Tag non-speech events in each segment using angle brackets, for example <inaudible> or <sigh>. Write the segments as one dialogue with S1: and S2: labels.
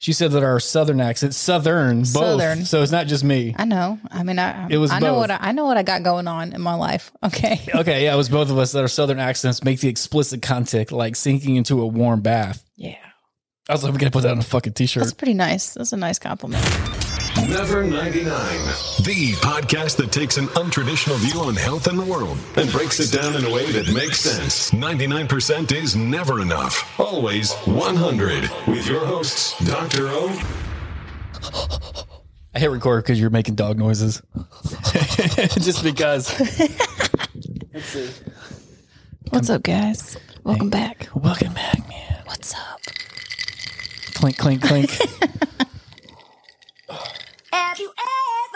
S1: She said that our southern accent, southern, both.
S2: Southern.
S1: So it's not just me.
S2: I know. I mean, I
S1: It was
S2: I know
S1: both.
S2: what I, I know what I got going on in my life. <laughs> Okay.
S1: Okay, yeah, it was both of us that our southern accents make the explicit content like sinking into a warm bath.
S2: Yeah.
S1: I was like, we gotta put that on a fucking t-shirt.
S2: That's pretty nice. That's a nice compliment.
S3: Never 99, the podcast that takes an untraditional view on health and the world and breaks it down in a way that makes sense. 99% is never enough. Always 100 with your hosts, Dr. O
S1: I hit record because you're making dog
S2: <laughs>
S1: noises. just because.
S2: What's up, guys? Welcome back.
S1: Welcome back, man.
S2: What's up?
S1: Clink, clink, clink.
S2: <laughs>
S4: Have you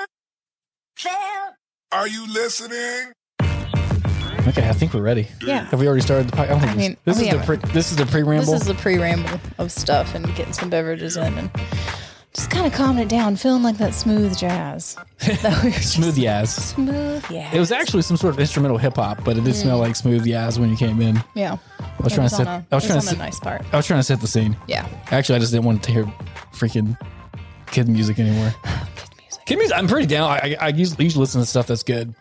S4: ever felt?
S5: Are you listening?
S1: okay, I think we're ready.
S2: Yeah.
S1: Have we already started the podcast? I don't think
S2: I
S1: this-
S2: mean,
S1: this,
S2: we
S1: is the pre,
S2: haven't.
S1: this is the
S2: This
S1: pre-ramble.
S2: is the pre-ramble of stuff and getting some beverages in and just kind of calming it down, feeling like that smooth
S1: <laughs>
S2: jazz. That we were just-
S1: smooth Yaz.
S2: Smooth. Yeah.
S1: It was actually some sort of instrumental hip hop, but it did smell like smooth Yaz when you came in. I
S2: Yeah. I
S1: was trying to set.
S2: On a,
S1: I was
S2: it
S1: trying to
S2: on a
S1: set,
S2: nice part.
S1: I was trying to set the scene.
S2: Yeah.
S1: Actually, I just didn't want to hear freaking kid music
S2: <sighs>
S1: anymore.
S2: Good music.
S1: Kid music, I'm pretty down. I, I, I usually, usually listen to stuff that's good,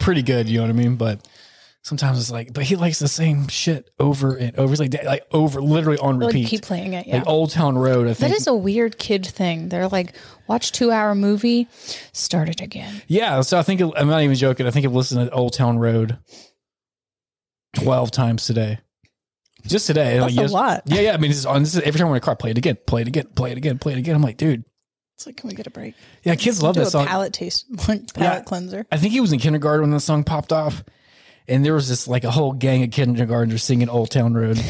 S1: pretty good. You know what I mean? But sometimes it's like, but he likes the same shit over and over. He's like, like over, literally on
S2: Like,
S1: repeat.
S2: keep playing it. Yeah.
S1: Like Old Town Road, I
S2: that
S1: think.
S2: is a weird kid thing. They're like, watch two hour movie, start it again.
S1: yeah, so I think I'm not even joking. I think I've listened to Old Town Road twelve times today. Just today,
S2: That's
S1: like,
S2: a
S1: yes-
S2: lot.
S1: Yeah, yeah. I mean, this is on. This is every time we're in a car. Play it again. Play it again. Play it again. Play it again. I'm like, dude.
S2: It's like, can we get a break?
S1: Yeah, kids love
S2: Do
S1: that
S2: a
S1: song.
S2: palate taste, <laughs> like palate cleanser.
S1: I think he was in kindergarten when that song popped off, and there was this like a whole gang of kindergartners singing "Old Town
S2: <laughs>
S1: Road."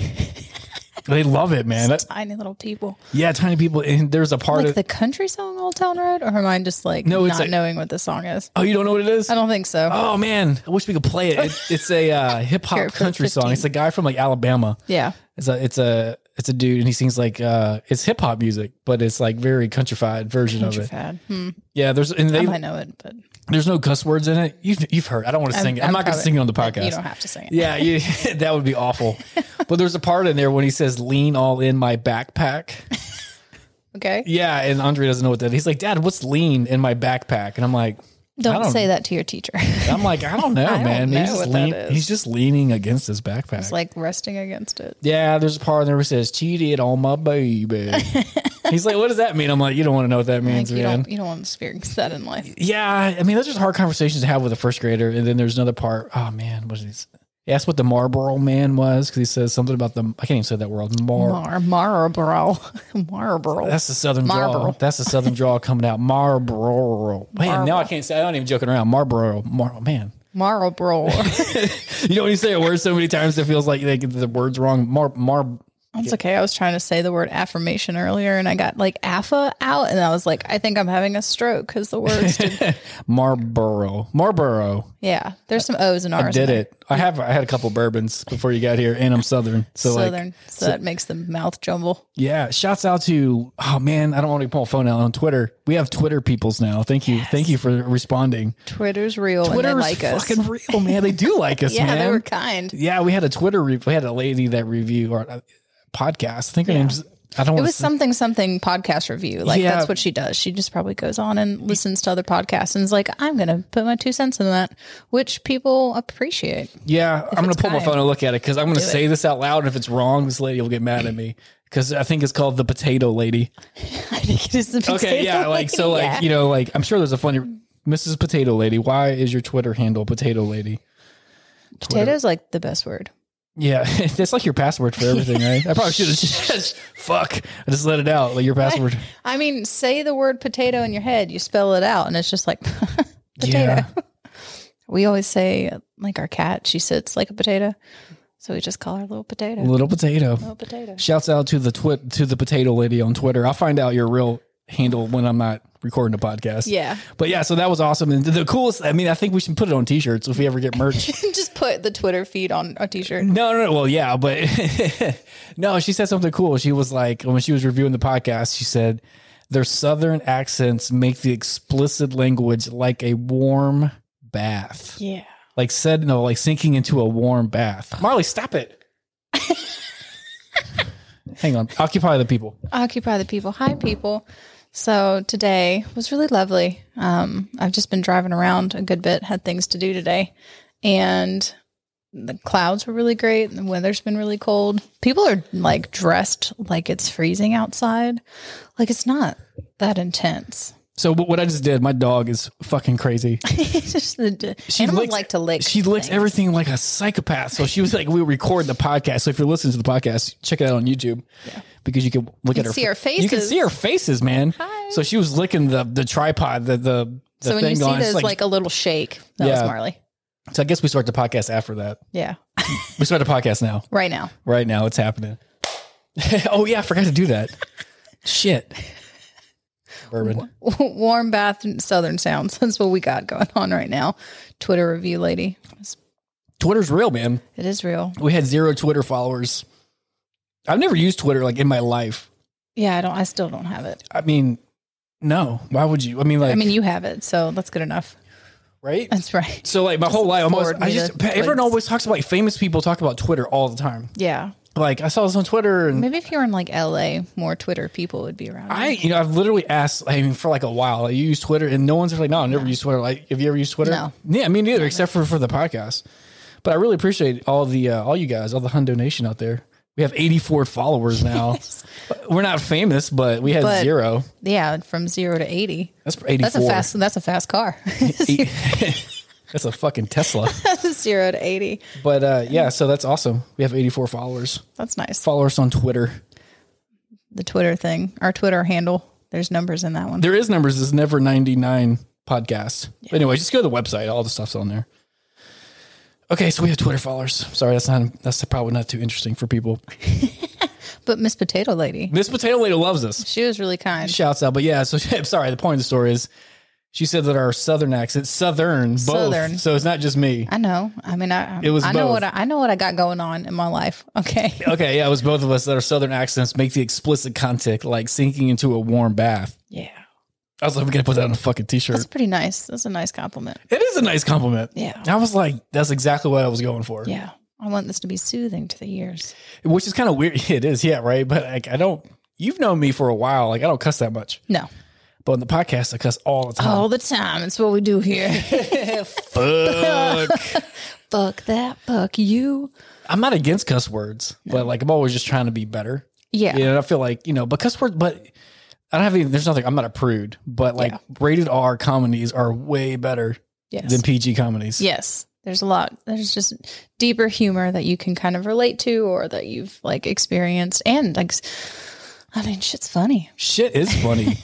S1: they love it, man. That-
S2: Tiny little people.
S1: yeah, tiny people. And there's a part
S2: Like
S1: of
S2: the country song Old Town Road, or am I just like
S1: No, it's
S2: not
S1: a-
S2: knowing what the song is?
S1: oh, you don't know what it is?
S2: I don't think so.
S1: Oh man, I wish we could play it.
S2: <laughs>
S1: it it's a uh, hip
S2: Here,
S1: hop
S2: for
S1: country song.
S2: 15.
S1: It's a guy from like Alabama.
S2: Yeah.
S1: It's a it's a it's a dude, and he sings like uh, it's hip hop music, but it's like very countrified version
S2: Country
S1: of it.
S2: fad. Hmm.
S1: Yeah, there's and
S2: I
S1: they,
S2: might know it, but
S1: there's no cuss words in it. You've you've heard. I don't want to sing it. I'm, not going to
S2: probably-
S1: sing it on the podcast.
S2: You don't have to sing it.
S1: Yeah, you, <laughs> that would be awful. but there's a part in there when he says "lean all in my backpack."
S2: Okay.
S1: Yeah, and Andre doesn't know what that. He's like, "Dad, what's lean in my backpack?" And I'm like,
S2: Don't,
S1: don't-
S2: say that to your teacher. <laughs>
S1: "I'm like, I don't know,
S2: I don't
S1: man.
S2: know
S1: he's just
S2: what
S1: lean,
S2: that is.
S1: he's just leaning against his backpack."
S2: it's like resting against it.
S1: yeah, there's a part in there where it says "cheated on my
S2: <laughs>
S1: baby." he's like, "What does that mean?" I'm like, "You don't want to know what that
S2: Like
S1: means,
S2: you
S1: man."
S2: don't you don't want to experience that in life.
S1: Yeah, I mean, those are just hard conversations to have with a first grader. And then there's another part. Oh man, what is this? He asked what the Marlboro Man was because he says something about the I can't even say that word. Mar-
S2: Mar Marlboro. <laughs> Marlboro.
S1: That's the southern draw.
S2: Marlboro.
S1: That's the southern draw coming out. Marlboro. Man, now I
S2: Marlboro.
S1: can't say. I'm not even joking around. Marlboro. Mar- man, <laughs>
S2: Marlboro.
S1: you know when you say a word so many times, it feels like they get the words wrong. Mar. Mar.
S2: That's okay. I was trying to say the word affirmation earlier and I got like AFA out and I was like, I think I'm having a stroke because the words did.
S1: Marlboro. Marlboro.
S2: Yeah. There's some O's and R's.
S1: I
S2: in
S1: did
S2: there.
S1: it. I have. I had a couple bourbons before you got here, and I'm southern. So like,
S2: Southern. so that makes the mouth jumble.
S1: yeah. Shouts out to. Oh man, I don't want to pull my phone out on Twitter. We have Twitter peoples now. Thank you. Thank you for responding.
S2: Twitter's real
S1: Twitter
S2: and they like us.
S1: fucking real, man. They do like us.
S2: <laughs> yeah,
S1: man.
S2: they were kind.
S1: Yeah, we had a Twitter. Re- we had a lady that review our uh, podcast. I think her name's. I don't.
S2: It
S1: wanna
S2: was
S1: say-
S2: something something podcast review. Like
S1: Yeah.
S2: that's what she does. She just probably goes on and listens to other podcasts and is like, I'm gonna put my two cents in that, which people appreciate. <laughs>
S1: Yeah, I'm gonna
S2: it's
S1: pull my
S2: kind.
S1: phone and look at it because I'm gonna
S2: Do it.
S1: say this out loud. And if it's wrong, this lady will get mad at me because I think it's called the Potato
S2: <laughs>
S1: Lady.
S2: I think it is the potato
S1: Okay, yeah, like so, like
S2: lady.
S1: you know, like I'm sure there's a funny Mrs. Potato Lady. Why is your Twitter handle Potato Lady?
S2: potato's like the best word.
S1: Yeah, <laughs> that's like your password for everything, right? I probably should have <laughs> just fuck. I just let it out like your password.
S2: I mean, say the word potato in your head, you spell it out, and it's just like <laughs> potato.
S1: Yeah.
S2: We always say like our cat, she sits like a potato. So we just call her little potato.
S1: Little potato.
S2: little potato.
S1: Shouts out to the twit to the potato lady on Twitter. I'll find out your real handle when I'm not recording a podcast.
S2: Yeah.
S1: But yeah, so that was awesome. And the coolest, I mean, I think we should put it on t-shirts if we ever get
S2: <laughs>
S1: merch.
S2: <laughs> just put the Twitter feed on a t shirt.
S1: no, no, no. Well, yeah, but <laughs> no, she said something cool. She was like, when she was reviewing the podcast, she said, their Southern accents make the explicit language like a warm bath.
S2: Yeah.
S1: Like said,
S2: <laughs>
S1: no, like sinking into a warm bath. Marley, stop it. Hang on. Occupy the people.
S2: Occupy the people. Hi, people. So today was really lovely. Um, I've just been driving around a good bit, had things to do today, and the clouds were really great. The weather's been really cold. People are like dressed like it's freezing outside. Like it's not that intense.
S1: So what what I just did, my dog is fucking
S2: <laughs>
S1: crazy.
S2: It's just the animals like to lick.
S1: She licks
S2: things.
S1: everything like a psychopath. So she was like, we record the podcast. So if you're listening to the podcast, check it out on YouTube because you can look at her.
S2: see
S1: fa-
S2: our
S1: You can
S2: faces.
S1: see her faces, man.
S2: Hi.
S1: So she was licking the the tripod, the the, the
S2: So when you
S1: thing
S2: see
S1: on. It's
S2: those like, a little shake, that
S1: Yeah.
S2: was Marley.
S1: so I guess we start the podcast after that.
S2: Yeah,
S1: We start the podcast now.
S2: right now. <laughs>
S1: Right now, it's happening. <laughs> oh yeah, I forgot to do
S2: <laughs>
S1: that. Shit. Bourbon.
S2: warm bath and southern sounds <laughs> that's what we got going on right now twitter review lady It's-
S1: Twitter's real, man.
S2: it is real
S1: We had zero Twitter followers. I've never used Twitter like in my life.
S2: yeah i don't i still don't have it
S1: I mean, no. Why would you? I mean, like,
S2: i mean you have it so that's good enough <laughs>
S1: right?
S2: that's right
S1: So like my whole life, almost
S2: forward
S1: I
S2: me
S1: just
S2: the
S1: everyone
S2: links.
S1: always talks about like, famous people talk about Twitter all the time.
S2: yeah
S1: Like I saw this on Twitter, and
S2: maybe if you were in like la more twitter people would be around
S1: I, you know, I've literally asked. I mean, for like a while, like, you use Twitter, and no one's ever like, no, I never use Twitter. Like, have you ever used Twitter?
S2: No.
S1: Yeah, me neither, except for for the podcast. But I really appreciate all the uh, all you guys, all the Hundo Nation out there. We have 84 followers now.
S2: <laughs>
S1: We're not famous, but we had
S2: But-
S1: zero.
S2: yeah from zero to 80
S1: That's 84.
S2: that's a fast that's a fast
S1: <laughs>
S2: car <laughs>
S1: That's a fucking Tesla.
S2: zero to 80
S1: but uh, yeah, so that's awesome. We have 84 followers.
S2: that's nice
S1: Follow us on Twitter.
S2: the twitter thing our twitter handle there's numbers in that one
S1: There is numbers. It's never 99 podcast. But anyway, just go to the website. All the stuff's on there. Okay, so we have Twitter followers. Sorry, that's not that's probably not too interesting for people.
S2: but miss potato lady
S1: Miss Potato Lady loves us.
S2: she was really kind
S1: Shouts out. But yeah, so <laughs> I'm sorry. The point of the story is she said that our southern accent, southern, both.
S2: Southern.
S1: So it's not just
S2: <laughs>
S1: me.
S2: I know. I mean, I
S1: It was
S2: I know
S1: both.
S2: what I, I know what I got going on in my life. <laughs> Okay,
S1: Okay, yeah, it was both of us that our southern accents make the explicit content like sinking into a warm bath.
S2: yeah,
S1: I was like, we gotta put that on a fucking t-shirt.
S2: that's pretty nice. That's a nice compliment.
S1: it is a nice compliment.
S2: Yeah.
S1: I was like, that's exactly what I was going for.
S2: Yeah, I want this to be soothing to the ears.
S1: which is kind of weird. <laughs> It is, yeah, right. But like, I don't. You've known me for a while. Like, I don't cuss that much,
S2: No,
S1: but on the podcast, I cuss all the time.
S2: all the time. It's what we do here.
S1: <laughs>
S2: Oh.
S1: Fuck.
S2: fuck that. Fuck you.
S1: I'm not against cuss words, but like, I'm always just trying to be better.
S2: Yeah.
S1: You know, I feel like you know, but cuss words, but. I don't have any. There's nothing. I'm not a prude, but like
S2: Yeah.
S1: rated R comedies are way better
S2: Yes.
S1: than PG comedies.
S2: yes. There's a lot. There's just deeper humor that you can kind of relate to, or that you've like experienced, and like, I mean, shit's funny.
S1: Shit is
S2: <laughs>
S1: funny.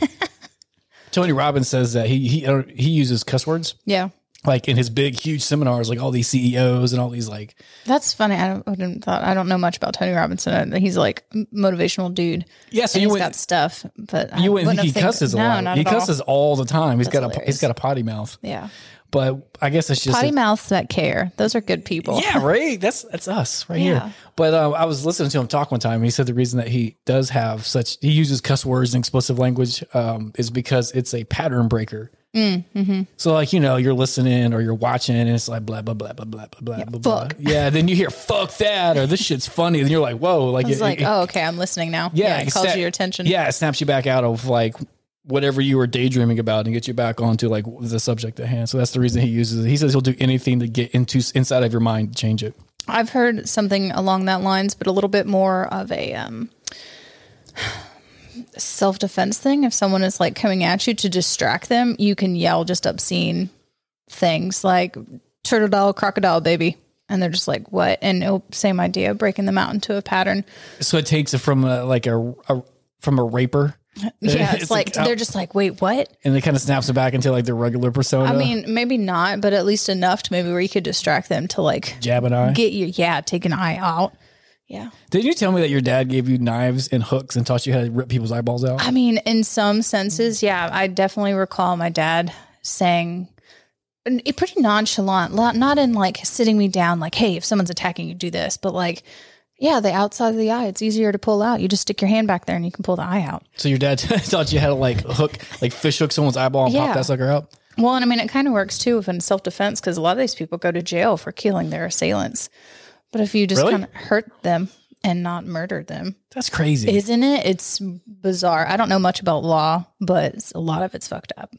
S1: Tony Robbins says that he he uh, he uses cuss words
S2: Yeah,
S1: like in his big huge seminars, like all these CEOs and all these like
S2: that's funny. I don't, I didn't thought I don't know much about Tony Robinson. He's like a motivational dude.
S1: yeah. So
S2: and
S1: you
S2: he's
S1: went
S2: got stuff, but I
S1: You wouldn't think
S2: have
S1: he
S2: think-
S1: cusses a
S2: no,
S1: lot.
S2: Not
S1: He
S2: at all.
S1: cusses all the time. He's
S2: That's
S1: got a
S2: hilarious.
S1: he's got a potty mouth.
S2: Yeah,
S1: But I guess it's just
S2: potty
S1: a-
S2: mouths that care. Those are good people.
S1: yeah, right. That's that's us right
S2: Yeah.
S1: here. But um, I was listening to him talk one time, and he said the reason that he does have such he uses cuss words and explosive language um, is because it's a pattern breaker.
S2: Mm, mm-hmm.
S1: So like you know you're listening or you're watching, and it's like blah blah blah blah blah blah blah blah.
S2: fuck.
S1: Yeah, then you hear fuck that or this shit's funny, and you're like whoa, like
S2: I was
S1: it-
S2: like,
S1: it-
S2: oh, okay, I'm listening now.
S1: yeah,
S2: it calls
S1: snap-
S2: you your attention.
S1: Yeah, it snaps you back out of like whatever you were daydreaming about and gets you back onto like the subject at hand. So that's the reason he uses it. He says he'll do anything to get into inside of your mind to change it.
S2: I've heard something along that lines, but a little bit more of a um, self defense thing. If someone is like coming at you to distract them, you can yell just obscene things like turtle doll, crocodile baby. And they're just like, what? And it'll, same idea, breaking them out into a pattern.
S1: So it takes it from a, like a, a from a raper.
S2: <laughs>
S1: <laughs>
S2: Yeah, <laughs> it's, like,
S1: out-
S2: they're just like, wait, what?
S1: and it kind of snaps it back into like their regular persona.
S2: I mean, maybe not, but at least enough to maybe where you could distract them to <laughs> like
S1: jab an eye.
S2: get you, yeah, take an eye out. Yeah.
S1: Didn't you tell me that your dad gave you knives and hooks and taught you how to rip people's eyeballs out?
S2: I mean, in some senses, yeah, I definitely recall my dad saying and it pretty nonchalant, lo- not in like sitting me down, like, hey, if someone's attacking you, do this, but like, yeah, the outside of the eye, it's easier to pull out. You just stick your hand back there and you can pull the eye out.
S1: So your dad <laughs> taught you how to like hook, like fish hook someone's eyeball and pop
S2: Yeah.
S1: that sucker out.
S2: Well, and I mean, it kind of works too if in self defense, because a lot of these people go to jail for killing their assailants. But if you just
S1: Really?
S2: kind of hurt them, and not murder them.
S1: That's crazy.
S2: Isn't it? It's bizarre. I don't know much about law, but it's- a lot of it's fucked up.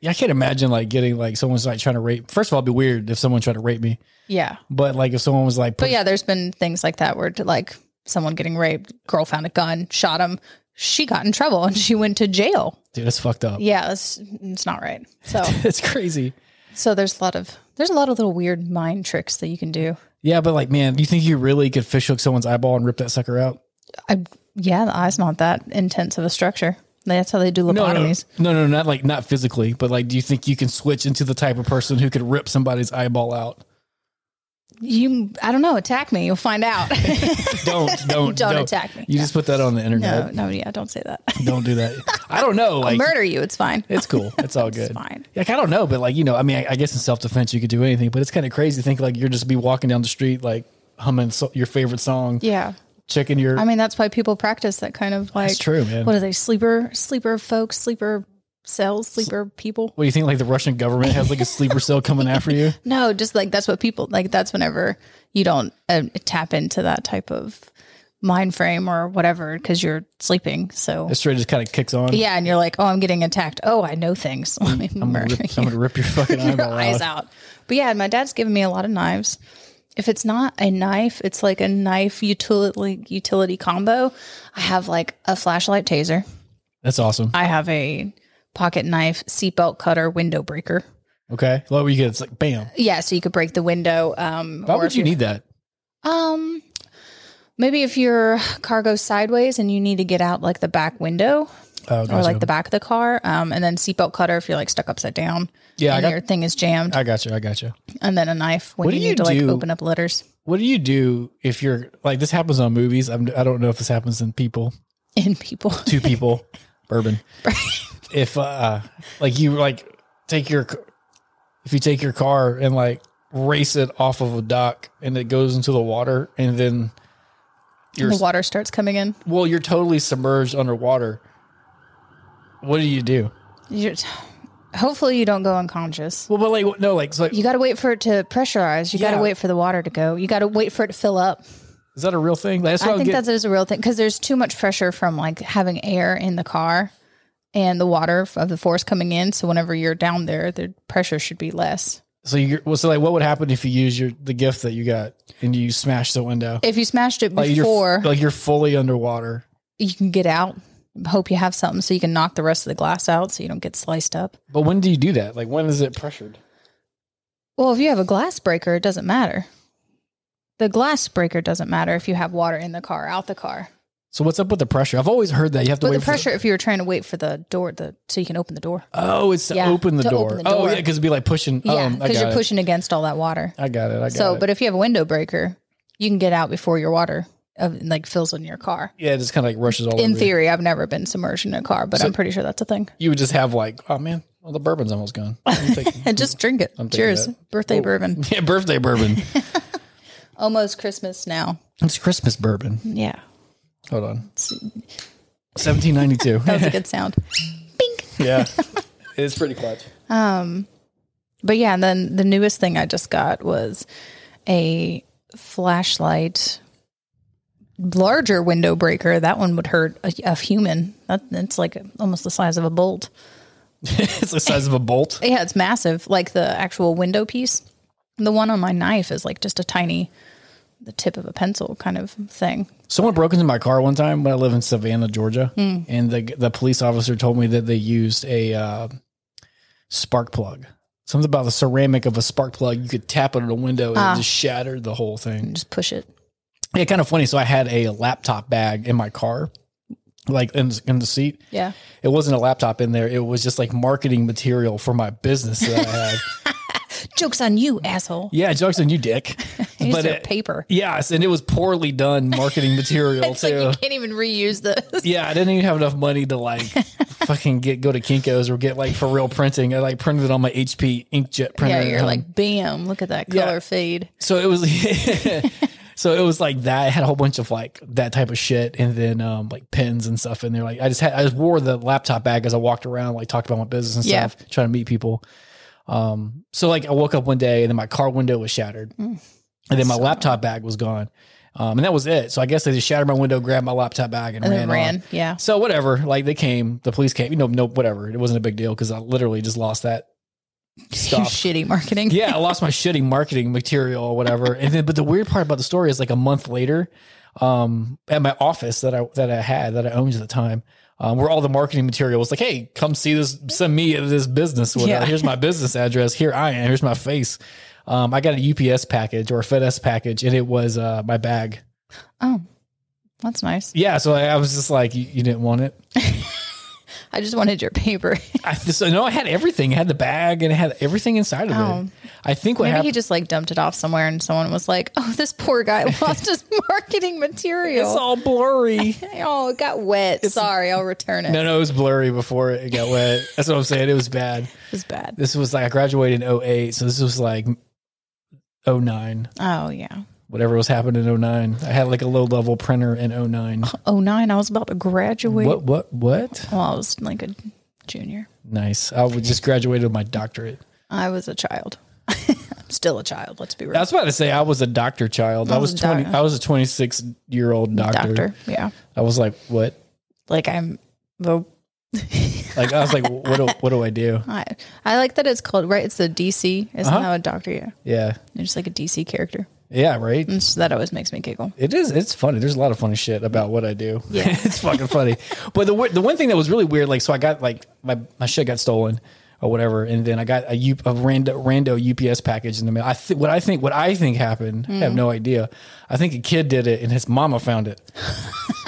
S1: yeah, I can't imagine like getting like someone's like trying to rape. First of all, it'd be weird if someone tried to rape me.
S2: Yeah.
S1: But like if someone was like,
S2: But yeah, there's been things like that where like someone getting raped, girl found a gun, shot him. She got in trouble and she went to jail.
S1: dude, that's fucked up.
S2: Yeah, it's, it's not right. <laughs> So
S1: <laughs> it's crazy.
S2: so there's a lot of there's a lot of little weird mind tricks that you can do.
S1: Yeah, but like, man, you think you really could fish hook someone's eyeball and rip that sucker out?
S2: I yeah, the eye's not that intense of a structure. That's how they do
S1: No, no,
S2: lobotomies.
S1: no, no, not like not physically, but like, do you think you can switch into the type of person who could rip somebody's eyeball out?
S2: You I don't know, attack me, you'll find out.
S1: Don't, don't,
S2: Don't attack me.
S1: You
S2: Yeah.
S1: just put that on the
S2: no,
S1: internet.
S2: no, <laughs> yeah, don't say that.
S1: Don't do that. I don't
S2: <laughs>
S1: know. Like,
S2: Murder you, it's fine.
S1: it's
S2: <laughs>
S1: cool. It's all good.
S2: fine.
S1: Like, I don't know, but like, you know, I mean, I, I guess in self defense you could do anything, but it's kind of crazy to think like you're just be walking down the street like humming so, your favorite song,
S2: Yeah.
S1: checking your.
S2: I mean, that's why people practice that kind of like.
S1: That's true, man.
S2: What are they? Sleeper, sleeper folks, sleeper cells, sleeper people.
S1: what do you think? Like the Russian government has like a sleeper cell coming after
S2: <laughs>
S1: you?
S2: No, just like that's what people like. That's whenever you don't uh, tap into that type of mind frame or whatever because you're sleeping. So
S1: It straight just kind of kicks on.
S2: yeah, and you're like, oh, I'm getting attacked. Oh, I know things. <laughs> Let me
S1: Mm, I'm gonna,
S2: murder
S1: rip,
S2: you. <laughs>
S1: I'm gonna rip your fucking
S2: your
S1: eyeball
S2: eyes
S1: out.
S2: out. But yeah, my dad's given me a lot of knives. If it's not a knife, it's like a knife utility utility combo. I have like a flashlight taser.
S1: That's awesome.
S2: I have a pocket knife, seatbelt cutter, window breaker.
S1: Okay. Well, you get it's like bam.
S2: Yeah, so you could break the window. Um,
S1: Why
S2: or
S1: would
S2: if
S1: you
S2: you're-
S1: need that?
S2: Um, maybe if your car goes sideways and you need to get out like the back window
S1: Oh,
S2: or
S1: gotcha.
S2: like the back of the car, um, and then seatbelt cutter if you're like stuck upside down.
S1: Yeah, I
S2: and
S1: got-
S2: your thing is jammed,
S1: I got you. I got you.
S2: and then a knife when
S1: What
S2: you
S1: do
S2: need
S1: you
S2: to like
S1: do-
S2: open up letters <laughs>
S1: What do you do if you're like this happens on movies? I'm, I don't know if this happens in people,
S2: in people. <laughs>
S1: two people, bourbon. if uh, like you like take your c- if you take your car and like race it off of a dock and it goes into the water and then you're
S2: the water starts coming in.
S1: well you're totally submerged underwater. What do you do?
S2: You're, hopefully, you don't go unconscious.
S1: Well, but like no, like so like,
S2: You got to wait for it to pressurize. You got
S1: Yeah.
S2: to wait for the water to go. You got to wait for it to fill up.
S1: is that a real thing? That's what
S2: I think
S1: get-
S2: that's is a real thing because there's too much pressure from like having air in the car and the water f- of the force coming in. So whenever you're down there, the pressure should be less.
S1: So you well, so like what would happen if you use your the gift that you got and you smash the window?
S2: If you smashed it
S1: Like
S2: before,
S1: you're like you're fully underwater.
S2: you can get out. Hope you have something so you can knock the rest of the glass out so you don't get sliced up.
S1: But when do you do that? Like when is it pressured?
S2: Well, if you have a glass breaker, it doesn't matter. The glass breaker doesn't matter if you have water in the car, out the car.
S1: So what's up with the pressure? I've always heard that you have to
S2: But
S1: wait
S2: the
S1: for
S2: pressure, if you were trying to wait for the door, the so you can open the door.
S1: oh, it's to,
S2: Yeah,
S1: open, the
S2: to
S1: door.
S2: open the
S1: Oh
S2: door.
S1: yeah, because it'd be like pushing.
S2: Yeah,
S1: um, I
S2: because
S1: got
S2: you're
S1: it.
S2: pushing against all that water.
S1: I got it. I got
S2: So,
S1: it.
S2: but if you have a window breaker, you can get out before your water uh, like fills in your car.
S1: yeah, it just kind of like rushes all
S2: In
S1: over you.
S2: theory, I've never been submerged in a car, but I'm pretty sure that's a thing.
S1: You would just have like, oh man, well the bourbon's almost gone. Let me
S2: <laughs>
S1: take-
S2: And just drink it.
S1: taking
S2: Cheers,
S1: that. Oh.
S2: birthday
S1: <laughs>
S2: bourbon.
S1: yeah, birthday bourbon.
S2: <laughs> Almost Christmas now.
S1: It's Christmas bourbon.
S2: Yeah,
S1: Hold on. 1792.
S2: <laughs> that was a good sound. Bink.
S1: yeah, it's pretty clutch.
S2: But yeah, and then the newest thing I just got was a flashlight, larger window breaker. That one would hurt a, a human. That, that's like almost the size of a bolt.
S1: <laughs> it's the size of a bolt.
S2: Yeah, it's massive. Like the actual window piece. The one on my knife is like just a tiny, the tip of a pencil kind of thing.
S1: Someone broke into my car one time when I live in Savannah, Georgia,
S2: Hmm.
S1: and the the police officer told me that they used a uh, spark plug. Something about the ceramic of a spark plug. You could tap it on a window and
S2: Ah.
S1: it just shattered the whole thing.
S2: Just push it.
S1: Yeah, kind of funny. So I had a laptop bag in my car, like in in the seat.
S2: Yeah.
S1: It wasn't a laptop in there. It was just like marketing material for my business that I
S2: <laughs>
S1: had.
S2: Joke's on you, asshole.
S1: yeah, jokes on you,
S2: <laughs>
S1: dick.
S2: Use
S1: but
S2: your
S1: it,
S2: paper.
S1: yes, and it was poorly done marketing material
S2: <laughs> It's
S1: too.
S2: like you can't even reuse <laughs> this.
S1: Yeah, I didn't even have enough money to
S2: <laughs>
S1: like fucking get go to Kinko's or get like for real printing. I like printed it on my HP inkjet printer.
S2: Yeah,
S1: at
S2: you're
S1: home.
S2: like, bam, look at that
S1: Yeah.
S2: color fade.
S1: so it
S2: <laughs>
S1: was <laughs> so it was like that. I had a whole bunch of like that type of shit, and then um like pens and stuff in there. Like I just had I just wore the laptop bag as I walked around, like talked about my business and
S2: Yeah.
S1: stuff, trying to meet people.
S2: Mm.
S1: Um, so like I woke up one day and then my car window was shattered, and then my laptop bag was gone. Um, and that was it. So I guess they just shattered my window, grabbed my laptop bag, and,
S2: And
S1: ran.
S2: then ran.
S1: on.
S2: Yeah. <laughs>
S1: So whatever, like they came, the police came. You know, no, whatever. It wasn't a big deal because I literally just lost that
S2: You
S1: stuff.
S2: shitty marketing.
S1: yeah, I lost my shitty marketing material or whatever. And then, but the weird part about the story is like a month later, um, at my office that I that I had that I owned at the time, um, where all the marketing material was like, "Hey, come see this, send me this business. Whatever.
S2: Yeah.
S1: Here's my business address. Here I am. Here's my face." Um, I got a UPS package or a FedEx package, and it was uh, my bag.
S2: Oh, that's nice.
S1: Yeah, so I I was just like, "You, you didn't want it."
S2: I just wanted your paper. <laughs>
S1: I so, no, I had everything. I had the bag and I had everything inside of
S2: Oh.
S1: it. I think what
S2: Maybe
S1: happened.
S2: he just like dumped it off somewhere and someone was like, oh, this poor guy <laughs> lost his marketing material.
S1: it's all
S2: <laughs>
S1: blurry.
S2: oh, it got wet. Sorry, I'll return it.
S1: No, no, it was blurry before it got wet. That's what I'm saying. It was bad.
S2: It was bad.
S1: This was like I graduated in 08, so this was like 09,
S2: Oh, yeah.
S1: whatever was happening in 09. I had like a low level printer in
S2: <laughs>
S1: 09.
S2: Oh, nine. I was about to graduate.
S1: What, what, what?
S2: Well, I was like a junior.
S1: Nice. I would just graduated with my doctorate.
S2: I was a child. <laughs> I'm still a child. Let's be real.
S1: I was about to say I was a doctor child. I was,
S2: was a
S1: 20,
S2: doctor.
S1: I was a 26 year old doctor.
S2: Oh, doctor. Yeah.
S1: I was like, what?
S2: Like I'm the. <laughs>
S1: Like, I was like, what do, what do I do?
S2: I, I like that it's called right. It's the DC. Isn't
S1: Uh-huh.
S2: how a doctor? Yeah.
S1: Yeah.
S2: It's just like a DC character.
S1: Yeah. Right.
S2: And so that always makes me giggle.
S1: It is. It's funny. There's a lot of funny shit about what I do.
S2: Yeah.
S1: <laughs> it's fucking funny. But the weir- the one thing that was really weird, like, so I got like my my shit got stolen or whatever, and then I got a, U, a rando, rando UPS package in the mail. I th- what I think what I think happened. I
S2: Mm.
S1: have no idea. I think a kid did it, and his mama found
S2: <laughs>
S1: it.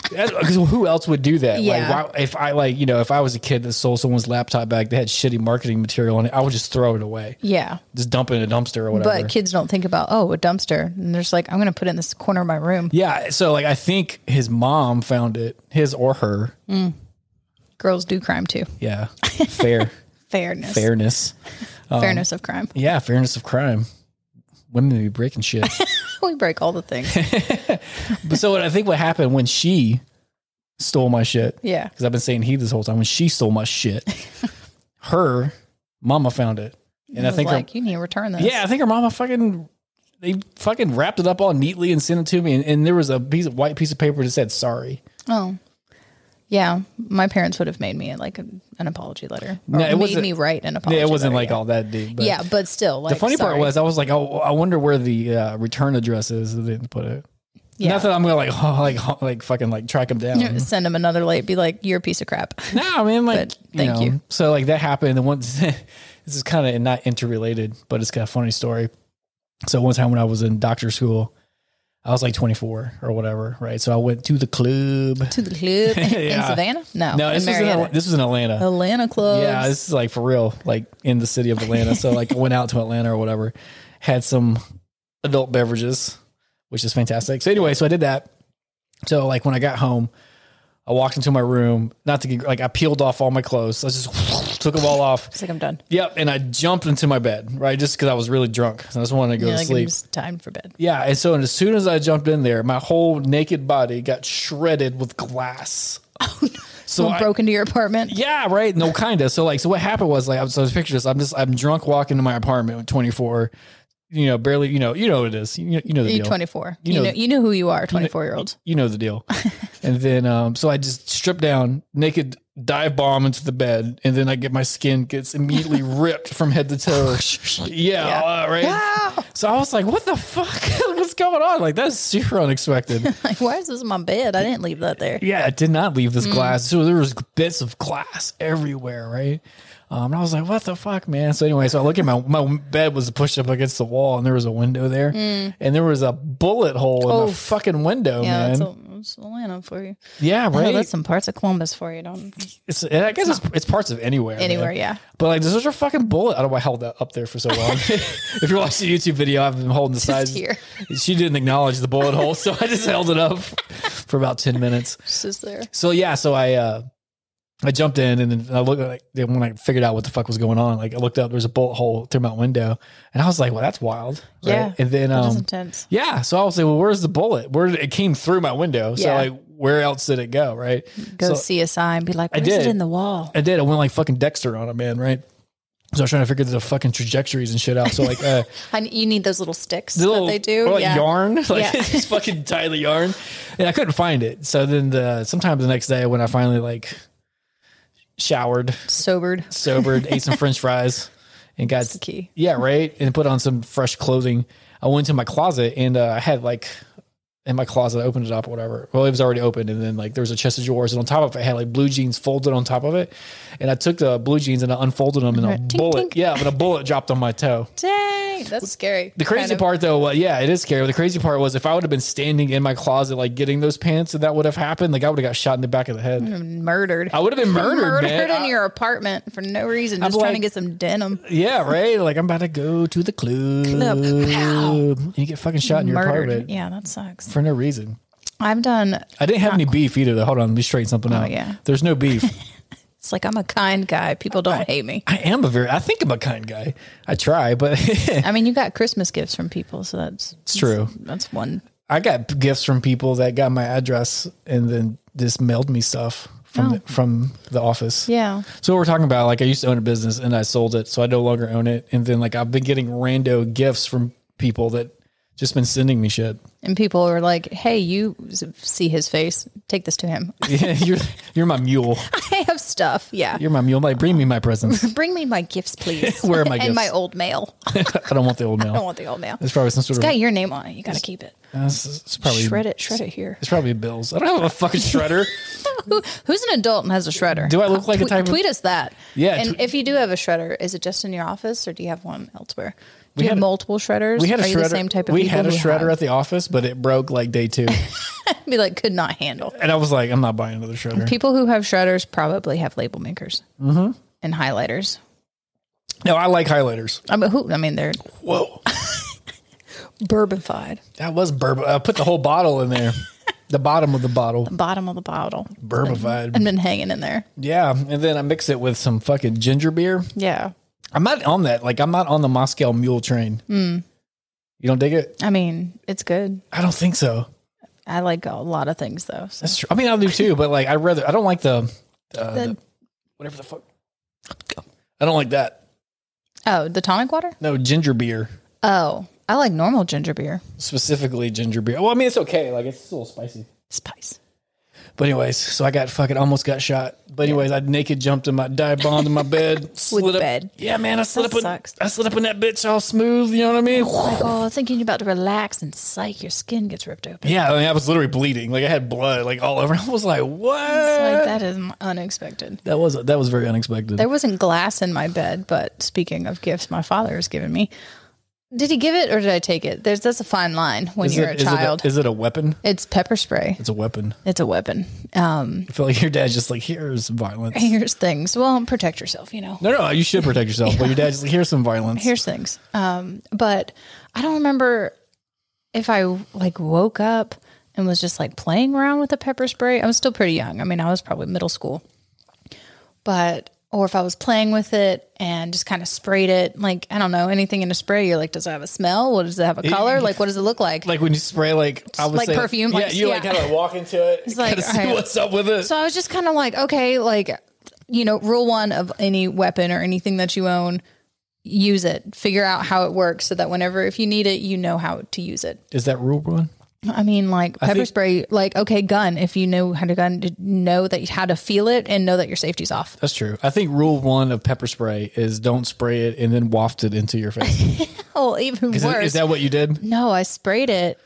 S1: Because who else would do that?
S2: Yeah.
S1: Like, why, if I like, you know, if I was a kid that stole someone's laptop bag that had shitty marketing material on it, I would just throw it away,
S2: Yeah.
S1: just dump it in a dumpster or whatever.
S2: But kids don't think about oh a dumpster and they're just like I'm gonna put it in this corner of my room.
S1: yeah, so like I think his mom found it, his or her.
S2: Girls do crime too.
S1: Yeah. Fair.
S2: <laughs> Fairness.
S1: fairness.
S2: Fairness of crime.
S1: Yeah, fairness of crime. Women be breaking
S2: <laughs>
S1: shit.
S2: We break all
S1: <laughs>
S2: the things.
S1: but so what I think what happened when she stole my shit.
S2: Yeah.
S1: Because I've been saying he this whole time. When she stole my shit, her mama found
S2: <laughs>
S1: it. And I
S2: It's
S1: think her-
S2: like you need to return this.
S1: Yeah, I think her mama fucking they fucking wrapped it up all neatly and sent it to me. And, and there was a piece of white piece of paper that said sorry.
S2: Oh, yeah. My parents would have made me like a, an apology letter. Or
S1: No, it
S2: made
S1: wasn't-
S2: me write an apology.
S1: Yeah, it wasn't
S2: letter,
S1: like
S2: Oh, yeah.
S1: all that deep. But
S2: yeah, but still. Like,
S1: the funny part
S2: sorry. <laughs>
S1: was I was like, oh, I wonder where the uh, return address is. They didn't put it.
S2: yeah.
S1: Not that I'm gonna like <laughs> like like fucking like track them down.
S2: Send them another late. Be like, you're a piece
S1: <laughs>
S2: of crap.
S1: No, I mean like
S2: But
S1: you
S2: thank
S1: know.
S2: you.
S1: So like that happened. And once <laughs> this is kind of not interrelated, but it's kind of funny story. So one time when I was in doctor school, I was like 24 or whatever, right? So I went to the club.
S2: to the club in
S1: <laughs> Yeah.
S2: Savannah. No,
S1: No,
S2: Oh, in
S1: this was in, Atla-
S2: Marietta.
S1: this was in Atlanta.
S2: Atlanta club.
S1: Yeah, this is like for real, like in the city of Atlanta. So like I went out to Atlanta or whatever, had some adult beverages, which is fantastic. So anyway, so I did that. So like when I got home, I walked into my room, not to get like I peeled off all my clothes. I just <laughs> took them all off.
S2: it's like I'm done.
S1: Yep, and I jumped into my bed, right? Just because I was really drunk. So I just wanted to go
S2: You're
S1: to
S2: like,
S1: sleep.
S2: it's time for bed.
S1: Yeah, and so and as soon as I jumped in there, my whole naked body got shredded with glass. So
S2: Someone
S1: I,
S2: broke into your apartment.
S1: yeah, right. No, kind of. So like, so what happened was like, I'm so picture this. I'm just, I'm drunk walking to my apartment with 24, you know, barely, you know, you know what it is. You know, you know the
S2: You're
S1: deal.
S2: 24.
S1: You
S2: You,
S1: know-
S2: know, you know who you are. 24 year old.
S1: You know the <laughs> deal. and then, um, so I just strip down naked, dive bomb into the bed, and then I get my skin gets <laughs> immediately ripped from head to <laughs> toe. Oh, yeah, uh, right. So I was like, what the fuck? <laughs> What's going on? Like that's super unexpected.
S2: <laughs> Like, why is this in my bed? I didn't leave that there.
S1: Yeah, I did not leave
S2: Mm.
S1: this glass. So there was bits of glass everywhere, right? Um, and I was like, "What the fuck, man?" So anyway, so I look at my my bed was pushed up against the wall, and there was a window there, and there was a bullet hole in
S2: Oh.
S1: the fucking window,
S2: Mm. Yeah,
S1: man.
S2: it's, a, it's Atlanta for you.
S1: yeah,
S2: Oh,
S1: right.
S2: that's some parts of Columbus for you. Don't
S1: it's, and I guess it's, it's parts of anywhere, man.
S2: anywhere. Yeah.
S1: But like, there's a fucking bullet. I don't know why I held that up there for so
S2: <laughs>
S1: long. <laughs> if you're watching the YouTube video, I've been holding the sides.
S2: here.
S1: She didn't acknowledge the bullet hole, so I just held it
S2: <laughs>
S1: up for about ten minutes.
S2: It's just there.
S1: So yeah, so I uh I jumped in and then I looked like then when I figured out what the fuck was going on, like I looked up, there was a bullet hole through my window, and I was like, well, that's wild. right?
S2: Yeah,
S1: and then
S2: That is
S1: um
S2: intense.
S1: yeah, so I was like, well, where's the bullet? Where did, it came through my window? So
S2: Yeah.
S1: like, where else did it go? Right?
S2: Go
S1: so
S2: see a sign. Be like,
S1: I
S2: where's it
S1: did.
S2: in the wall?
S1: I did. I went like fucking Dexter on a man, right? So I was trying to figure the fucking trajectories and shit out. So like uh,
S2: I, you need those little sticks
S1: the little
S2: that they do.
S1: or, like yarn, <laughs> like
S2: Yeah.
S1: just
S2: <laughs>
S1: fucking tie the yarn, and I couldn't find it. So then the sometime the next day when I finally like showered,
S2: Sobered.
S1: sobered, ate some French fries, and got
S2: the key.
S1: yeah right, and put on some fresh clothing. I went to my closet and uh, I had like in my closet. I opened it up, or whatever. Well, it was already open, and then like there was a chest of drawers, and on top of it I had like blue jeans folded on top of it. And I took the blue jeans and I unfolded them, and a
S2: Right. Tink,
S1: bullet,
S2: tink.
S1: yeah, but a bullet dropped on my toe.
S2: Dang, that's scary.
S1: The crazy
S2: Kind of.
S1: part, though, well, yeah, it is scary. The crazy part was if I would have been standing in my closet, like getting those pants, and that would have happened, like I would have got shot in the back of the head.
S2: Mm. murdered.
S1: I
S2: <laughs>
S1: would have been murdered, man.
S2: in
S1: I-
S2: your apartment for no reason, just trying to
S1: like-
S2: get some denim.
S1: Yeah, right. Like I'm about to go to the club,
S2: Club. Pow.
S1: and you get fucking shot in your
S2: Murdered.
S1: apartment
S2: Yeah, that sucks.
S1: for no reason.
S2: I've done.
S1: I didn't have any beef either. Though, hold on, let me straighten something out.
S2: Oh, yeah.
S1: there's no
S2: <laughs>
S1: beef.
S2: It's like I'm a kind guy. People don't
S1: <laughs>
S2: hate me.
S1: I am a very. I think I'm a kind guy. I try, but <laughs>
S2: I mean, you got Christmas gifts from people, so that's
S1: it's true.
S2: that's one.
S1: I got gifts from people that got my address and then just mailed me stuff from the, from the office.
S2: Oh. Yeah,
S1: So we're talking about like I used to own a business and I sold it, so I no longer own it. And then like I've been getting rando gifts from people that just been sending me shit. <laughs>
S2: and people are like, "Hey, you s- see his face? Take this to him.
S1: Yeah, you're you're my mule.
S2: <laughs> I have stuff. Yeah,
S1: You're my mule. Like bring me my presents. <laughs>
S2: bring me my gifts, please.
S1: Where are my
S2: <laughs> and
S1: gifts?
S2: my old mail? I
S1: I don't want the old
S2: don't
S1: mail.
S2: want the old mail.
S1: It's probably some
S2: It's
S1: sort
S2: got
S1: of.
S2: your name on it. You got to keep it.
S1: uh, It's, it's probably
S2: Shred it. Shred it here.
S1: It's probably bills. I don't have a fucking shredder.
S2: Who, who's an adult and has a shredder?
S1: Do I look like a
S2: Tweet-
S1: type of-
S2: Tweet us that.
S1: Yeah,
S2: And
S1: tw-
S2: if you do have a shredder, is it just in your office or do you have one elsewhere? Do
S1: We
S2: you have
S1: had a-
S2: multiple shredders?
S1: We had a
S2: Are
S1: shredder.
S2: you the same type of
S1: we
S2: people
S1: had a
S2: who
S1: shredder
S2: have-
S1: at the office, but it broke like day two,
S2: <laughs> be like could not handle.
S1: and I was like, I'm not buying another shredder.
S2: People who have shredders probably have label makers
S1: Mm-hmm.
S2: and highlighters.
S1: No, I like highlighters.
S2: I mean, who? I mean, they're
S1: Whoa,
S2: bourbonified.
S1: that was bourbon. I put the whole bottle in <laughs> there, the bottom of the bottle,
S2: Bottom of the bottle
S1: burbified.
S2: and been hanging in there.
S1: Yeah, and then I mix it with some fucking ginger beer.
S2: Yeah.
S1: I'm not on that. Like I'm not on the Moscow Mule train. You don't dig it?
S2: I mean, it's good.
S1: I don't think so.
S2: I like a lot of things though. So.
S1: That's true. I mean, I do too, but like I rather I don't like the, uh, the,
S2: The-
S1: whatever the fuck. I don't like that.
S2: Oh, the tonic water?
S1: No ginger beer
S2: Oh, I like normal ginger beer.
S1: specifically ginger beer. Well, I mean it's okay. Like it's a little spicy.
S2: Spice.
S1: But anyways, so I got fucking almost got shot. But anyways, I naked jumped in my dive bombed in my
S2: <laughs>
S1: bed. slid up,
S2: bed.
S1: Yeah, man, I slid
S2: That
S1: up. In,
S2: sucks.
S1: I slid up in that bitch all smooth. You know what I mean? <laughs>
S2: Like, oh, thinking you're about to relax and psych, your skin gets ripped open.
S1: Yeah, I mean, I was literally bleeding. Like I had blood like all over. <laughs> I was like, what?
S2: It's like that is unexpected.
S1: That was that was very unexpected.
S2: There wasn't glass in my bed, but speaking of gifts, my father has given me. Did he give it or did I take it? There's that's a fine line when
S1: Is
S2: you're
S1: it-
S2: a
S1: is it
S2: child.
S1: is it a weapon?
S2: it's pepper spray.
S1: It's a weapon.
S2: It's a weapon. Um, <laughs>
S1: I feel like your dad's just like, here's violence.
S2: here's things. Well, protect yourself. You know.
S1: No, no, you should protect yourself. But your dad's just like, here's some violence.
S2: Here's things. Um, but I don't remember if I like woke up and was just like playing around with a pepper spray. I was still pretty young. I mean, I was probably middle school. But or if I was playing with it and just kind of sprayed it, like I don't know, anything in a spray, you're like, does it have a smell? What does it have a color? Like what does it look like?
S1: like when you spray like I would
S2: Like
S1: say,
S2: perfume,
S1: Yeah,
S2: like-
S1: you like
S2: yeah.
S1: kind of walk into it. It's
S2: like,
S1: like see
S2: alright.
S1: what's up with it.
S2: So I was just kind of like, okay, like, you know, rule one of any weapon or anything that you own, use it, figure out how it works so that whenever, if you need it, you know how to use it.
S1: Is that rule one?
S2: I mean, like pepper
S1: think-
S2: spray, like, okay, gun, if you know how to gun, to know that how to feel it and know that your safety's off.
S1: That's true. I think rule one of pepper spray is don't spray it and then waft it into your
S2: <laughs>
S1: face.
S2: <laughs> Oh, even
S1: Is, it-
S2: worse.
S1: is that what you did?
S2: no, I sprayed it.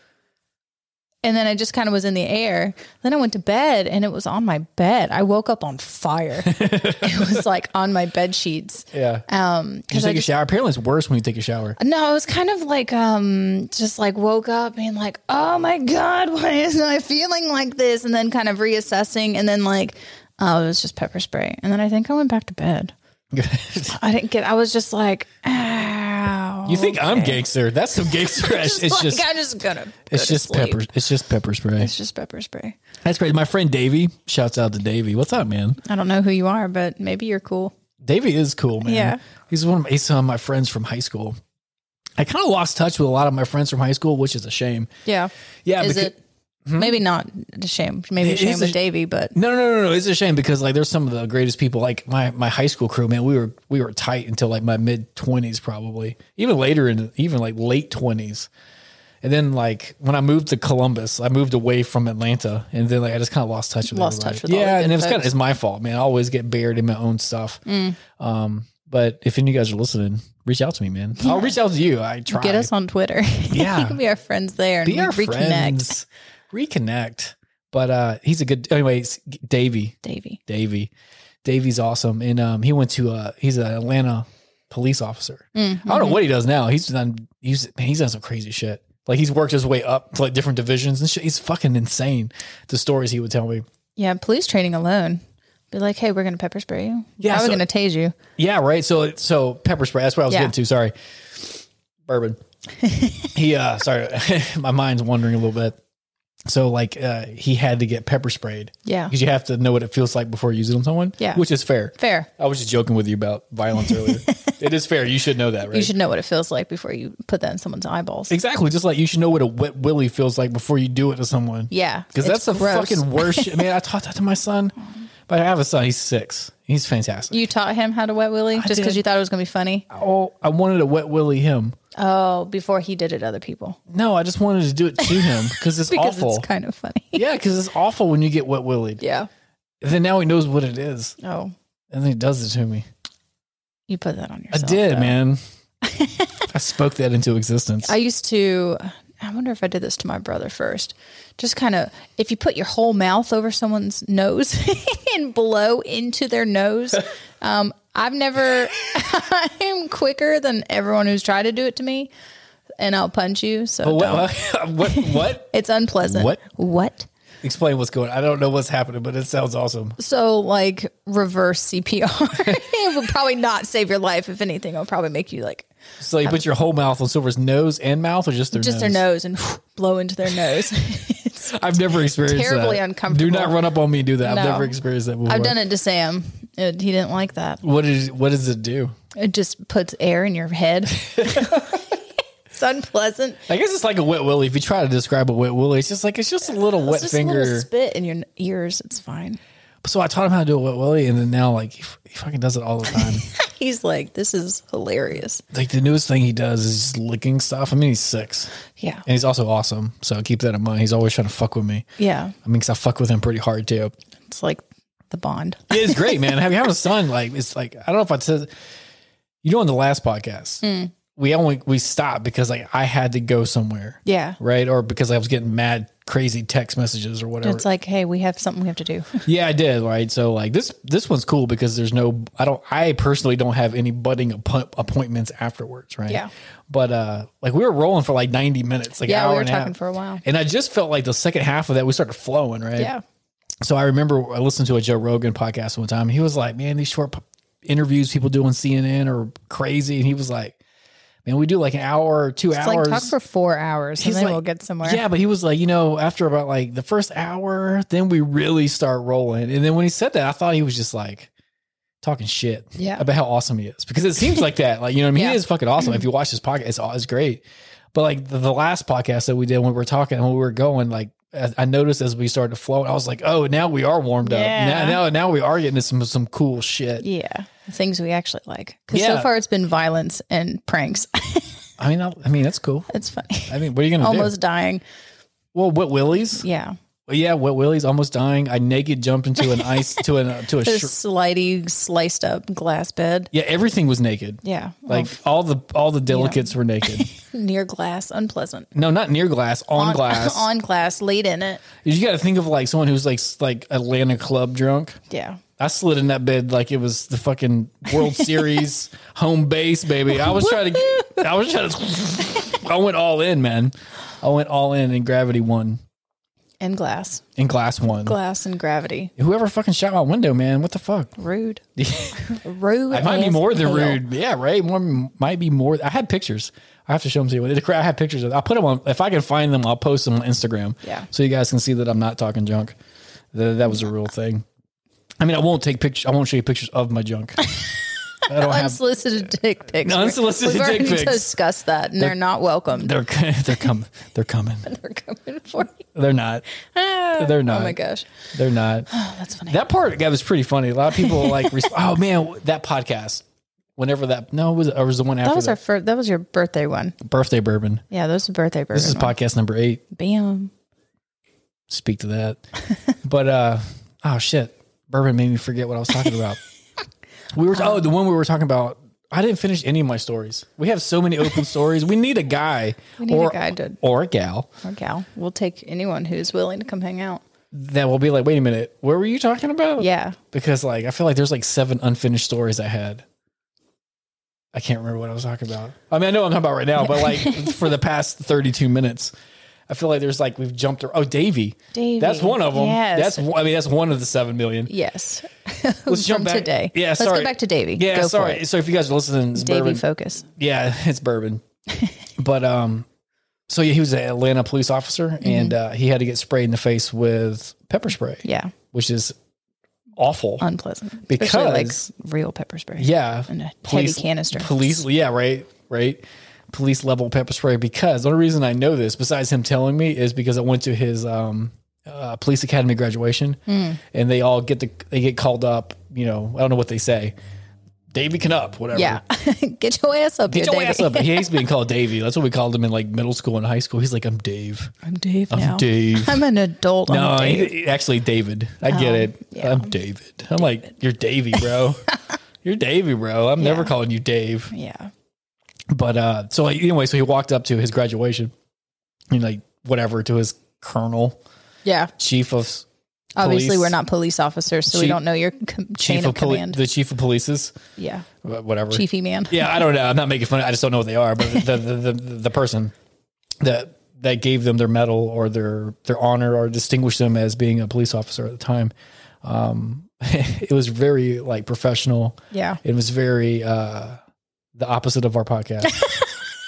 S2: And then I just kind of was in the air. Then I went to bed and it was on my bed. I woke up on fire. <laughs> it was like on my bed sheets.
S1: Yeah.
S2: Um,
S1: Did you
S2: because I
S1: take a
S2: just
S1: shower? Apparently, it's worse when you take a shower.
S2: No, it was kind of like um just like woke up being like, "Oh my god, <laughs> why is I feeling like this?" and then kind of reassessing and then like, "Oh, it was just pepper spray." And then I think I went back to bed. I didn't get I was just like, "Ow."
S1: You think I'm gangster? That's some gangster.
S2: <laughs> just
S1: it's
S2: like,
S1: just
S2: I'm just going to
S1: it's just pepper. It's just pepper spray.
S2: It's just pepper spray.
S1: That's crazy. My friend Davey, shouts out to Davey. What's up, man?
S2: I don't know who you are, but maybe you're cool.
S1: Davey is cool, man.
S2: Yeah.
S1: He's one of he's some of my friends from high school. I kind of lost touch with a lot of my friends from high school, which is a shame.
S2: Yeah.
S1: Yeah,
S2: Is
S1: becau-
S2: it Maybe not ashamed. Maybe
S1: It is
S2: ashamed
S1: a-
S2: with Davey, but
S1: No, no, no, no. It's a shame because like there's some of the greatest people. Like my my high school crew, man, we were we were tight until like my mid twenties, probably even later in even like late twenties. And then like when I moved to Columbus, I moved away from Atlanta, and then like I just kind of lost touch with
S2: Lost
S1: everybody.
S2: touch with all
S1: yeah,
S2: the good
S1: and it's kind of
S2: folks. Mm.
S1: it's my fault, man. I always get buried in my own stuff. Um, but if any of you guys are listening, reach out to me, man. I'll reach out to you. I try
S2: get us on Twitter. <laughs>
S1: Yeah.
S2: you can be our friends there and
S1: be
S2: we
S1: our
S2: reconnect.
S1: friends, reconnect. But uh, he's a good. Anyways, Davey,
S2: Davey.
S1: Davey. Davey's awesome, and um, he went to uh, he's an Atlanta police officer. I
S2: Mm-hmm.
S1: don't know what he does now. He's done he's man, he's done some crazy shit. Like he's worked his way up to like different divisions and shit. He's fucking insane. The stories he would tell me.
S2: Yeah, police training alone. Be like, hey, we're gonna pepper spray you.
S1: Yeah,
S2: Yeah, we're
S1: so-
S2: gonna tase you.
S1: Yeah, right. So so pepper spray. That's what I was
S2: Yeah.
S1: getting to. Sorry,
S2: <laughs>
S1: bourbon. he uh, sorry, <laughs> my mind's wandering a little bit. So like uh, he had to get pepper sprayed
S2: Yeah,
S1: because you have to know what it feels like before you use it on someone.
S2: Yeah.
S1: which is fair.
S2: fair.
S1: I was just joking with you about violence
S2: <laughs>
S1: earlier. it is fair. You should know that, right?
S2: You should know what it feels like before you put that in someone's eyeballs.
S1: Exactly. Just like you should know what a wet willy feels like before you do it to someone.
S2: Yeah,
S1: Because that's
S2: it's
S1: the
S2: gross.
S1: fucking worst shit. Man, I taught that to my
S2: <laughs>
S1: son. But I have a son. He's six. He's fantastic.
S2: You taught him how to wet willy just
S1: did.
S2: because you thought it was gonna be funny.
S1: oh, I wanted to wet willy him.
S2: Oh, before he did it, to other people
S1: No, I just wanted to do it to him because it's
S2: <laughs> because
S1: awful.
S2: it's kind of funny.
S1: yeah, because it's awful when you get wet willied.
S2: <laughs> yeah.
S1: Then now he knows what it is.
S2: Oh,
S1: And then he does it to me.
S2: you put that on
S1: I
S2: yourself.
S1: did,
S2: though. <laughs>
S1: man. I spoke that into existence.
S2: I used to. I wonder if I did this to my brother first. Just kind of, if you put your whole mouth over someone's nose <laughs> and blow into
S1: <laughs>
S2: their nose, um, I've never. <laughs> I'm quicker than everyone who's tried to do it to me, and I'll punch you. So
S1: But
S2: don't.
S1: what, <laughs> what? What?
S2: it's unpleasant.
S1: What?
S2: What?
S1: Explain what's going. on. I don't know what's happening, but it sounds awesome.
S2: So like reverse CPR. <laughs> it would probably not save your life. If anything, it'll probably make you like
S1: So you put your whole mouth on Silver's nose and mouth, or just their
S2: just
S1: nose?
S2: their nose and <laughs> blow into their nose. <laughs>
S1: I've never experienced
S2: Terribly
S1: that. Do
S2: uncomfortable.
S1: not run up on me and do that. I've
S2: No.
S1: never experienced that before.
S2: I've done it to Sam. It, he didn't like that.
S1: What is? What does it do?
S2: It just puts air in your <laughs> head. it's unpleasant.
S1: I guess it's like a wet willy. If you try to describe a wet willy, it's just like it's just a little wet
S2: It's just
S1: finger.
S2: a little spit in your n- ears. It's fine.
S1: so I taught him how to do a wet willy, and then now like he, f- he fucking does it all the
S2: <laughs>
S1: time.
S2: He's like, this is hilarious.
S1: like the newest thing he does is just licking stuff. I mean, he's six,
S2: Yeah.
S1: and he's also awesome. So keep that in mind. He's always trying to fuck with me.
S2: Yeah.
S1: I mean, 'cause I fuck with him pretty hard too.
S2: It's like the bond.
S1: Yeah, it's great, man. Having having a son, like it's like I don't know if I said, you know, in the last podcast,
S2: Hmm.
S1: we only we stopped because like I had to go somewhere,
S2: Yeah.
S1: right, or because I was getting mad, crazy text messages or whatever.
S2: It's like, hey, we have something we have to
S1: <laughs>
S2: do.
S1: yeah, I did, right. So like this this one's cool because there's no I don't I personally don't have any budding appo- appointments afterwards, right?
S2: Yeah.
S1: But uh, like we were rolling for like 90 minutes, like
S2: Yeah,
S1: hour
S2: we were
S1: and a half.
S2: talking for a while.
S1: and I just felt like the second half of that we started flowing, right?
S2: Yeah.
S1: So I remember I listened to a Joe Rogan podcast one time. He was like, "Man, these short p- interviews people do on CNN are crazy." And he was like, "Man, we do like an hour, or two
S2: It's
S1: hours."
S2: like talk for four hours and then we'll get somewhere.
S1: Yeah, but he was like, you know, after about like the first hour, then we really start rolling. And then when he said that, I thought he was just like talking shit
S2: Yeah.
S1: about how awesome he is because it seems like that. Like, you know what I mean?
S2: Yeah.
S1: He is fucking awesome. If you watch his podcast, it's, aw- it's great. But like the, the last podcast that we did when we were talking, when we were going, like, I I noticed as we started to flow, I was like, "Oh, now we are warmed
S2: Yeah.
S1: up. Now, now, now we are getting into some some cool shit."
S2: Yeah. The things we actually like. Because
S1: Yeah.
S2: so far it's been violence and pranks. <laughs>
S1: I mean, I, I mean, that's cool.
S2: it's funny.
S1: I mean, what are you gonna
S2: Almost dying.
S1: do? Well, what willies?
S2: Yeah.
S1: Yeah, what willies? Almost dying. I naked jumped into an ice to an to a
S2: <laughs> This
S1: shr-
S2: slidey, sliced up glass bed.
S1: Yeah, everything was naked.
S2: Yeah.
S1: Like all the all the delicates were
S2: <laughs>
S1: naked.
S2: near glass, unpleasant.
S1: No, not near glass, on, glass.
S2: on <laughs> glass, laid in it.
S1: You got to think of like someone who's like s- like Atlanta club drunk.
S2: Yeah.
S1: I slid in that bed like it was the fucking World
S2: <laughs>
S1: Series home base, baby. I was trying to, I was trying to, <laughs> I went all in, man. I went all in, and gravity won,
S2: And glass.
S1: and glass won.
S2: Glass and gravity.
S1: Whoever fucking shot my window, man. What the fuck? <laughs>
S2: Rude. rude.
S1: It might be
S2: as
S1: more than
S2: hell.
S1: rude. Yeah, right. More might be more. I had pictures. I have to show them to you. The crowd- I have pictures. Of, I'll put them on. If I can find them, I'll post them on Instagram.
S2: Yeah.
S1: So you guys can see that I'm not talking junk.
S2: <laughs>
S1: That, that was a real thing. I mean, I won't take pictures. I won't show you pictures of my junk. I don't have.
S2: unsolicited dick pics.
S1: No, unsolicited
S2: We've
S1: dick
S2: already
S1: pics.
S2: discussed that, and they're, not <laughs> welcome. They're,
S1: They're <laughs> they're coming. They're coming.
S2: coming for you.
S1: They're not. <laughs> They're not.
S2: Oh my gosh,
S1: They're not.
S2: Oh, that's funny.
S1: That part that was pretty funny. A lot of people
S2: <laughs>
S1: like, resp- oh man, that podcast. Whenever that no, it was or was the one after
S2: that was
S1: the
S2: our first. That was your birthday one.
S1: birthday bourbon.
S2: Yeah, that was the birthday birthday.
S1: This is podcast number eight.
S2: Bam.
S1: Speak to that. <laughs> but uh oh shit, bourbon made me forget what I was talking about. we were oh the one we were talking about. I didn't finish any of my stories. We have so many
S2: <laughs>
S1: open stories. We need a guy
S2: We need a
S1: or
S2: guy to-
S1: or a gal
S2: Or gal. We'll take anyone who's willing to come hang out.
S1: that will be like, wait a minute, what were you talking about?
S2: Yeah.
S1: because like I feel like there's like seven unfinished stories I had. I can't remember what I was talking about. I mean, I know what I'm talking about right now, but like
S2: <laughs>
S1: for the past 32 minutes, I feel like there's like we've jumped. Or, oh, Davy,
S2: Davey.
S1: that's one of them.
S2: Yes.
S1: That's one- I mean, that's one of the seven million.
S2: Yes. <laughs>
S1: Let's jump
S2: From
S1: back.
S2: today.
S1: Yeah,
S2: Let's
S1: sorry.
S2: go back to Davy.
S1: Yeah,
S2: go for
S1: sorry.
S2: it.
S1: So if you guys are listening, it's
S2: Davy
S1: bourbon.
S2: focus.
S1: yeah, <laughs> it's
S2: <laughs>
S1: bourbon. but um, so yeah, he was an Atlanta police officer,
S2: Mm-hmm.
S1: and uh, he had to get sprayed in the face with pepper spray,
S2: Yeah.
S1: which is awful.
S2: Unpleasant.
S1: Because-
S2: Especially like real pepper spray.
S1: yeah,
S2: And a
S1: police-
S2: heavy canister.
S1: police yeah right right police level pepper spray because the only reason i know this besides him telling me is because i went to his um uh, police academy graduation
S2: Hmm.
S1: and they all get the they get called up you know i don't know what they say davy can up whatever
S2: Yeah. <laughs> Get your ass up
S1: Get
S2: here,
S1: your
S2: Davy.
S1: ass up. He hates being called Davy. That's what we called him in like middle school and high school. He's like, I'm Dave.
S2: I'm Dave
S1: I'm
S2: now.
S1: Dave.
S2: I'm an adult. I'm
S1: no,
S2: Dave.
S1: he- he- actually, David. I get it.
S2: yeah.
S1: I'm David. I'm like, you're Davy, <laughs> bro. you're Davy, bro. I'm never calling you Dave.
S2: Yeah.
S1: But uh, so like, anyway, so he walked up to his graduation and like whatever to his colonel,
S2: Yeah.
S1: chief of s-
S2: Obviously,
S1: police,
S2: we're not police officers, so we
S1: Chief-
S2: don't know your com- chain
S1: chief
S2: of,
S1: of poli-
S2: command.
S1: the chief of police's
S2: yeah.
S1: wh- whatever.
S2: Chiefy man.
S1: Yeah, I don't know. I'm not making fun. I just don't know what they are. But the the the, the person that that gave them their medal or their their honor or distinguished them as being a police officer at the time. Um, <laughs> it was very like professional.
S2: Yeah.
S1: It was very uh, the opposite of our podcast,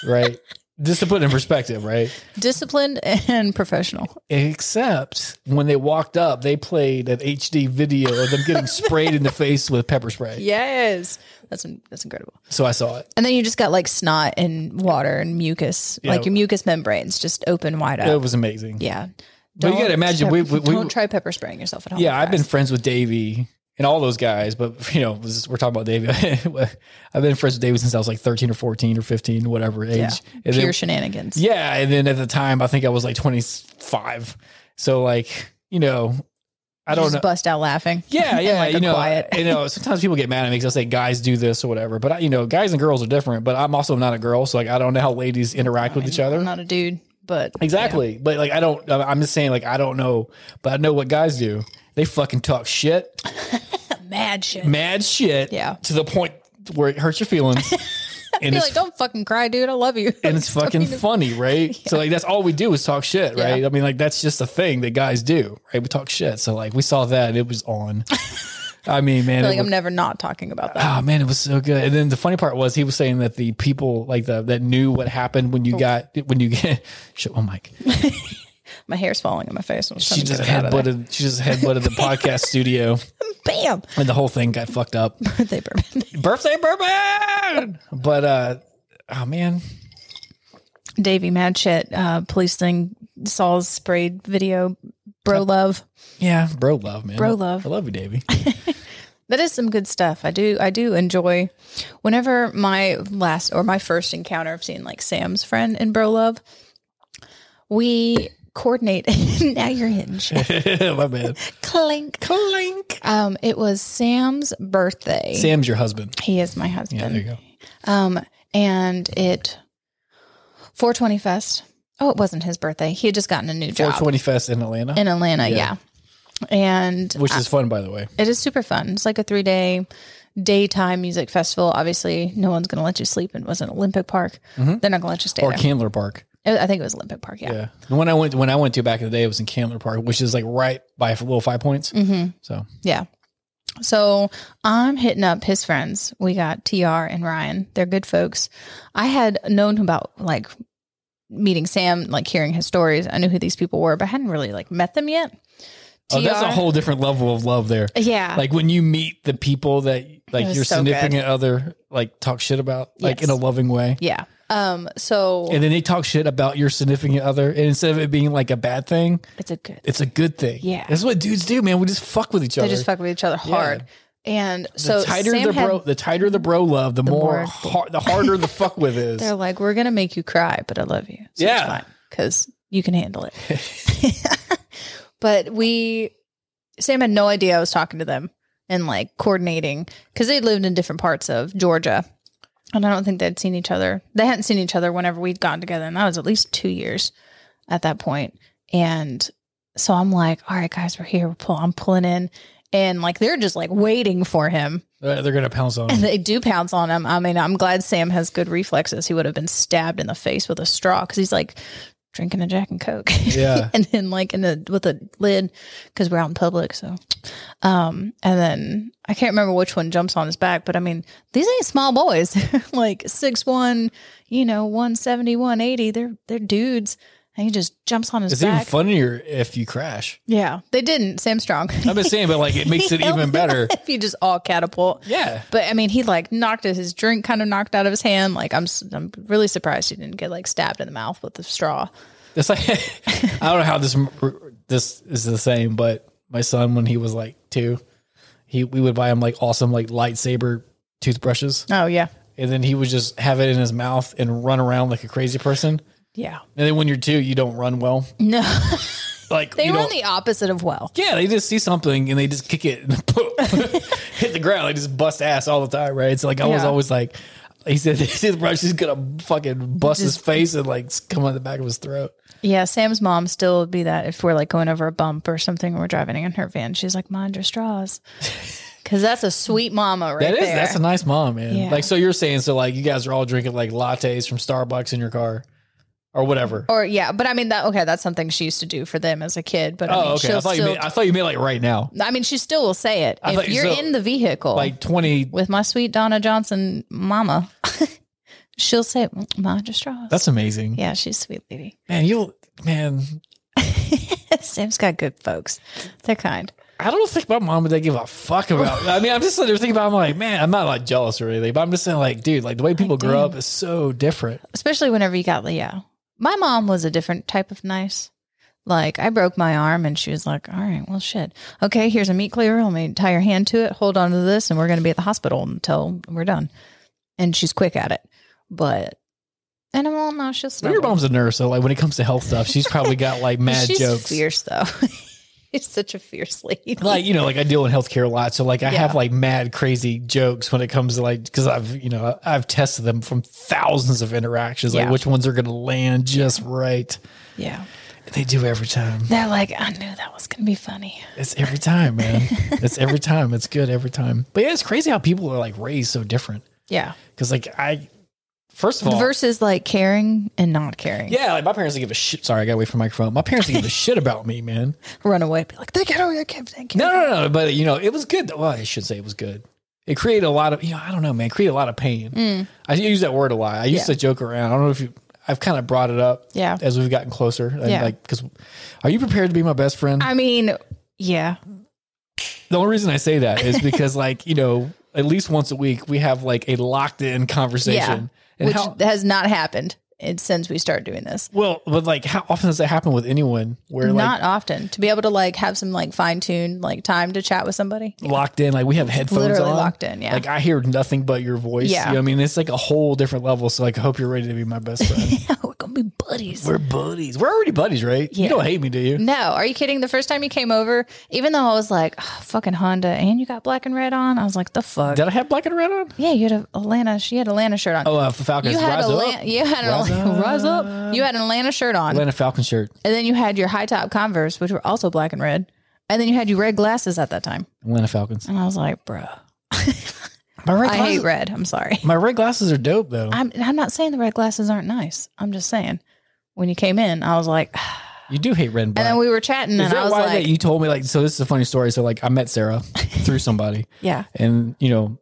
S1: right? Just to put it in perspective, right?
S2: Disciplined and <laughs> professional.
S1: Except when they walked up, they played an HD video of them getting sprayed in the face with pepper spray.
S2: Yes. That's that's incredible.
S1: So I saw it.
S2: And then you just got like snot and water and mucus,
S1: Yeah.
S2: like your mucus membranes just open wide
S1: It
S2: up.
S1: was amazing.
S2: yeah.
S1: But you gotta
S2: Don't
S1: imagine,
S2: pep-
S1: we- we- we-
S2: don't try pepper spraying yourself at home.
S1: Yeah, I've been
S2: guys.
S1: friends with Davey and all those guys, but <laughs> you know, this is- we're talking about Davey. <laughs> I've been friends with Davey since I was like 13 or 14 or 15, whatever age.
S2: yeah.
S1: And
S2: pure
S1: then,
S2: shenanigans.
S1: yeah, and then at the time, I think I was like 25. So like, you know, I don't
S2: just <laughs>
S1: know.
S2: bust out laughing.
S1: Yeah,
S2: And,
S1: yeah,
S2: <laughs> like,
S1: you
S2: a
S1: know,
S2: quiet.
S1: you know. Sometimes people get mad at me because I say guys do this or whatever, but I, you know, guys and girls are different. But I'm also not a girl, so like I don't know how ladies interact with each other.
S2: I'm not a dude, but
S1: exactly, but like I don't. I- I'm just saying, like I don't know, but I know what guys do. They fucking talk shit,
S2: yeah. mad shit.
S1: mad shit,
S2: Yeah.
S1: to the point where it hurts your
S2: <laughs>
S1: feelings, and
S2: Be
S1: it's
S2: like, don't fucking cry, dude. I love you.
S1: and
S2: <laughs>
S1: it's fucking funny, right? So like that's all we do is talk shit,
S2: Yeah.
S1: right? I mean, like that's just a thing that guys do, right? We talk shit. So like we saw that, and it was
S2: <laughs>
S1: on. I mean, man,
S2: like
S1: it was-
S2: I'm never not talking
S1: <sighs>
S2: about that.
S1: Oh man, it was so good. And then the funny part was he was saying that the people like the that knew what happened when you
S2: Oh.
S1: got when you get <laughs> shit. Oh Mike,
S2: My hair's falling in my face. I'm
S1: she
S2: trying to
S1: just
S2: get it out of there.
S1: headbutted. She just headbutted
S2: <laughs>
S1: the podcast studio,
S2: Bam.
S1: and the whole thing got fucked
S2: <laughs>
S1: up.
S2: Birthday bourbon.
S1: Birthday bourbon, but uh, oh man,
S2: Davey mad shit. Uh, police thing. Saul's sprayed video. Bro love.
S1: yeah, bro love, man,
S2: Bro love.
S1: I love you, Davey. <laughs>
S2: That is some good stuff. I do. I do enjoy. Whenever my last or my first encounter of seeing like Sam's friend in Bro love, we coordinate. <laughs> now you're hitting shit.
S1: My bad.
S2: Clink.
S1: Clink.
S2: Um, it was Sam's birthday.
S1: Sam's your husband.
S2: He is my
S1: Yeah,
S2: husband.
S1: there you go.
S2: Um, and it 420 Fest. Oh, it wasn't his birthday. He had just gotten a new job
S1: 420 Fest in Atlanta,
S2: in Atlanta.
S1: Yeah.
S2: Yeah. And uh,
S1: which is fun, by the way.
S2: it is super fun. It's like a three day daytime music festival. Obviously, no one's going to let you sleep. It wasn't Olympic Park. They're not going to let you stay
S1: Mm-hmm. Or
S2: there.
S1: Candler Park.
S2: I I think it was Olympic Park. Yeah.
S1: Yeah. The one I went when I went to back in the day, it was in Candler Park, which is like right by little five
S2: Mm.
S1: points. Mm-hmm. So
S2: Yeah. So I'm hitting up his friends. We got TR and Ryan. They're good folks. I had known about like meeting Sam, like hearing his stories. I knew who these people were, but I hadn't really like met them yet.
S1: Oh, that's a
S2: TR
S1: whole different level of love there.
S2: Yeah.
S1: Like when you meet the people that like
S2: was
S1: your
S2: so good.
S1: significant other like talk shit about like in a
S2: Yes.
S1: loving way
S2: Yeah. Um. So
S1: and then they talk shit about your significant other and instead of it being like a bad thing
S2: it's a good.
S1: it's a good thing
S2: Yeah.
S1: that's what dudes do man we just fuck with each
S2: They
S1: other
S2: just fuck with each other hard. And so
S1: the tighter
S2: Sam
S1: the
S2: had-
S1: bro the tighter the bro love the, more,
S2: more-
S1: har- the harder the fuck with is
S2: <laughs> They're like, we're gonna make you cry, but I love you. So
S1: Yeah.
S2: because you can handle
S1: <laughs>
S2: it. but we, Sam had no idea I was talking to them and like coordinating because they lived in different parts of Georgia, and I don't think they'd seen each other. They hadn't seen each other whenever we'd gotten together, and that was at least two years at that point. And so I'm like, all right, guys, we're here. We're pull. I'm pulling in. And like they're just like waiting for him
S1: Uh, they're gonna pounce on
S2: and
S1: him.
S2: they do pounce on him. I mean, I'm glad Sam has good reflexes. He would have been stabbed in the face with a straw because he's like drinking a Jack and Coke.
S1: Yeah.
S2: <laughs> and then like in the with a lid because we're out in public. So, um, and then I can't remember which one jumps on his back, but I mean, these ain't small boys. <laughs> like six one, you know, 170, 180. They're they're dudes, and he just jumps on his
S1: it's even
S2: back.
S1: funnier if you crash
S2: yeah, they didn't. Sam Strong. <laughs>
S1: i've been saying but like it makes it even better
S2: if you just all catapult.
S1: yeah
S2: But I mean, he like knocked it, his drink kind of knocked out of his hand. Like I'm, s- I'm really surprised he didn't get like stabbed in the mouth with the straw.
S1: It's
S2: <laughs>
S1: like <laughs> I don't know how this this is the same, but my son when he was like two, he we would buy him like awesome like lightsaber toothbrushes,
S2: Oh yeah,
S1: and then he would just have it in his mouth and run around like a crazy person.
S2: yeah.
S1: And then when you're two, you don't run well.
S2: No, <laughs>
S1: Like
S2: they
S1: you
S2: were on
S1: don't-
S2: the opposite of well.
S1: yeah, they just see something and they just kick it and <laughs> hit the ground. They just bust ass all the time, right? It's like I was
S2: Yeah.
S1: always like. He said <laughs> his toothbrush is gonna fucking bust his face and like come out the back of his throat.
S2: Yeah, Sam's mom still would be that if we're like going over a bump or something, we're driving in her van. She's like, mind your <laughs> straws, because that's a sweet mama right
S1: That is
S2: there.
S1: that's a nice mom, man.
S2: Yeah.
S1: Like so you're saying so like you guys are all drinking like lattes from Starbucks in your car or whatever.
S2: or yeah, but I mean that okay, that's something she used to do for them as a kid. But I mean,
S1: oh, okay.
S2: she'll
S1: I thought you
S2: still.
S1: meant, I thought you meant like right now.
S2: I mean, she still will say it
S1: I
S2: if
S1: thought you-
S2: you're
S1: so,
S2: in the vehicle.
S1: Like 20
S2: with my sweet Donna Johnson mama. She'll say, "Mind your straws."
S1: That's amazing.
S2: yeah, she's a sweet lady. <laughs>
S1: Man, you man,
S2: Sam's got good folks. They're kind.
S1: I don't think my mom would they give a fuck about. I mean, I'm just sitting there thinking about I'm like, man, I'm not like jealous or anything, but I'm just saying like, dude, like the way people grow up is so different.
S2: Especially whenever you got Leo. My mom was a different type of nice. Like I broke my arm and she was like, All right, well shit. Okay, here's a meat cleaver. Let me tie your hand to it, hold on to this, and we're gonna be at the hospital until we're done. And she's quick at it. But and I'm all no, she'll
S1: Well, your
S2: snuggle.
S1: mom's a nurse, so like when it comes to health stuff, she's probably got like mad
S2: <laughs> she's
S1: jokes.
S2: fierce though. <laughs> she's such a fierce lady.
S1: like you know like i deal in healthcare a lot so like i
S2: Yeah.
S1: have like mad crazy jokes when it comes to like because i've you know i've tested them from thousands of interactions like
S2: Yeah.
S1: which ones are gonna land just right
S2: Yeah.
S1: they do every time
S2: They're like, I knew that was going to be funny.
S1: it's every time
S2: <laughs>
S1: man it's every time it's good every time but yeah it's crazy how people are like raised so different
S2: Yeah.
S1: because like i first of all
S2: Versus like caring and not caring.
S1: yeah like my parents didn't give a shit sorry i got away from my microphone my parents
S2: <laughs>
S1: didn't give a shit about me man
S2: Run away. Be like, they get over your kid. Thank you.
S1: No, no, no. But you know, it was good. Well, I should say it was good. It created a lot of, you know, I don't know, man. It created a lot of pain. I use that word a lot. I used
S2: Mm. Yeah.
S1: to joke around. I don't know if you. I've kind of brought it up.
S2: Yeah.
S1: As we've gotten closer, And,
S2: Yeah.
S1: Like, because are you prepared to be my best friend?
S2: I mean, yeah.
S1: the only reason I say that is because, <laughs> like, you know, at least once a week we have like a locked in
S2: Yeah.
S1: conversation. And
S2: Which
S1: how
S2: has not happened it- since we started doing this.
S1: well, but like, how often does that happen with anyone? Where
S2: not often. To be able to like have some like fine tuned like time to chat with somebody.
S1: like locked in, like we have headphones
S2: Literally
S1: on.
S2: locked in. Yeah.
S1: Like I hear nothing but your voice.
S2: Yeah.
S1: You know what I mean, it's like a whole different level. So like, I hope you're ready to be my best friend.
S2: <laughs> <laughs> yeah, we're going to be buddies.
S1: We're buddies. We're already buddies, right? You
S2: Yeah.
S1: don't hate me, do you?
S2: no, are you kidding? The first time you came over, even though I was like, "Oh, fucking Honda, and you got black and red on, I was like, the fuck?
S1: Did I have black and red on?
S2: yeah, you had a Atlanta. She had Atlanta shirt on.
S1: Oh, uh, Falcons.
S2: You had,
S1: rise
S2: a
S1: up.
S2: Lan- you had an
S1: Rise
S2: Atlanta, rise up. You had an Atlanta shirt on,
S1: Atlanta Falcon shirt.
S2: and then you had your high top Converse, which were also black and red, and then you had your red glasses at that time.
S1: Atlanta Falcons.
S2: And I was like, bruh,
S1: My red
S2: I
S1: glasses,
S2: hate red. I'm sorry.
S1: My red glasses are dope though.
S2: <laughs> I'm I'm not saying the red glasses aren't nice. I'm just saying when you came in, I was like, <sighs> and
S1: you do hate red and black.
S2: then we were chatting,
S1: is
S2: and I
S1: that
S2: was
S1: why
S2: like,
S1: that you told me like so this is a funny story. So like I met
S2: <laughs>
S1: Sarah through somebody
S2: yeah,
S1: and you know,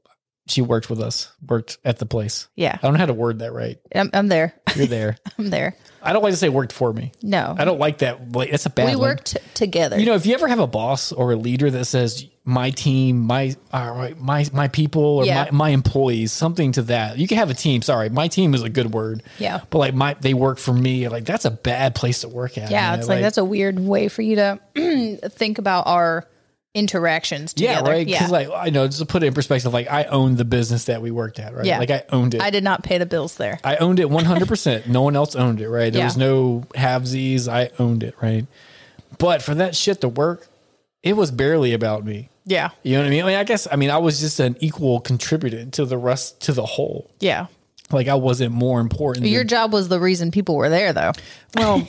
S1: she worked with us, worked at the place.
S2: yeah,
S1: I don't know how to word that right.
S2: I'm, I'm there, <laughs>
S1: You're there.
S2: I'm there.
S1: I don't like to say worked for me.
S2: No.
S1: I don't like that. Like, that's a bad.
S2: we
S1: one.
S2: worked t- together.
S1: You know, if you ever have a boss or a leader that says my team, my all right, my my people or
S2: Yeah.
S1: my, my employees, something to that. You can have a team. Sorry, my team is a good word.
S2: Yeah.
S1: But like my they work for me. Like that's a bad place to work at.
S2: yeah,
S1: man.
S2: it's like, that's a weird way for you to <clears throat> think about our interactions
S1: yeah,
S2: together.
S1: right. Because like I know just to put it in perspective, like I owned the business that we worked at, right?
S2: Yeah.
S1: Like I owned it.
S2: I did not pay the bills there.
S1: I owned it 100%. no one else owned it, right? There
S2: Yeah.
S1: was no halvesies. I owned it, right? But for that shit to work, it was barely about me.
S2: Yeah.
S1: You know what I mean? I mean, I guess I mean I was just an equal contributor to the rest to the whole.
S2: Yeah.
S1: Like I wasn't more important.
S2: Your
S1: than,
S2: job was the reason people were there, though. <laughs>
S1: well,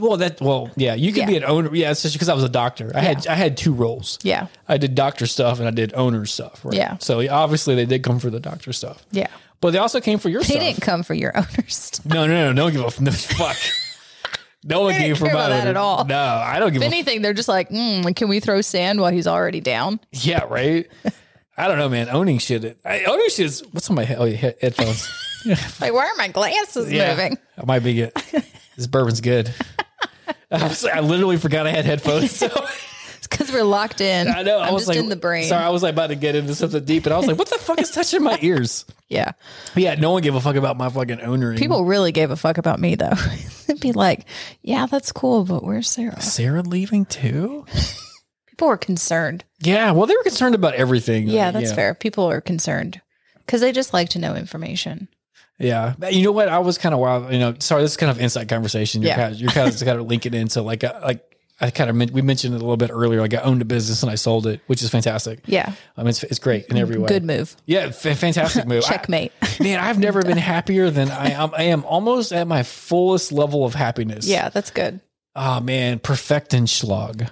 S1: well that well yeah. You could
S2: Yeah.
S1: be an owner. Yeah, it's just because I was a doctor. I had I had two roles.
S2: Yeah.
S1: I did doctor stuff and I did owner stuff. Right?
S2: Yeah.
S1: So obviously they did come for the doctor stuff.
S2: Yeah.
S1: But they also came for your
S2: They
S1: stuff.
S2: didn't come for your <laughs> owners.
S1: No, no, no, don't give a f- no,
S2: <laughs>
S1: fuck. No one
S2: didn't
S1: gave for
S2: care
S1: my
S2: about that
S1: owner.
S2: at all.
S1: No, I don't give
S2: If
S1: a f-
S2: anything, they're just like, mm, can we throw sand while he's already down?
S1: yeah, right. I don't know, man. Owning shit. it- I, owning shit is what's on my he- oh, yeah, he- headphones.
S2: <laughs> Like, why are my glasses moving? <laughs>
S1: I might be good. This bourbon's good. <laughs> I, was- I literally forgot I had
S2: <laughs>
S1: headphones. So
S2: It's because we're locked in.
S1: I know.
S2: I'm
S1: I was
S2: just
S1: like,
S2: in the brain.
S1: Sorry, I was like about to get into something deep, and I was like, "What the fuck is touching my ears?"
S2: Yeah.
S1: But yeah, no one gave a fuck about my fucking owner.
S2: People really gave a fuck about me, though. <laughs> They'd be like, yeah, that's cool, but where's Sarah?
S1: Sarah leaving too?
S2: People were concerned.
S1: Yeah. Well, they were concerned about everything.
S2: Yeah,
S1: Like,
S2: that's fair. People are concerned because they just like to know information.
S1: Yeah, But you know what? I was kind of wild. You know, sorry, this is kind of inside conversation. You're
S2: Yeah.
S1: kind of you're kind of,
S2: <laughs>
S1: kind of linking into like I, like I kind of men- we mentioned it a little bit earlier. Like I owned a business and I sold it, which is fantastic.
S2: Yeah.
S1: I mean, it's, it's great in every way.
S2: Good move.
S1: Yeah, fa- fantastic move. I-
S2: Checkmate. <laughs>
S1: man, I've never been happier than I am. I am almost at my fullest level of happiness.
S2: yeah, that's good.
S1: Oh man, Perfektenschlag.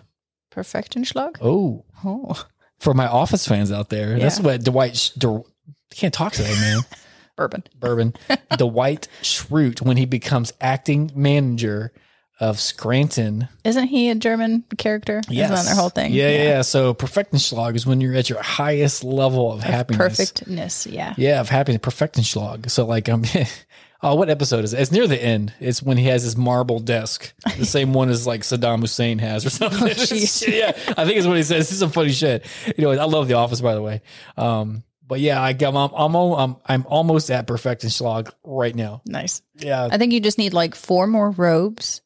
S2: Perfektenschlag.
S1: Oh,
S2: Oh,
S1: for my office fans out there, that's
S2: Yeah.
S1: what Dwight. Sch- Dw- I can't talk today, man. <laughs>
S2: bourbon.
S1: bourbon, Dwight Schrute when he becomes acting manager of Scranton.
S2: Isn't he a German character? Isn't that their whole thing?
S1: Yeah, yeah, yeah. So perfectenschlag is when you're at your highest level of happiness.
S2: Perfectness. Yeah.
S1: Yeah, of happiness. Perfectenschlag. So like I'm <laughs> Oh, what episode is it? It's near the end. It's when he has his marble desk, the same one as like Saddam Hussein has or <laughs> something.
S2: Oh, jeez.
S1: yeah, I think is what he says. This is some funny shit. You know, I love The Office, by the way. Um, but yeah, I, I'm, I'm, I'm, I'm almost at Perfectenschlag right now.
S2: Nice.
S1: Yeah,
S2: I think you just need like four more robes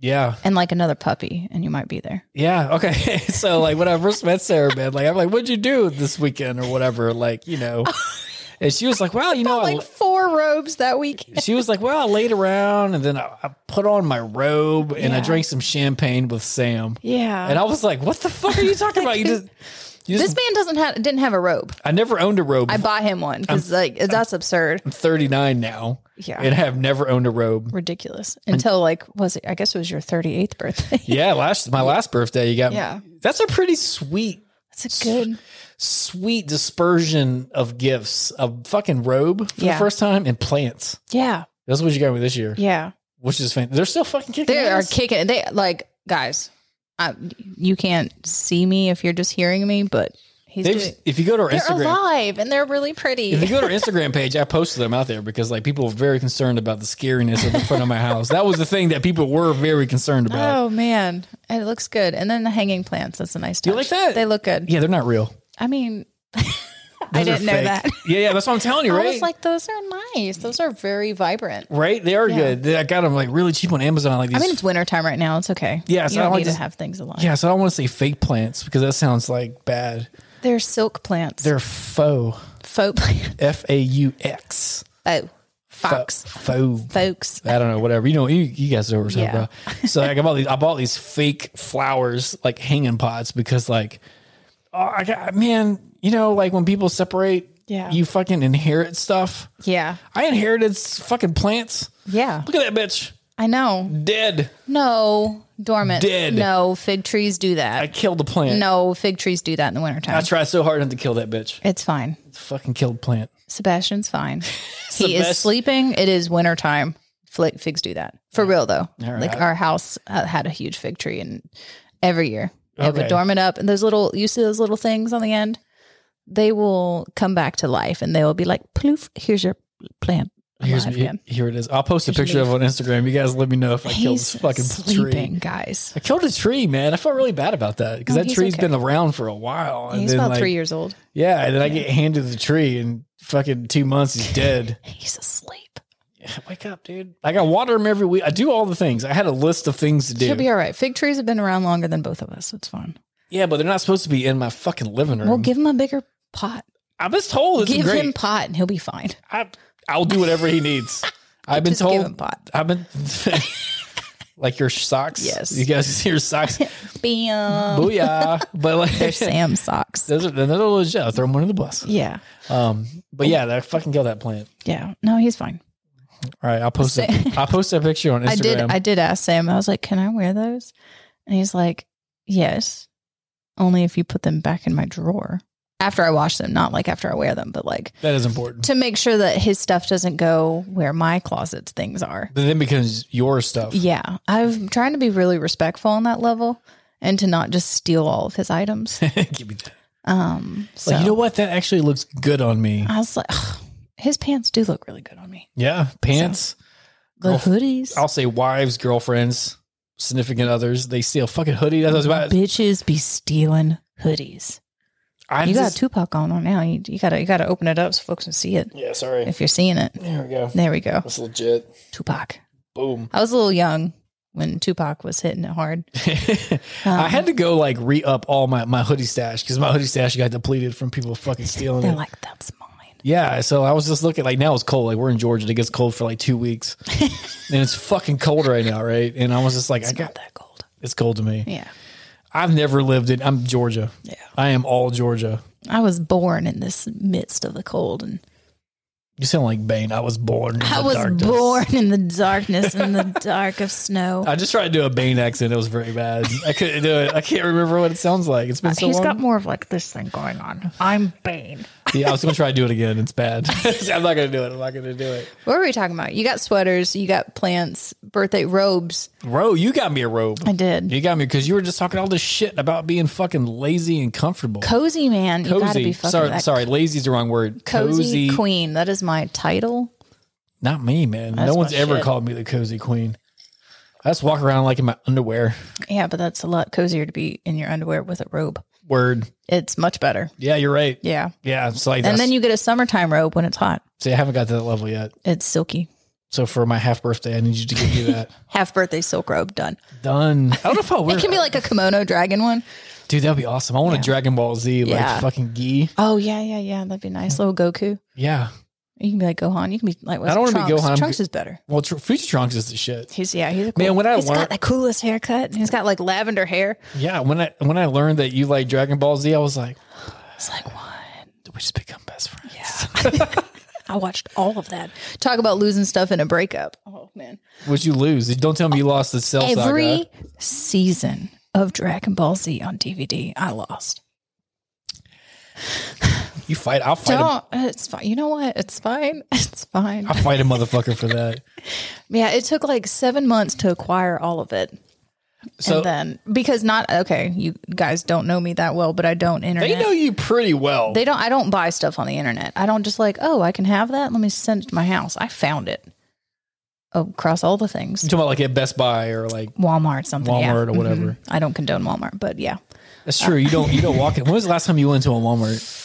S1: yeah.
S2: and like another puppy, and you might be there.
S1: Yeah. Okay. <laughs> So like when I first met Sarah, man, like I'm like, what'd you do this weekend or whatever? Like, you
S2: <laughs>
S1: know, and she was like, well, you know,
S2: like four robes that week.
S1: I, she was like, well, I laid around and then I, I put on my robe and I
S2: Yeah.
S1: drank some champagne with Sam.
S2: Yeah.
S1: And I was like, what the fuck are you talking
S2: <laughs>
S1: about? You just, you just,
S2: this man doesn't have didn't have a robe.
S1: I never owned a robe.
S2: I
S1: I'm
S2: bought him one because like that's absurd,
S1: 39 now.
S2: Yeah.
S1: And have never owned a
S2: <laughs>
S1: robe.
S2: ridiculous. Until like was it? I guess it was your thirty eighth birthday.
S1: Yeah. Last, my last birthday, you got,
S2: <laughs> Yeah.
S1: that's a pretty sweet
S2: That's a good.
S1: sweet dispersion of gifts a fucking robe for
S2: Yeah.
S1: the first time and plants
S2: Yeah.
S1: that's what you got me this year
S2: Yeah.
S1: which is fan- they're still fucking kicking
S2: They are
S1: ass.
S2: kicking. They like guys. I, you can't see me if you're just hearing me, but he's
S1: They've-
S2: doing.
S1: if you go to our
S2: They're
S1: instagram
S2: alive and they're really
S1: if you
S2: pretty.
S1: go to our instagram page i posted them out there because like people were very concerned about the scariness of the front of my house that was the thing that people were very concerned about
S2: Oh man, and it looks good. And then the hanging plants. That's a nice. Touch.
S1: you like that?
S2: They look good.
S1: yeah they're not real
S2: I mean, <laughs>
S1: Those
S2: I
S1: are
S2: didn't know
S1: fake. <laughs>
S2: that.
S1: yeah yeah that's what i'm telling you
S2: I
S1: right
S2: was like, those are nice. Those are very vibrant.
S1: right they are
S2: Yeah.
S1: good i got them like really cheap on amazon like these
S2: I mean, it's wintertime right now. It's okay.
S1: Yeah, so
S2: you
S1: I
S2: don't
S1: like
S2: need
S1: this-
S2: to have things alive.
S1: yeah so i don't want to say fake plants because that sounds like bad
S2: They're silk plants.
S1: they're faux
S2: faux plants. <laughs>
S1: f-a-u-x
S2: Oh, fox.
S1: Faux.
S2: Folks.
S1: I don't know, whatever. You know, you, you guys know what we're
S2: Yeah.
S1: talking about. So like, I bought these, I bought these fake flowers, like hanging pots, because like, oh, I got man, you know, like when people separate,
S2: Yeah.
S1: you fucking inherit stuff.
S2: Yeah.
S1: I inherited s- fucking plants.
S2: Yeah.
S1: Look at that bitch,
S2: I know.
S1: dead.
S2: No, dormant.
S1: Dead.
S2: No, fig trees do that.
S1: I killed the plant.
S2: no, fig trees do that in the wintertime.
S1: I tried so hard not to kill that bitch.
S2: It's fine.
S1: Fucking killed plant.
S2: Sebastian's
S1: <laughs>
S2: fine. he is
S1: Sebast-
S2: sleeping. It is wintertime. Flick figs do that for real though.
S1: right.
S2: Like our house uh, had a huge fig tree, and every year it
S1: Okay.
S2: would dormant up. And those little, you see those little things on the end, they will come back to life, and they will be like, "Ploof! Here's your plant
S1: Here's
S2: alive
S1: me.
S2: yet.
S1: Here it is. I'll post a
S2: Here's
S1: picture of
S2: me.
S1: it on Instagram. You guys let me know if I killed
S2: He's
S1: this fucking
S2: sleeping,
S1: tree.
S2: guys.
S1: I killed a tree, man. I felt really bad about that because
S2: No,
S1: that
S2: he's
S1: tree's
S2: okay.
S1: been around for a while.
S2: He's
S1: then,
S2: about
S1: like,
S2: three years old.
S1: Yeah, and then I get handed the tree, and fucking two months he's
S2: <laughs>
S1: dead.
S2: He's asleep.
S1: Wake up, dude! Like I water him every week. I do all the things. I had a list of things to do.
S2: He'll be all right. Fig trees have been around longer than both of us. It's fine.
S1: yeah, but they're not supposed to be in my fucking living room.
S2: Well, give him a bigger pot.
S1: I was told it's
S2: give
S1: great.
S2: him pot, and he'll be fine.
S1: I, I'll do whatever he
S2: <laughs>
S1: needs. I've been
S2: Just
S1: told.
S2: give him pot.
S1: I've been <laughs> like your socks.
S2: Yes.
S1: you guys <laughs> your
S2: <laughs>
S1: socks.
S2: Bam. <laughs>
S1: Booyah! But like
S2: They're Sam's socks.
S1: <laughs> Those are those are legit. I'll throw them under the bus.
S2: Yeah.
S1: Um, but yeah, that fucking kill that plant.
S2: Yeah. No, he's fine.
S1: All right, I'll post it.
S2: Say-
S1: I'll post that picture on Instagram.
S2: <laughs> I did. I did ask Sam. I was like, "Can I wear those?" And he's like, "Yes, only if you put them back in my drawer after I wash them. Not like after I wear them, but like
S1: that is important.
S2: to make sure that his stuff doesn't go where my closet's things are."
S1: But then becomes your stuff.
S2: Yeah, I'm trying to be really respectful on that level and to not just steal all of his
S1: <laughs>
S2: items.
S1: <laughs> Give me that.
S2: Um, so Uh,
S1: Like, you know what? That actually looks good on me.
S2: I was like, his pants do look really good on me.
S1: Yeah, pants.
S2: The
S1: I'll-
S2: hoodies,
S1: I'll say wives, girlfriends, significant others. They steal fucking hoodie. That's what I was about.
S2: bitches be stealing hoodies.
S1: I
S2: you
S1: just,
S2: got Tupac going on now. You, you gotta you gotta open it up so folks can see it.
S1: Yeah, sorry.
S2: If you're seeing it,
S1: There we go.
S2: there we go.
S1: That's legit.
S2: Tupac.
S1: Boom.
S2: I was a little young when Tupac was hitting it hard.
S1: <laughs> I had to go like re up all my, my hoodie stash because my hoodie stash got depleted from people fucking stealing
S2: They're
S1: it.
S2: like, "That's mine."
S1: Yeah, so I was just looking like now it's cold. Like we're in Georgia, it gets cold for like two
S2: <laughs>
S1: weeks, and it's fucking cold right now, right? And I was just like, I
S2: It's not
S1: got
S2: that cold.
S1: it's cold to me.
S2: Yeah,
S1: I've never lived in. I'm Georgia.
S2: yeah.
S1: I am all Georgia.
S2: I was born in this midst of the cold, and
S1: You sound like Bane. I was born. In
S2: I
S1: the
S2: was
S1: darkness.
S2: born in the darkness
S1: <laughs>
S2: in the dark of snow.
S1: I just tried to do a Bane accent. It was very bad. I couldn't do it. I can't remember what it sounds like. It's been so
S2: Uh, He's
S1: long.
S2: got more of like this thing going on. I'm Bane.
S1: yeah, I was gonna try to do it again. It's
S2: <laughs>
S1: bad. <laughs> I'm not gonna do it. I'm not gonna do it.
S2: What were we talking about? You got sweaters, you got plants, birthday robes.
S1: Ro, you got me a robe.
S2: I did.
S1: You got me because you were just talking all this shit about being fucking lazy and comfortable.
S2: Cozy man, you gotta be
S1: cozy.
S2: fucking
S1: Sorry,
S2: that
S1: sorry, lazy is the wrong word.
S2: Cozy, queen. That is my title.
S1: Not me, man. no
S2: That's
S1: one's
S2: my
S1: ever
S2: shit.
S1: called me the cozy queen. I just walk around like in my underwear.
S2: Yeah, but that's a lot cozier to be in your underwear with a robe.
S1: Word.
S2: It's much better.
S1: Yeah, you're right. Yeah,
S2: Yeah.
S1: it's like
S2: And
S1: that's-
S2: then you get a summertime robe when it's hot.
S1: see, I haven't got to that level yet.
S2: It's silky.
S1: So for my half birthday, I need you to give me that.
S2: Half birthday silk robe <laughs> done.
S1: Done. I don't know if I'll wear
S2: It can be like a kimono dragon one.
S1: Dude, that'd be awesome. I want a Dragon Ball Z like
S2: Yeah.
S1: fucking gi.
S2: Oh yeah, yeah, yeah. That'd be nice. Little Goku.
S1: Yeah.
S2: You can be like Gohan. You can be like what's
S1: I don't
S2: Trunks.
S1: wanna be Gohan.
S2: Trunks is better.
S1: Well, tr- Future Trunks is the shit.
S2: He's yeah, he's a cool,
S1: Man, when I
S2: he's
S1: learned-
S2: got the coolest haircut. and He's got like lavender hair.
S1: Yeah. When I when I learned that you like Dragon Ball Z, I was like,
S2: It's like what?
S1: did we just become best friends?
S2: I watched all of that. Talk about losing stuff in a breakup. Oh man.
S1: Would you lose? Don't tell me you lost the Cell
S2: Every
S1: Oh, Saga.
S2: season of Dragon Ball Z on DVD, I lost.
S1: You fight. I'll fight. A,
S2: Don't. It's fine. You know what? It's fine. <laughs> It's fine.
S1: I'll fight a motherfucker for that.
S2: Yeah, it took like seven months to acquire all of it.
S1: So
S2: <laughs> and then because not okay, you guys don't know me that well, but I don't internet.
S1: they know you pretty well.
S2: They don't. I don't buy stuff on the internet. I don't just like, oh, I can have that. Let me send it to my house. I found it Oh, across all the
S1: You
S2: things,
S1: talking about like at Best Buy or like
S2: Walmart, something, yeah.
S1: Walmart or whatever.
S2: Mhm. I don't condone Walmart, but yeah,
S1: That's true. You don't you don't walk in. When was the last time you went to a Walmart?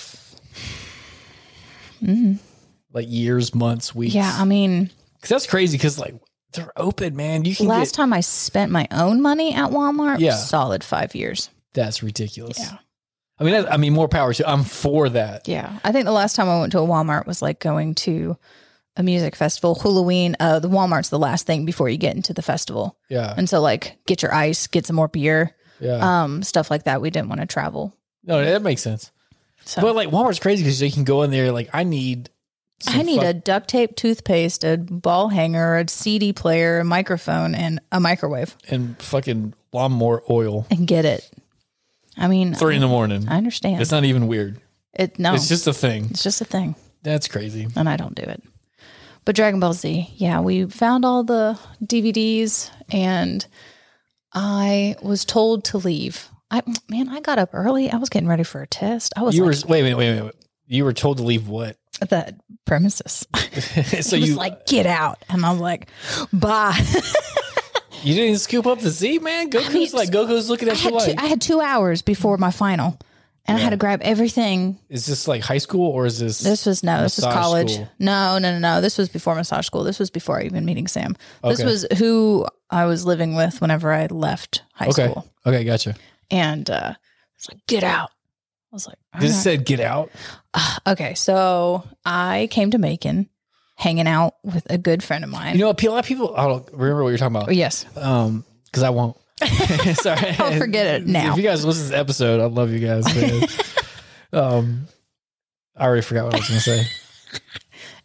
S1: Like years, months, weeks.
S2: Mm-hmm. yeah. um, I mean,
S1: 'Cause that's crazy. Because like they're open, man. You can
S2: last
S1: get,
S2: time I spent my own money at Walmart,
S1: Yeah.
S2: solid five years.
S1: That's ridiculous.
S2: Yeah.
S1: I mean, that, I mean, more power to. I'm for that.
S2: Yeah, I think the last time I went to a Walmart was like going to a music festival, Halloween. Uh, the Walmart's the last thing before you get into the festival,
S1: Yeah.
S2: and so like get your ice, get some more beer,
S1: Yeah.
S2: um, stuff like that. We didn't want to travel.
S1: no, that makes sense.
S2: So
S1: But like Walmart's crazy because they can go in there. Like I need. some
S2: I need
S1: fuck-
S2: a duct tape toothpaste, a ball hanger, a CD player, a microphone, and a microwave,
S1: and fucking lawnmower oil.
S2: and get it. I mean,
S1: Three in the morning.
S2: I Oh. understand.
S1: It's not even weird.
S2: it no,
S1: It's just a thing.
S2: it's just a thing.
S1: That's crazy.
S2: and I don't do it. But Dragon Ball Z, yeah, we found all the DVDs and I was told to leave. I man, I got up early. I was getting ready for a test. I was
S1: You
S2: like,
S1: were wait, wait, wait, wait. You were told to leave what? <laughs>
S2: the premises.
S1: so
S2: he was
S1: you
S2: like, get out. And I'm like, bye.
S1: you didn't scoop up the Z, man. Goku's
S2: mean,
S1: like Goku's looking
S2: I
S1: at you
S2: had, two,
S1: like
S2: I had two hours before my final and I had to grab everything.
S1: is this like high school or is this
S2: This was no, this was
S1: Massage
S2: college.
S1: school.
S2: No, no, no, no. This was before massage school. This was before even meeting Sam. This
S1: Okay.
S2: was who I was living with whenever I left high
S1: okay?
S2: school.
S1: Okay, gotcha.
S2: And uh, it's like, get out. I was like, "All
S1: This
S2: right."
S1: said get out.
S2: okay. So I came to Macon hanging out with a good friend of mine. Oh,
S1: You know, a lot of people. I don't remember what you're talking about.
S2: yes.
S1: Um, because I
S2: <laughs>
S1: won't. <laughs> Sorry,
S2: I'll Oh, forget it now.
S1: If you guys listen to this episode, I love you guys.
S2: <laughs>
S1: man. um, I already forgot what I was going to
S2: <laughs>
S1: say.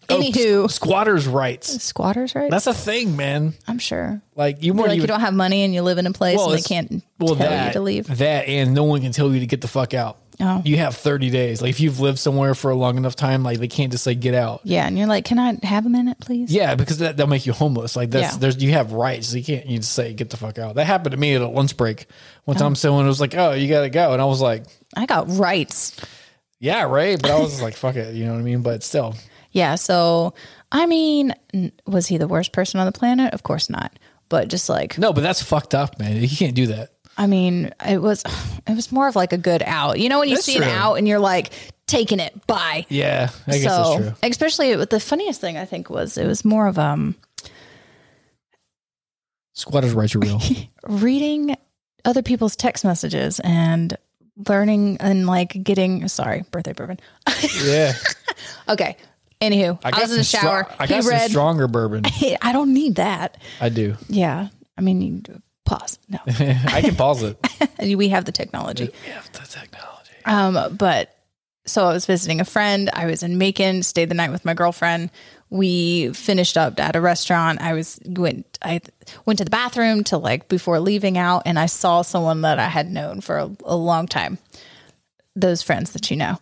S1: Oh,
S2: Anywho,
S1: s- squatters' rights.
S2: squatters, right?
S1: That's a thing, man.
S2: I'm sure.
S1: Like you weren't
S2: like you
S1: even
S2: don't have money and you live in a place
S1: Well,
S2: and they
S1: it's-
S2: can't
S1: well
S2: tell
S1: that
S2: you to leave.
S1: that, and no one can tell you to get the fuck out.
S2: Oh.
S1: You have thirty days. Like if you've lived somewhere for a long enough time, like they can't just say get out.
S2: Yeah, and you're like, can I have a minute, please?
S1: Yeah, because that, that'll make you homeless. Like that's
S2: Yeah.
S1: there's you have rights. You can't you just say get the fuck out. That happened to me at a lunch break. One time someone was like, Oh, you gotta go. And I was like,
S2: I got rights.
S1: Yeah, right. But I was just like, <laughs> fuck it, you know what I mean? But still.
S2: Yeah, so I mean, n- was he the worst person on the planet? Of course not. But just like,
S1: No, but that's fucked up, man. You can't do that.
S2: I mean, it was <sighs> it was more of like a good out. You know, when you
S1: That's
S2: see
S1: true.
S2: an out and you're like taking it, bye.
S1: Yeah, I guess that's
S2: so
S1: true.
S2: especially with the funniest thing I think was it was more of um
S1: Squatters' rights are
S2: <laughs>
S1: real.
S2: reading other people's text messages and learning and like getting sorry birthday bourbon <laughs>
S1: yeah.
S2: okay anywho i, was in the
S1: some
S2: shower
S1: stro- I
S2: he
S1: got some
S2: read
S1: stronger bourbon.
S2: <laughs> i don't need that
S1: I do. <laughs>
S2: yeah i mean you pause no
S1: I can pause it.
S2: we have the technology
S1: We have the technology.
S2: um but so i was visiting a friend i was in macon stayed the night with my girlfriend we finished up at a restaurant i was went i went to the bathroom to like before leaving out and i saw someone that i had known for a, a long time those friends that you know.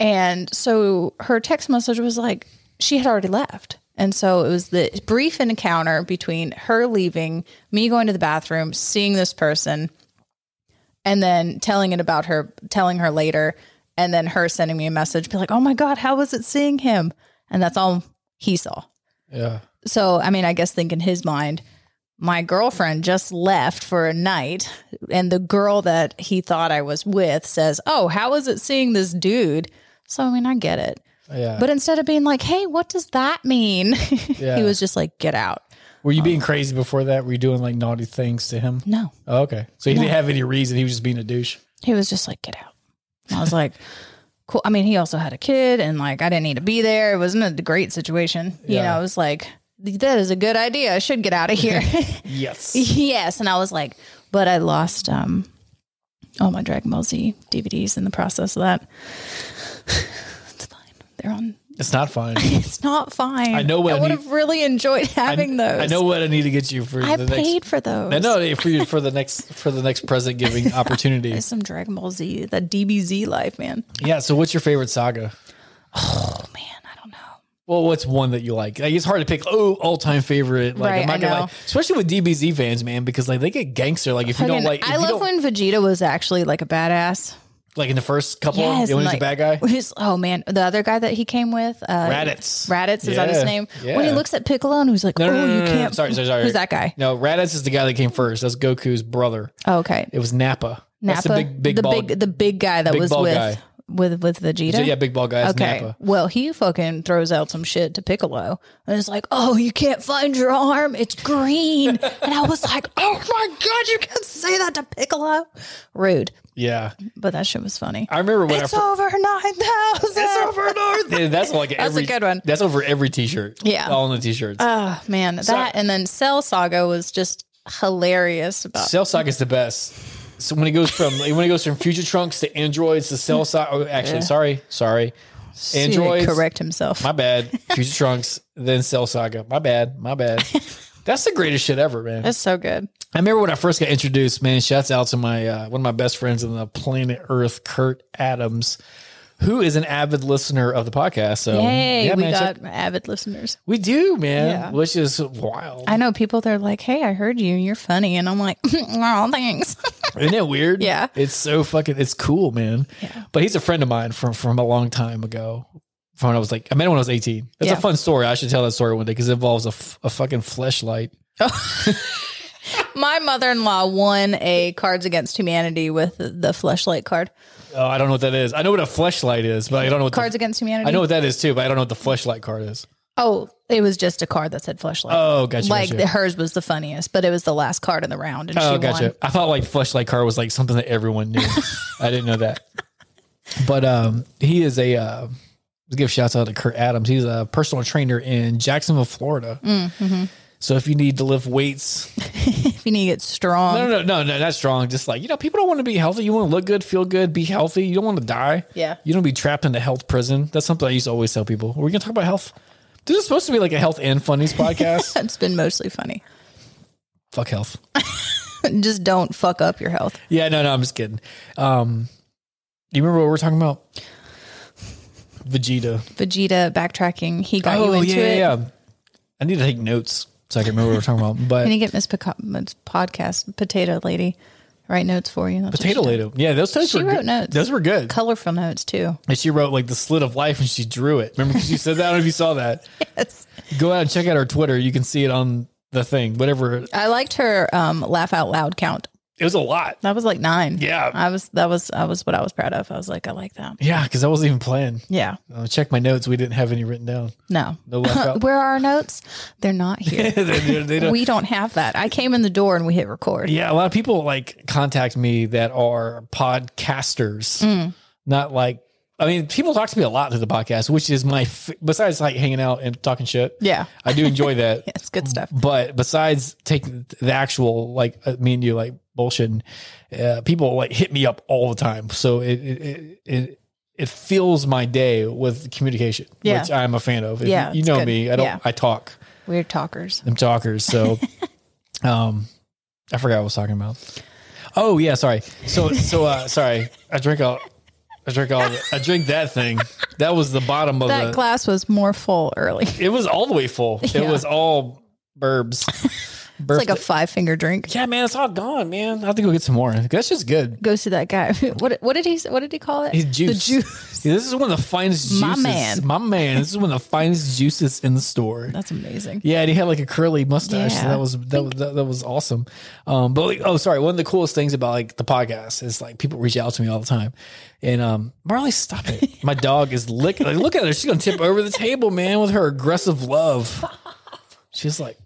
S2: And so her text message was like, she had already left. And so it was the brief encounter between her leaving, me going to the bathroom, seeing this person, and then telling it about her, telling her later, and then her sending me a message, be like, oh my God, how was it seeing him? And that's all he saw.
S1: Yeah.
S2: So, I mean, I guess think in his mind, my girlfriend just left for a night, and the girl that he thought I was with says, "Oh, how is it seeing this dude?" So, I mean, I get it.
S1: Yeah.
S2: But instead of being like, "Hey, what does that mean?" <laughs>
S1: Yeah.
S2: he was just like, "Get out."
S1: Were you being crazy before that? Were you doing like naughty things to him?
S2: No,
S1: Oh, okay. So he didn't have any reason. He was just being a douche.
S2: he was just like, "Get out." And I was like, "Cool." I mean, he also had a kid, and like, I didn't need to be there. It wasn't a great situation. You
S1: Yeah.
S2: know, it was like, "That is a good idea. I should get out
S1: <laughs>
S2: of here."
S1: Yes.
S2: Yes, and I was like, but I lost um all my Dragon Ball Z DVDs in the process of that. <sighs> it's fine. They're on.
S1: It's not fine.
S2: It's not fine.
S1: I know what
S2: I
S1: I
S2: would
S1: need-
S2: have really enjoyed having those.
S1: I know what I need to get you for
S2: I
S1: the
S2: paid
S1: next.
S2: for those.
S1: I know for you for the next for the next present
S2: <laughs>
S1: giving opportunity.
S2: It's some Dragon Ball Z, that DBZ life, man.
S1: yeah. So what's your favorite saga?
S2: Oh man, I don't know.
S1: Well, what's one that you like? Like, it's hard to pick. Oh, all time favorite. Like,
S2: Right,
S1: I'm not
S2: I
S1: gonna
S2: know.
S1: like, especially with DBZ fans, man, because like they get gangster. Like, if you don't
S2: Fucking-
S1: like, if
S2: I
S1: you
S2: love
S1: don't-
S2: when Vegeta was actually like a badass.
S1: like in the first couple,
S2: Yes,
S1: when
S2: and,
S1: he's a bad
S2: <laughs>
S1: guy.
S2: his- oh man, the other guy that he came with, uh,
S1: Raditz.
S2: Raditz is that his
S1: Yeah,
S2: name? When he
S1: yeah.
S2: looks at Piccolo and he's like, "Oh, you can't."
S1: Mm, Sorry, sorry, sorry.
S2: <laughs> Who's that guy?
S1: No, Raditz is the guy that came first. That's Goku's brother.
S2: Oh, okay,
S1: It was Nappa.
S2: Nappa,
S1: That's the big, big
S2: the
S1: ball.
S2: big, the big guy that
S1: big
S2: was
S1: ball
S2: with
S1: guy.
S2: with with Vegeta.
S1: yeah, big ball guy. That's
S2: Okay.
S1: Nappa.
S2: Well, he fucking throws out some shit to Piccolo, and it's like, "Oh, you can't find your arm; it's green." and I was like, "Oh my god, you can say that to Piccolo!" Rude, <laughs>
S1: Yeah,
S2: but that shit was funny.
S1: I remember when
S2: it's
S1: I. fir-
S2: over nine thousand. It's over nine.
S1: Yeah, that's like
S2: a
S1: every,
S2: good one.
S1: That's over every T-shirt.
S2: Yeah.
S1: all on the T-shirts.
S2: <laughs> Oh man, that and then Cell Saga was just hilarious about.
S1: Cell Sock is the best. So when it goes
S2: <laughs>
S1: from like, when it goes from Future Trunks to androids to Cell Sock. Oh, actually, sorry, sorry,
S2: He did
S1: androids.
S2: correct himself.
S1: My bad. Future
S2: <laughs>
S1: Trunks, then Cell Saga. My bad. My bad. That's the greatest shit ever, man.
S2: That's so good.
S1: I remember when I first got introduced, man, shouts out to my uh, one of my best friends on the planet Earth, Kurt Adams, who is an avid listener of the podcast. So
S2: Yay,
S1: yeah,
S2: we
S1: man,
S2: got
S1: check-
S2: avid listeners.
S1: we do, man,
S2: Yeah.
S1: which is wild.
S2: I know people that are like, "Hey, I heard you. You're funny," and I'm like, <laughs> "Oh, thanks." <laughs>
S1: Isn't it weird?
S2: Yeah.
S1: It's so fucking it's cool, man.
S2: Yeah.
S1: But he's a friend of mine from from a long time ago. from when I was like, I met it when I was 18. That's
S2: Yeah.
S1: a fun story. I should tell that story one day because it involves a, f- a fucking fleshlight.
S2: My mother in law won a Cards Against Humanity with the fleshlight card.
S1: Oh, I don't know what that is. I know what a fleshlight is, but I don't know what the-
S2: Cards Against Humanity.
S1: I know what that is too, but I don't know what the fleshlight card is.
S2: Oh, it was just a card that said fleshlight.
S1: Oh, gotcha.
S2: like
S1: gotcha.
S2: the, hers was the funniest, but it was the last card in the round, and
S1: Oh,
S2: she
S1: gotcha.
S2: won.
S1: I thought like fleshlight card was like something that everyone
S2: <laughs>
S1: knew. I didn't know that. But um, he is a uh, let's give shouts out to Kurt Adams. He's a personal trainer in Jacksonville, Florida.
S2: Mm-hmm.
S1: So if you need to lift weights,
S2: If you need to get strong,
S1: no, no, no, no, no, that's strong. Just like you know, people don't want to be healthy. You want to look good, feel good, be healthy. You don't want to die.
S2: Yeah.
S1: you don't be trapped in the health prison. That's something I used to always tell people. We're gonna talk about health. This is supposed to be like a health and funnies <laughs> podcast.
S2: it's been mostly funny. <laughs>
S1: Fuck health.
S2: just don't fuck up your health.
S1: Yeah, no, no, I'm just kidding. Um, you remember what we were talking about? Vegeta.
S2: Vegeta backtracking, he got
S1: Oh,
S2: you into it.
S1: I need to take notes so I can remember what we were talking about. But
S2: And you get Miss Pico- Miss Podcast Potato Lady write notes for you. That's what
S1: potato
S2: she
S1: lady. Yeah, those notes
S2: She
S1: were
S2: wrote
S1: good.
S2: notes.
S1: Those were good.
S2: did. colorful notes too.
S1: And she wrote like the slit of life and she drew it. Remember 'cause she said that? I don't know if you saw that.
S2: Yes.
S1: Go out and check out her Twitter. You can see it on the thing. Whatever.
S2: I liked her um, laugh out loud count.
S1: It was a lot.
S2: That was like nine.
S1: Yeah.
S2: I was. That was. I was what I was proud of. I was like, I like that.
S1: Yeah, because I wasn't even playing.
S2: Yeah.
S1: Uh, check my notes. We didn't have any written down. <laughs>
S2: No.
S1: No laugh out.
S2: <laughs> Where are our notes? They're not
S1: <laughs>
S2: here.
S1: They- they- they don't-
S2: we don't have that. I came in the door and we hit record.
S1: Yeah, a lot of people like contact me that are podcasters,
S2: Mm.
S1: not like. I mean, people talk to me a lot through the podcast, which is my f- besides like hanging out and talking shit.
S2: Yeah.
S1: I do
S2: <laughs>
S1: enjoy that.
S2: It's good stuff.
S1: But besides taking the actual like uh, me and you like bullshitting, uh, people like hit me up all the time. So it it it, it, it fills my day with communication,
S2: Yeah.
S1: which I'm a fan of. If
S2: Yeah,
S1: you, you
S2: it's
S1: know
S2: good.
S1: me. I don't.
S2: Yeah.
S1: I talk.
S2: We're talkers.
S1: them talkers.
S2: <laughs>
S1: So, um, I forgot what I was talking about. Oh yeah, sorry. So so uh, sorry. I drink all. I drink all. I drink that thing. That was the bottom of
S2: That
S1: the.
S2: glass was more full early. <laughs> It's
S1: it was all the way full.
S2: Yeah.
S1: It was all
S2: <laughs>
S1: burbs. Burped
S2: like a
S1: it.
S2: five finger drink.
S1: yeah, man, it's all gone, man. I have to go get some more. That's just good.
S2: Go see that guy. <laughs> What what did he what did he call it?
S1: His juice.
S2: The juice. <laughs>
S1: Yeah, this is one of the finest juices.
S2: My man.
S1: My man. This is one of the finest juices in the store.
S2: That's amazing.
S1: Yeah, and he had like a curly mustache. So
S2: Yeah.
S1: that was that was that, that was awesome. Um, but like, oh, sorry, one of the coolest things about like the podcast is like people reach out to me all the time, and um, Marley, stop it! My dog is licking. Like, look at her; she's gonna tip over the table, man, with her aggressive love. She's like,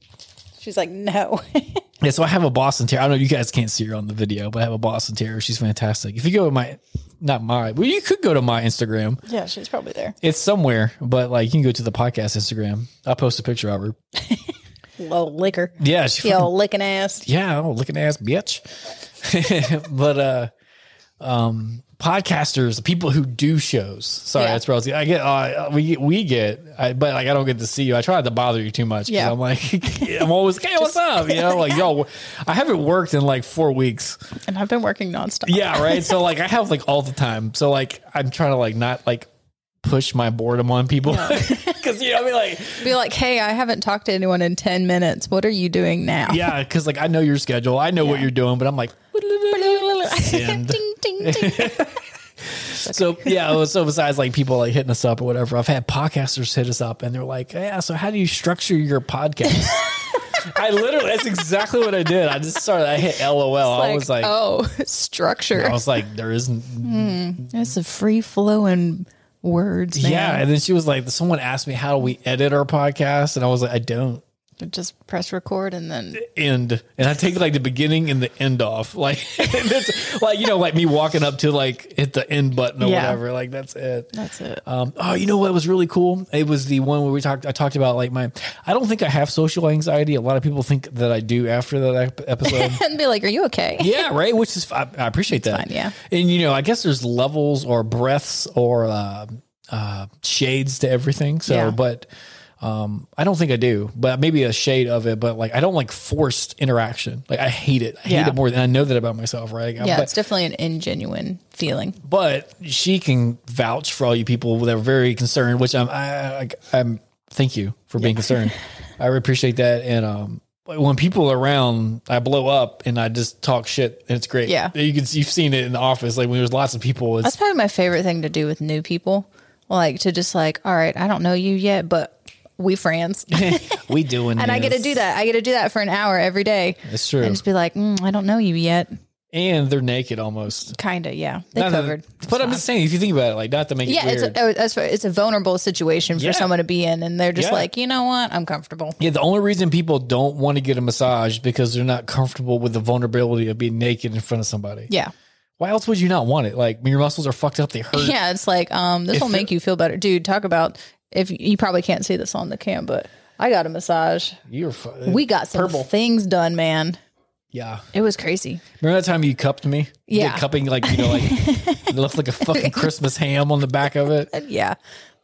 S2: She's like, no. <laughs>
S1: yeah. So I have a Boston Terrier. I don't know you guys can't see her on the video, but I have a Boston Terrier. She's fantastic. If you go to my, not my, well, you could go to my Instagram.
S2: yeah, she's probably there.
S1: It's somewhere, but like you can go to the podcast Instagram. I'll post a picture of her.
S2: Low liquor.
S1: Yeah, she
S2: Yo, licking ass.
S1: yeah, oh, looking ass bitch. <laughs> but uh um podcasters, the people who do shows. Sorry,
S2: Yeah.
S1: that's where I was. I get uh, we we get, I, but like I don't get to see you. I try not to bother you too much. 'cause
S2: Yeah.
S1: I'm like <laughs> I'm always hey, what's up? You know, like y'all. I haven't worked in like four weeks.
S2: And I've been working nonstop.
S1: Yeah, right. <laughs> so like I have like all the time. So like I'm trying to like not like push my boredom on people <laughs> because you know I mean like
S2: Be like, hey, I haven't talked to anyone in ten minutes. What are you doing now?
S1: <laughs> <laughs>
S2: <laughs>
S1: yeah because like I know your schedule, I know what you're doing, but I'm <laughs> like. Send.
S2: ding
S1: <laughs>
S2: ding ding.
S1: So yeah, well, so besides like people like hitting us up or whatever, I've had podcasters hit us up and they're like, "Yeah, so how do you structure your podcast?"
S2: <laughs>
S1: I literally, that's exactly what I did. I just started. I hit LOL. I was like,
S2: oh, <laughs> structure.
S1: I was like, there isn't.
S2: It's a free flowing words. Man.
S1: Yeah, and then she was like, someone asked me how do we edit our podcast, and I was like, I don't.
S2: Just press record and then
S1: end and I take like the beginning and the end off. Like <laughs> that's like you know, like me walking up to like hit the end button or
S2: Yeah.
S1: whatever. Like that's it.
S2: That's it.
S1: Um oh you know what was really cool? It was the one where we talked I talked about like my I don't think I have social anxiety. A lot of people think that I do after that ep-
S2: <laughs>
S1: episode.
S2: and be like, are you okay?
S1: yeah, right, which is I, I appreciate that.
S2: fine, yeah.
S1: And you know, I guess there's levels or breaths or uh uh shades to everything. So
S2: Yeah.
S1: but um, I don't think I do, but maybe a shade of it. But like, I don't like forced interaction. Like, I hate it. I hate
S2: Yeah.
S1: it more than I know that about myself, right?
S2: Yeah,
S1: but,
S2: it's definitely an ingenuine feeling.
S1: but she can vouch for all you people that are very concerned, which I'm, I, I, I'm, thank you for being
S2: <laughs>
S1: concerned. I appreciate that. And, um, but when people are around, I blow up and I just talk shit, and it's great.
S2: Yeah. <laughs>
S1: you can you've seen it in the office. Like when there's lots of people, it's <laughs>
S2: That's probably my favorite thing to do with new people like to just like, all right, I don't know you yet, but
S1: <laughs>
S2: we friends. and
S1: we doing
S2: I get to
S1: this.
S2: do that. I get to do that for an hour every day.
S1: That's true.
S2: And just be like, mm, I don't know you yet.
S1: And they're naked almost.
S2: Kinda, yeah. They
S1: Not that-
S2: covered.
S1: but I'm just saying, if you think about it, like not to make
S2: yeah,
S1: it
S2: it's
S1: weird.
S2: a, oh, that's right. it's a vulnerable situation for
S1: Yeah.
S2: someone to be in, and they're just
S1: Yeah.
S2: like, you know what, I'm comfortable.
S1: yeah, the only reason people don't want to get a massage is because they're not comfortable with the vulnerability of being naked in front of somebody.
S2: Yeah,
S1: Why else would you not want it? Like when your muscles are fucked up, they hurt.
S2: yeah. It's like, um, this
S1: If
S2: will make you feel better, dude. Talk about if you probably can't see this on the cam, but I got a massage.
S1: You're fu-
S2: We got some
S1: Purple.
S2: things done, man.
S1: yeah.
S2: It was crazy.
S1: Remember that time you cupped me? You did
S2: Yeah.
S1: cupping like you know, like
S2: <laughs>
S1: it left like a fucking Christmas ham on the back of it.
S2: Yeah,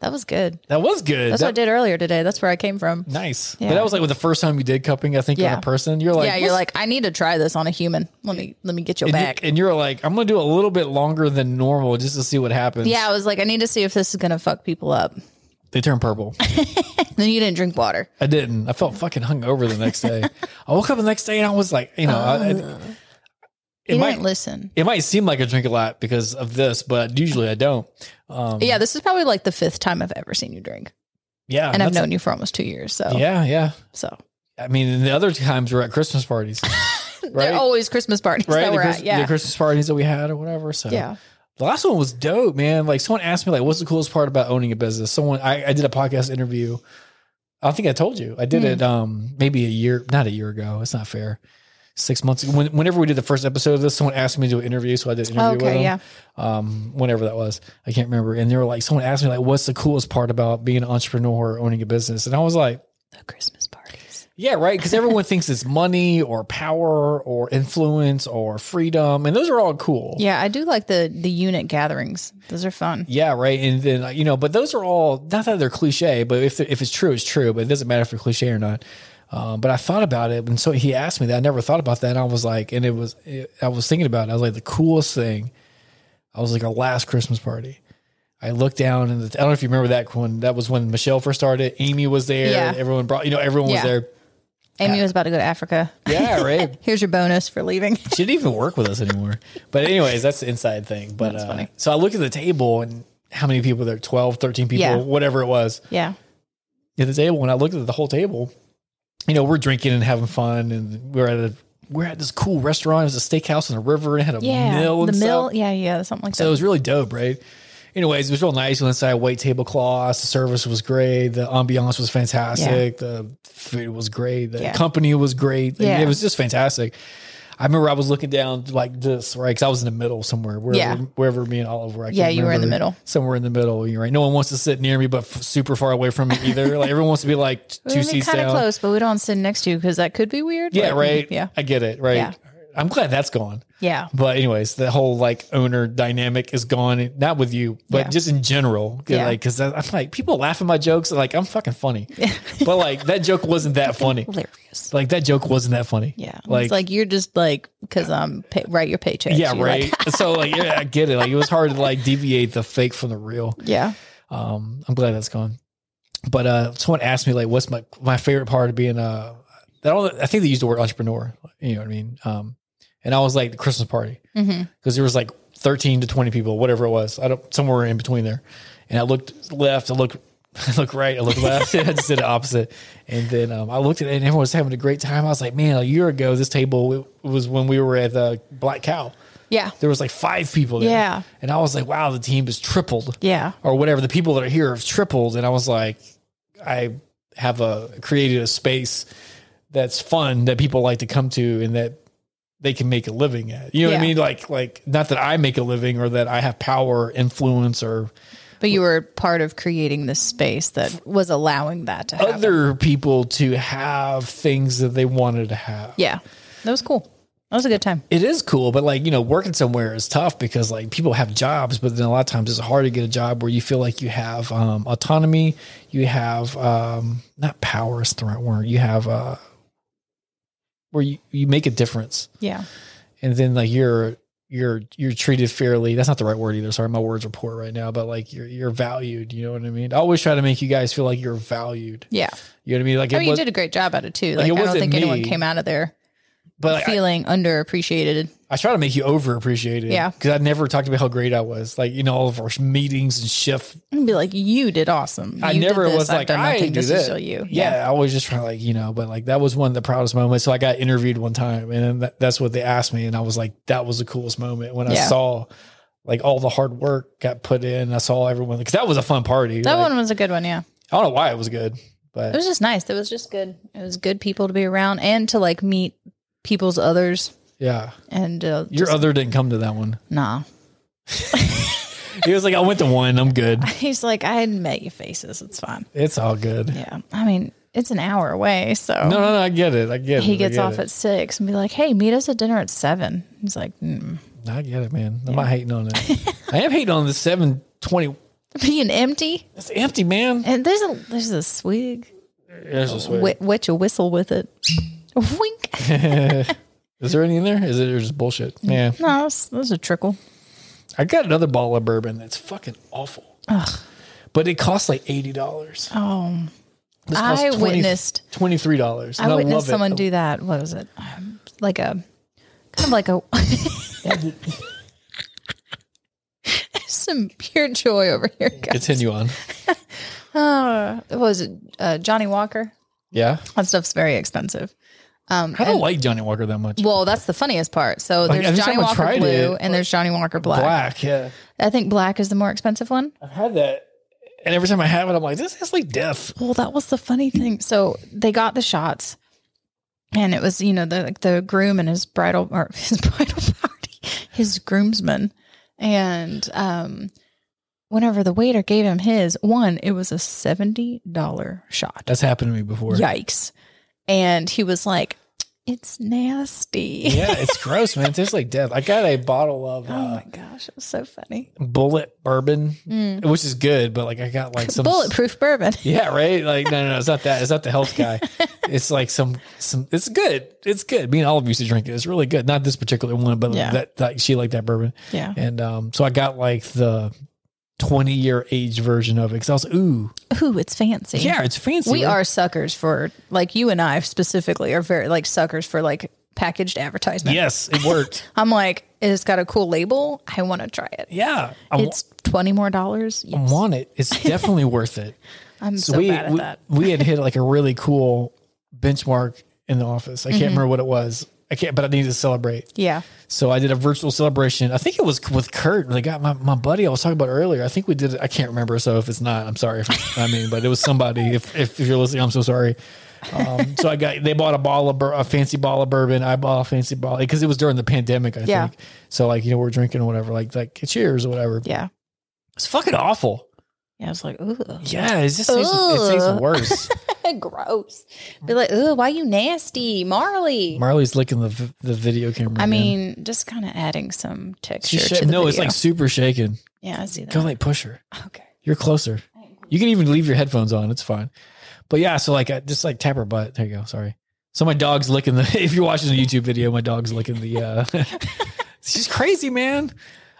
S2: that was good.
S1: That was good.
S2: That's what I
S1: That-
S2: did earlier today. That's where I came from.
S1: nice.
S2: Yeah.
S1: But that was like with the first time you did cupping, I think, on
S2: Yeah.
S1: a person. You're like,
S2: yeah, you're
S1: "What's
S2: like, I need to try this on a human. Let me let me get your
S1: and
S2: back.
S1: You, and you're like, I'm gonna do a little bit longer than normal just to see what happens.
S2: yeah, I was like, I need to see if this is gonna fuck people up.
S1: They turn purple.
S2: Then you didn't drink water.
S1: I didn't. I felt fucking hungover the next
S2: <laughs>
S1: day. I woke up the next day and I was like, you know,
S2: Uh.
S1: I, I- it
S2: you
S1: might
S2: didn't listen.
S1: it might seem like I drink a lot because of this, but usually I don't. Um,
S2: Yeah, this is probably like the fifth time I've ever seen you drink,
S1: yeah,
S2: and I've
S1: Uh, that's-
S2: known you for almost two years. So,
S1: Yeah, yeah.
S2: so
S1: I mean, and the other times we're at Christmas
S2: <laughs>
S1: parties, right?
S2: they're always Christmas parties
S1: right,
S2: that
S1: the,
S2: we're
S1: Chris-
S2: at. Yeah,
S1: the Christmas parties that we had or whatever. So
S2: yeah.
S1: The last one was dope, man. Like someone asked me, like, what's the coolest part about owning a business? Someone I, I did a podcast interview. I think I told you. I did
S2: Hmm.
S1: it um maybe a year, not a year ago. It's not fair. Six months ago. When, whenever we did the first episode of this, someone asked me to do an interview, so I did an interview with
S2: Okay,
S1: them.
S2: yeah.
S1: Um, whenever that was. I can't remember. And they were like, someone asked me, like, what's the coolest part about being an entrepreneur or owning a business? And I was like,
S2: The Christmas parties.
S1: yeah, right. Because everyone thinks it's money or power or influence or freedom. And those are all cool.
S2: Yeah, I do like the the unit gatherings. Those are fun.
S1: Yeah, right. And then like, you know, but those are all not that they're cliche, but if if it's true, it's true. But it doesn't matter if they're cliche or not. Um, but I thought about it, and so he asked me that. I never thought about that, and I was like, and it was, it, I was thinking about it. I was like, the coolest thing. I was like, our last Christmas party. I looked down, and the, I don't know if you remember that one. That was when Michelle first started. Amy was there.
S2: Yeah.
S1: Everyone brought, you know, everyone
S2: Yeah.
S1: was there.
S2: Amy was about to go to Africa. <laughs>
S1: Yeah, right.
S2: Here's your bonus for leaving. <laughs>
S1: She didn't even work with us anymore. But anyways, that's the inside thing. But
S2: That's
S1: uh,
S2: funny.
S1: so I look at the table and how many people there 12, 13 people,
S2: Yeah.
S1: whatever it was
S2: yeah,
S1: at the table. And I looked at the whole table. You know, we're drinking and having fun and we're at a we're at this cool restaurant. It was a steakhouse on the river and it had a
S2: yeah.
S1: mill and
S2: the mill.
S1: stuff.
S2: Yeah, yeah, something like
S1: So it
S2: that.
S1: was really dope, right? Anyways, it was real nice. We went inside white tablecloths. The service was great. The ambiance was fantastic. The food was great. The
S2: Yeah.
S1: company was great.
S2: Yeah.
S1: It was just fantastic. I remember I was looking down like this, right? Because I was in the middle somewhere, wherever,
S2: Yeah.
S1: wherever me and Olive were. I
S2: Yeah,
S1: can't
S2: you were in the
S1: remember.
S2: middle.
S1: Somewhere in the middle. You're right. No one wants to sit near me, but f- super far away from me either. like everyone wants to be like
S2: <laughs>
S1: t- two seats
S2: kind of
S1: down.
S2: close, but we don't sit next to you because that could be weird.
S1: Yeah,
S2: Like,
S1: right.
S2: Yeah,
S1: I get it. Right.
S2: Yeah.
S1: I'm glad that's gone.
S2: yeah.
S1: But anyways, the whole like owner dynamic is gone. Not with you, but
S2: Yeah.
S1: just in general. 'Cause,
S2: Yeah.
S1: Like, because I'm like people laugh at my jokes. Like I'm fucking funny, <laughs> but like that joke wasn't that
S2: <laughs>
S1: funny.
S2: Hilarious.
S1: Like that joke wasn't that funny.
S2: Yeah,
S1: Like,
S2: it's like you're just like because I'm pay- write your paycheck.
S1: yeah, right. so like yeah, I get it. Like it was hard to like deviate the fake from the real.
S2: yeah,
S1: Um, I'm glad that's gone. But uh, someone asked me like, what's my my favorite part of being a that all I think they used the word entrepreneur. You know what I mean? Um, and I was like the Christmas party.
S2: hmm
S1: because there was like 13 to 20 people, whatever it was. I don't somewhere in between there. And I looked left, I looked, <laughs> I looked right, I looked left. <laughs> I just did the opposite. And then um, I looked at it, and everyone was having a great time. I was like, man, a year ago, this table it was when we were at the Black Cow.
S2: yeah,
S1: There was like five people there.
S2: Yeah.
S1: And I was like, wow, the team has tripled
S2: <laughs> yeah.
S1: or whatever. The people that are here have tripled. And I was like, I have a created a space that's fun that people like to come to and that they can make a living at. You know what I
S2: Yeah.
S1: mean? Like, like not that I make a living or that I have power, influence, or
S2: But you were part of creating this space that was allowing that to happen.
S1: other people to have things that they wanted to have.
S2: yeah, that was cool. That was a good time.
S1: It is cool, but like, you know, working somewhere is tough because like people have jobs, but then a lot of times it's hard to get a job where you feel like you have um, autonomy, you have um, not power is the right word, you have uh, where you, you make a difference.
S2: Yeah,
S1: And then like you're you're you're treated fairly. That's not the right word either. Sorry, my words are poor right now, but like you're you're valued, you know what I mean? I always try to make you guys feel like you're valued.
S2: yeah.
S1: You know what I mean? Like
S2: I
S1: it
S2: mean, Oh, you
S1: was-
S2: did a great job at it too.
S1: like,
S2: Like,
S1: it
S2: I don't
S1: wasn't
S2: think anyone
S1: me.
S2: came out of there
S1: But like, I,
S2: feeling underappreciated.
S1: I try to make you overappreciated.
S2: Yeah.
S1: Because I never talked about how great I was. Like, you know, all of our meetings and shift.
S2: And be like, you did awesome.
S1: I
S2: You did
S1: never
S2: this.
S1: was
S2: I've
S1: like,
S2: done
S1: I
S2: nothing
S1: didn't do
S2: just to
S1: this.
S2: show you.
S1: Yeah, I always just try like, you know, but like that was one of the proudest moments. So I got interviewed one time and then that, that's what they asked me. And I was like, that was the coolest moment when I
S2: Yeah.
S1: saw like all the hard work got put in. I saw everyone because that was a fun party.
S2: That
S1: Like,
S2: one was a good one. Yeah.
S1: I don't know why it was good,
S2: It
S1: but
S2: was just nice. It was just good. It was good people to be around and to like meet people's others.
S1: yeah.
S2: And uh,
S1: Your
S2: just-
S1: other didn't come to that one.
S2: nah. <laughs>
S1: He was like, I went to one. I'm good.
S2: He's like, I hadn't met your faces. It's fine.
S1: It's all good.
S2: Yeah. I mean, it's an hour away. So
S1: No, no, no. I get it. I get it.
S2: he
S1: I
S2: gets
S1: get
S2: off
S1: it.
S2: at six and be like, hey, meet us at dinner at seven. He's like, mm. <laughs>
S1: I get it, man. I'm not hating on it. I am hating on the 720.
S2: being empty.
S1: It's empty, man.
S2: And there's a there's a swig.
S1: There's a swig.
S2: Wh- wet your whistle with it. Wink. <laughs>
S1: Is there any in there? Is it or just bullshit?
S2: Mm-hmm.
S1: Yeah.
S2: No, that's, that's a trickle.
S1: I got another bottle of bourbon that's fucking awful. But it costs like $80.
S2: Oh,
S1: This
S2: I
S1: costs
S2: witnessed-
S1: $23.
S2: I
S1: and
S2: witnessed
S1: love it.
S2: someone do that. What was it? Um, like a kind of like a <laughs> some pure joy over here. guys.
S1: Continue
S2: <laughs>
S1: on.
S2: Uh, what was it uh, Johnny Walker?
S1: Yeah.
S2: That stuff's very expensive.
S1: I don't like Johnny Walker that much.
S2: Well, that's the funniest part. So
S1: Like,
S2: there's
S1: every
S2: Johnny
S1: time I
S2: Walker
S1: tried
S2: Blue
S1: it,
S2: and there's Johnny Walker Black.
S1: Black. Yeah.
S2: I think black is the more expensive one.
S1: I've had that. And every time I have it, I'm like, this is like death.
S2: Well, that was the funny thing. So they got the shots, and it was you know the like the groom and his bridal or <laughs> his bridal party, his groomsman, and um, whenever the waiter gave him his one, it was a seventy dollar shot.
S1: That's happened to me before.
S2: Yikes! And he was like, "It's nasty."
S1: yeah, it's gross, man. It tastes like death. I got a bottle of
S2: <laughs> Oh
S1: uh,
S2: my gosh, it was so funny.
S1: bullet bourbon, which is good, but like I got like some
S2: Bulletproof Mm. bourbon.
S1: Yeah, right. Like no, no, no, it's not that. It's not the health
S2: <laughs>
S1: guy. it's like some some. It's good. It's good. Me and Olive used to drink it. It's really good. Not this particular one, but
S2: Yeah.
S1: that like she liked that bourbon.
S2: Yeah.
S1: And um, so I got like the twenty year age version of it because I was ooh
S2: <laughs> Ooh, it's fancy.
S1: yeah, it's fancy.
S2: we
S1: right?
S2: are suckers for like you and I specifically are very like suckers for like packaged advertisement.
S1: Yes, it worked.
S2: I'm like, it's got a cool label. I want to try it.
S1: yeah, I, wa-
S2: It's twenty more dollars.
S1: I
S2: Yes.
S1: want it.
S2: <laughs>
S1: It's definitely worth it.
S2: I'm so, bad at
S1: we,
S2: that.
S1: we
S2: <laughs>
S1: had hit like a really cool benchmark in the office. I
S2: Mm-hmm.
S1: can't remember what it was. I can't, but I needed to celebrate.
S2: Yeah.
S1: So I did a virtual celebration. I think it was with Kurt. They got my, my buddy I was talking about earlier. I think we did it. I can't remember. So if it's not, I'm sorry. If, I mean, but it was somebody. If, if, if you're listening, I'm so sorry.
S2: <laughs>
S1: Um, so I got, they bought a bottle of, bur- a fancy bottle of bourbon. I bought a fancy bottle because it was during the pandemic, I
S2: Yeah.
S1: think. So like, you know, we're drinking or whatever, like, like cheers or whatever.
S2: Yeah.
S1: It's fucking awful.
S2: Yeah. I was like, ooh,
S1: Yeah. It just tastes, it tastes
S2: Ugh.
S1: worse.
S2: <laughs> gross. Be like, ooh, why you nasty, Marley?
S1: Marley's licking the, v- the video camera.
S2: I
S1: again.
S2: mean, just kind of adding some texture
S1: She's sha-
S2: to the
S1: no, it's
S2: video.
S1: like super shaken.
S2: yeah, I see that.
S1: Go like push her.
S2: Okay.
S1: You're closer. You can even leave your headphones on. It's fine. But yeah, so like I just like tap her butt. There you go. Sorry. So my dog's licking the. <laughs> If you're watching the YouTube video, my dog's licking the. uh <laughs> She's crazy, man.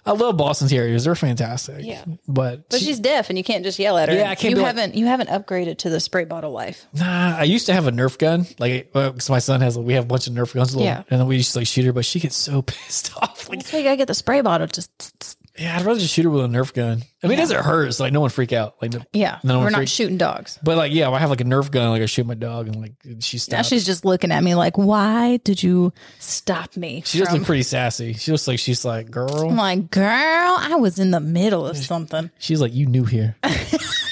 S1: I love Boston Terriers. They're fantastic.
S2: Yeah.
S1: But,
S2: But
S1: she-
S2: she's deaf, and you can't just yell at her.
S1: Yeah, I can't
S2: You
S1: be like-
S2: haven't you haven't upgraded to the spray bottle life.
S1: nah, I used to have a Nerf gun. Like, because my son has, we have a bunch of Nerf guns. Little,
S2: Yeah.
S1: And then we used to like shoot her, but she gets so <laughs> pissed off. Like,
S2: That's why you gotta get the spray bottle. Just
S1: yeah, I'd rather just shoot her with a Nerf gun. I mean, it doesn't hurt. It's like no one freak out. Like, no-
S2: yeah,
S1: No, I'm
S2: we're not
S1: afraid-
S2: shooting dogs.
S1: but like, yeah, if I have like a Nerf gun. Like, I shoot my dog, and like she stops.
S2: Now she's just looking at me like, "Why did you stop me?"
S1: She does
S2: from-"
S1: look pretty sassy. She looks like she's like,
S2: I'm
S1: girl.
S2: like, "Girl, I was in the middle of something.
S1: She's like, you new
S2: <laughs>
S1: here.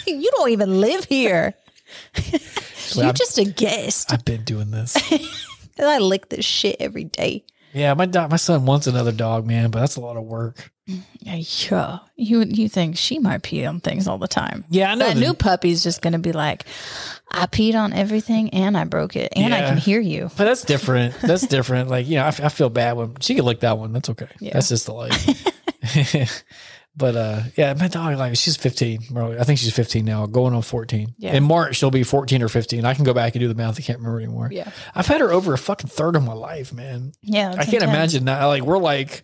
S2: You don't even live here.
S1: She's like,
S2: You're
S1: I've,
S2: just a guest."
S1: I've been doing this. <laughs>
S2: And I lick this shit every day.
S1: yeah, my dog, my son wants another dog, man, but that's a lot of work.
S2: Yeah, you you think she might pee on things all the time?
S1: Yeah, I know.
S2: That
S1: the-
S2: new puppy's just gonna be like, "I peed on everything and I broke it and I
S1: Yeah.
S2: can hear you."
S1: but that's
S2: <laughs>
S1: different. That's different. Like, you know, I, f- I feel bad when she can lick that one. That's okay.
S2: Yeah.
S1: That's just the
S2: <laughs>
S1: life. <laughs> but uh, yeah, my dog, like, she's 15. bro. I think she's 15 now, going on 14.
S2: Yeah.
S1: In March, she'll be 14 or 15. I can go back and do the math. I can't remember anymore.
S2: Yeah.
S1: I've had her over a fucking third of my life, man.
S2: Yeah,
S1: I
S2: that's
S1: can't
S2: intense.
S1: imagine that. Like, we're like,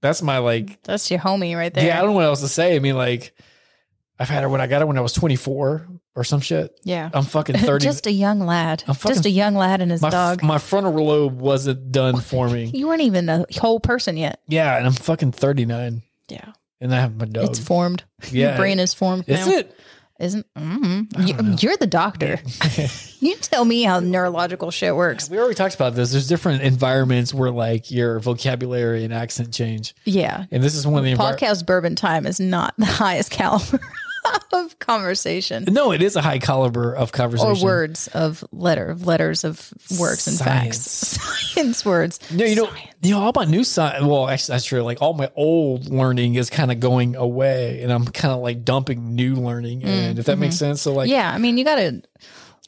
S1: that's my like
S2: That's your homie right there.
S1: Yeah, I don't know what else to say. I mean, like, I've had her when I got her when I was 24, or some shit.
S6: Yeah.
S1: I'm
S2: <laughs>
S1: fucking 30.
S6: Just a young lad.
S1: I'm fucking-
S6: Just a young lad and his
S1: my,
S6: dog.
S1: my frontal lobe wasn't done for me.
S6: you weren't even a whole person yet.
S1: Yeah, and I'm fucking 39
S6: Yeah.
S1: and I have my dog.
S6: It's formed.
S1: yeah.
S6: Your brain is formed.
S1: Oh, Is
S6: now.
S1: it?
S6: Isn't mm, you, you're the doctor. you tell me how neurological shit works.
S1: <laughs> We already talked about this. There's different environments where like your vocabulary and accent change.
S6: Yeah.
S1: And this is one of the envir-
S6: Podcast bourbon time is not the highest caliber <laughs> of conversation.
S1: No, it is a high caliber of
S6: Or
S1: conversation.
S6: words of letter of letters of works and facts. <laughs> Science words.
S1: No, you know, you know, all my new science. Well, actually, that's true. Like all my old learning is kind of going away, and I'm kind of like dumping new learning. And if that makes sense, so like,
S6: Mm-hmm. yeah, I mean you gotta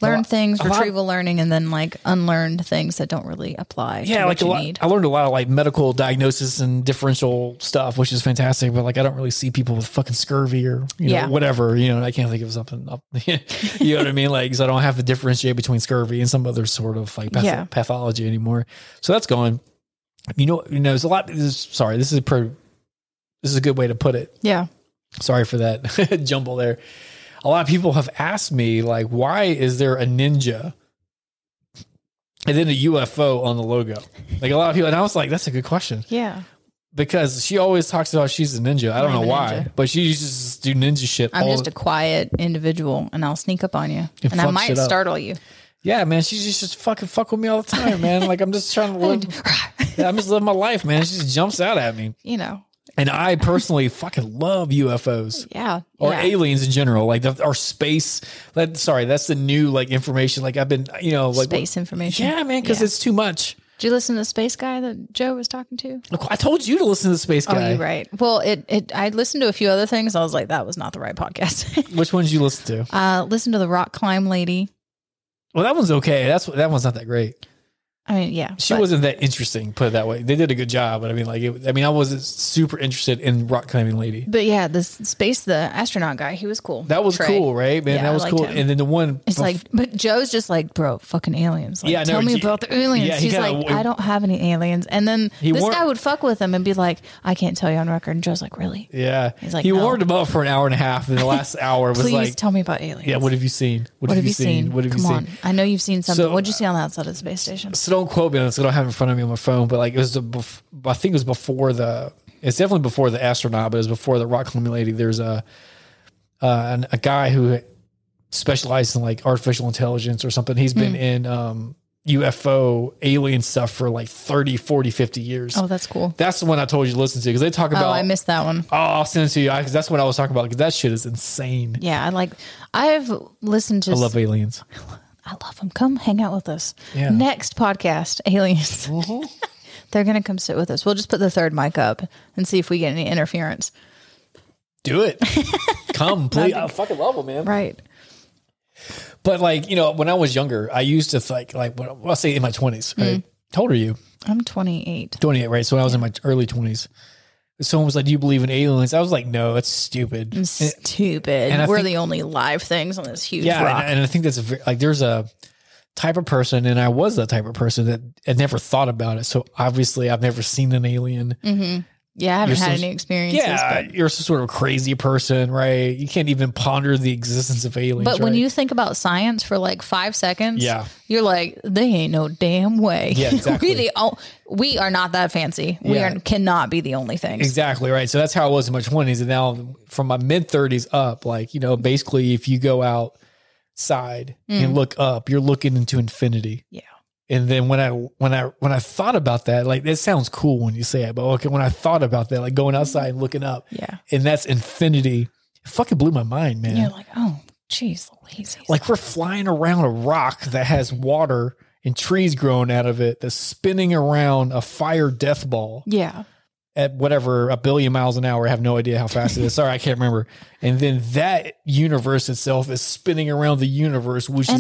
S6: learn
S1: lot-
S6: things,
S1: a lot-
S6: retrieval learning, and then like unlearned things that don't really apply
S1: yeah, like
S6: to what
S1: a
S6: you
S1: lot,
S6: need.
S1: I learned a lot of like medical diagnosis and differential stuff, which is fantastic. But like, I don't really see people with fucking scurvy or you know
S6: Yeah.
S1: whatever. You know, and I can't think of something. Up, <laughs> you know what I mean? Like, so I don't have to differentiate between scurvy and some other sort of like patho-
S6: Yeah.
S1: pathology anymore. So that's gone. You know, you know, there's a lot. This is, sorry, this is a pro. This is a good way to put it.
S6: Yeah.
S1: sorry for that <laughs> jumble there. A lot of people have asked me, like, why is there a ninja and then a UFO on the logo? Like, a lot of people, and I was like, that's a good question
S6: Yeah.
S1: because she always talks about she's a ninja. I don't
S6: I'm
S1: know
S6: a
S1: why,
S6: ninja.
S1: but she used to do ninja shit.
S6: I'm
S1: all
S6: just a quiet individual and I'll sneak up on you.
S1: It
S6: and I
S1: fucks
S6: might
S1: it up.
S6: startle you.
S1: yeah, man. She's just, just fucking fuck with me all the time, man. Like, I'm just
S6: <laughs>
S1: trying to live, I'm just living my life, man. She just jumps out at me.
S6: You know.
S1: And I personally fucking love UFOs.
S6: Yeah.
S1: or
S6: yeah.
S1: aliens in general, like the, or space. That sorry, that's the new like information. Like I've been, you know, like
S6: space information.
S1: Yeah, man, because
S6: Yeah.
S1: it's too much.
S6: Did you listen to the space guy that Joe was talking to?
S1: Look, I told you to listen to the space guy.
S6: Oh, you're right. Well, it, it I listened to a few other things. I was like, that was not the right podcast. <laughs>
S1: Which one did you listen to?
S6: uh, listen to the rock climb lady.
S1: Well, that one's okay. That's that one's not that great.
S6: I mean, yeah,
S1: She
S6: but-
S1: wasn't that interesting. Put it that way, they did a good job. But I mean, like, it, I mean, I wasn't super interested in rock climbing lady.
S6: But yeah, this space, the astronaut guy, he was cool.
S1: That was
S6: Trey.
S1: cool, right, man?
S6: Yeah,
S1: that
S6: I
S1: was
S6: liked
S1: cool.
S6: him.
S1: And then the one,
S6: It's like, but Joe's just like, bro, fucking aliens. Like,
S1: Yeah, I know.
S6: tell me
S1: He-
S6: about the aliens.
S1: yeah, he
S6: He's
S1: kinda
S6: like,
S1: w-
S6: I don't have any aliens. And then
S1: He
S6: this
S1: war-
S6: guy would fuck with him and be like, I can't tell you on record. And Joe's like, really?
S1: yeah,
S6: He's like,
S1: he
S6: no.
S1: warmed him up for an hour and a half, and the
S6: <laughs>
S1: last hour was
S6: Please
S1: like,
S6: tell me about aliens.
S1: yeah, what have you seen?
S6: What have you seen?
S1: What have
S6: Come
S1: you seen?
S6: on. I know you've seen something.
S1: So- uh,
S6: What'd you see on the outside of the space station?
S1: so don't quote me on this. I don't have it in front of me on my phone, but like it was the, bef- I think it was before the, it's definitely before the astronaut, but it was before the rock climbing lady. There's a, uh, an, a guy who specialized in like artificial intelligence or something. He's
S6: Hmm.
S1: been in, um, UFO alien stuff for like 30, 40, 50 years.
S6: Oh, that's cool.
S1: That's the one I told you to listen to. Cause they talk about,
S6: Oh, I missed that one.
S1: Oh, I'll send it to you. I, Cause that's what I was talking about. Cause that shit is insane.
S6: Yeah, I like. I've listened to.
S1: I love aliens.
S6: I love them. Come hang out with us.
S1: Yeah. Mm-hmm.
S6: Next podcast, <laughs> aliens. <laughs> They're gonna come sit with us. We'll just put the third mic up and see if we get any interference.
S1: Do
S6: <laughs>
S1: it. Come, please. I fucking love them, man.
S6: Right.
S1: But like you know, when I was younger, I used to think like when well, I'll say in my twenties. Right?
S6: Mm-hmm.
S1: How old are you?
S6: I'm 28.
S1: Twenty eight, right? So when I was in my early twenties, someone was like, "Do you believe in aliens?" I was like, "No, that's stupid." And-
S6: Stupid.
S1: Eh, and I
S6: We're
S1: think-
S6: the only live things on this huge
S1: yeah,
S6: rock.
S1: and, and I think that's a, ver- like there's a type of person, and I was that type of person that had never thought about it. So obviously, I've never seen an alien.
S6: Mm-hmm. yeah, I haven't
S1: You're
S6: had
S1: so-
S6: any experiences.
S1: Yeah, you're some sort of crazy person, right? You can't even ponder the existence of aliens.
S6: But, but when
S1: right?
S6: you think about science for like five seconds,
S1: Yeah.
S6: you're like, they ain't no damn way.
S1: Yeah, exactly.
S6: <laughs> we, the, o- we are not that fancy. We
S1: Yeah.
S6: are, cannot be the only things.
S1: Exactly right. So that's how I was in my twenties, and now from my mid thirties up, like you know, basically if you go outside and look up, you're looking into infinity.
S6: Mm. Yeah.
S1: And then when I when I when I thought about that, like it sounds cool when you say it, but okay, when I thought about that, like going outside and looking up,
S6: Mm-hmm. Yeah.
S1: and that's infinity. It fucking blew my mind, man.
S6: And You're like, oh, geez, Louise.
S1: Like we're flying around a rock that has water and trees growing out of it that's spinning around a fire death ball
S6: yeah. And
S1: is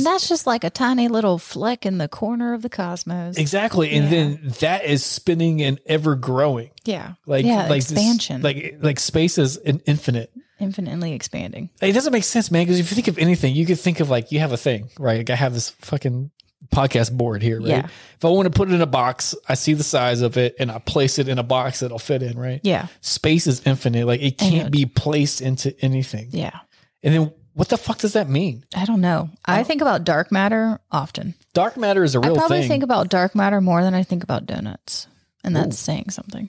S6: that's just like a tiny little fleck in the corner of the cosmos.
S1: exactly. And
S6: Yeah.
S1: then that is spinning and ever growing.
S6: yeah.
S1: Like
S6: yeah,
S1: like this-
S6: expansion.
S1: like like space is an infinite.
S6: infinitely expanding.
S1: It doesn't make sense, man. Because if you think of anything, you could think of like you have a thing, right? Like I have this fucking podcast board here, right?
S6: Yeah.
S1: If I want to put it in a box, I see the size of it and I place it in a box that'll fit in, right?
S6: Yeah.
S1: Space is infinite. Like it
S6: I know.
S1: can't be placed into anything.
S6: Yeah.
S1: And then What the fuck does that mean?
S6: I don't know. I, think about dark matter often.
S1: Dark matter is a
S6: I
S1: real
S6: probably
S1: thing.
S6: think about dark matter more than I think about donuts. And that's saying something.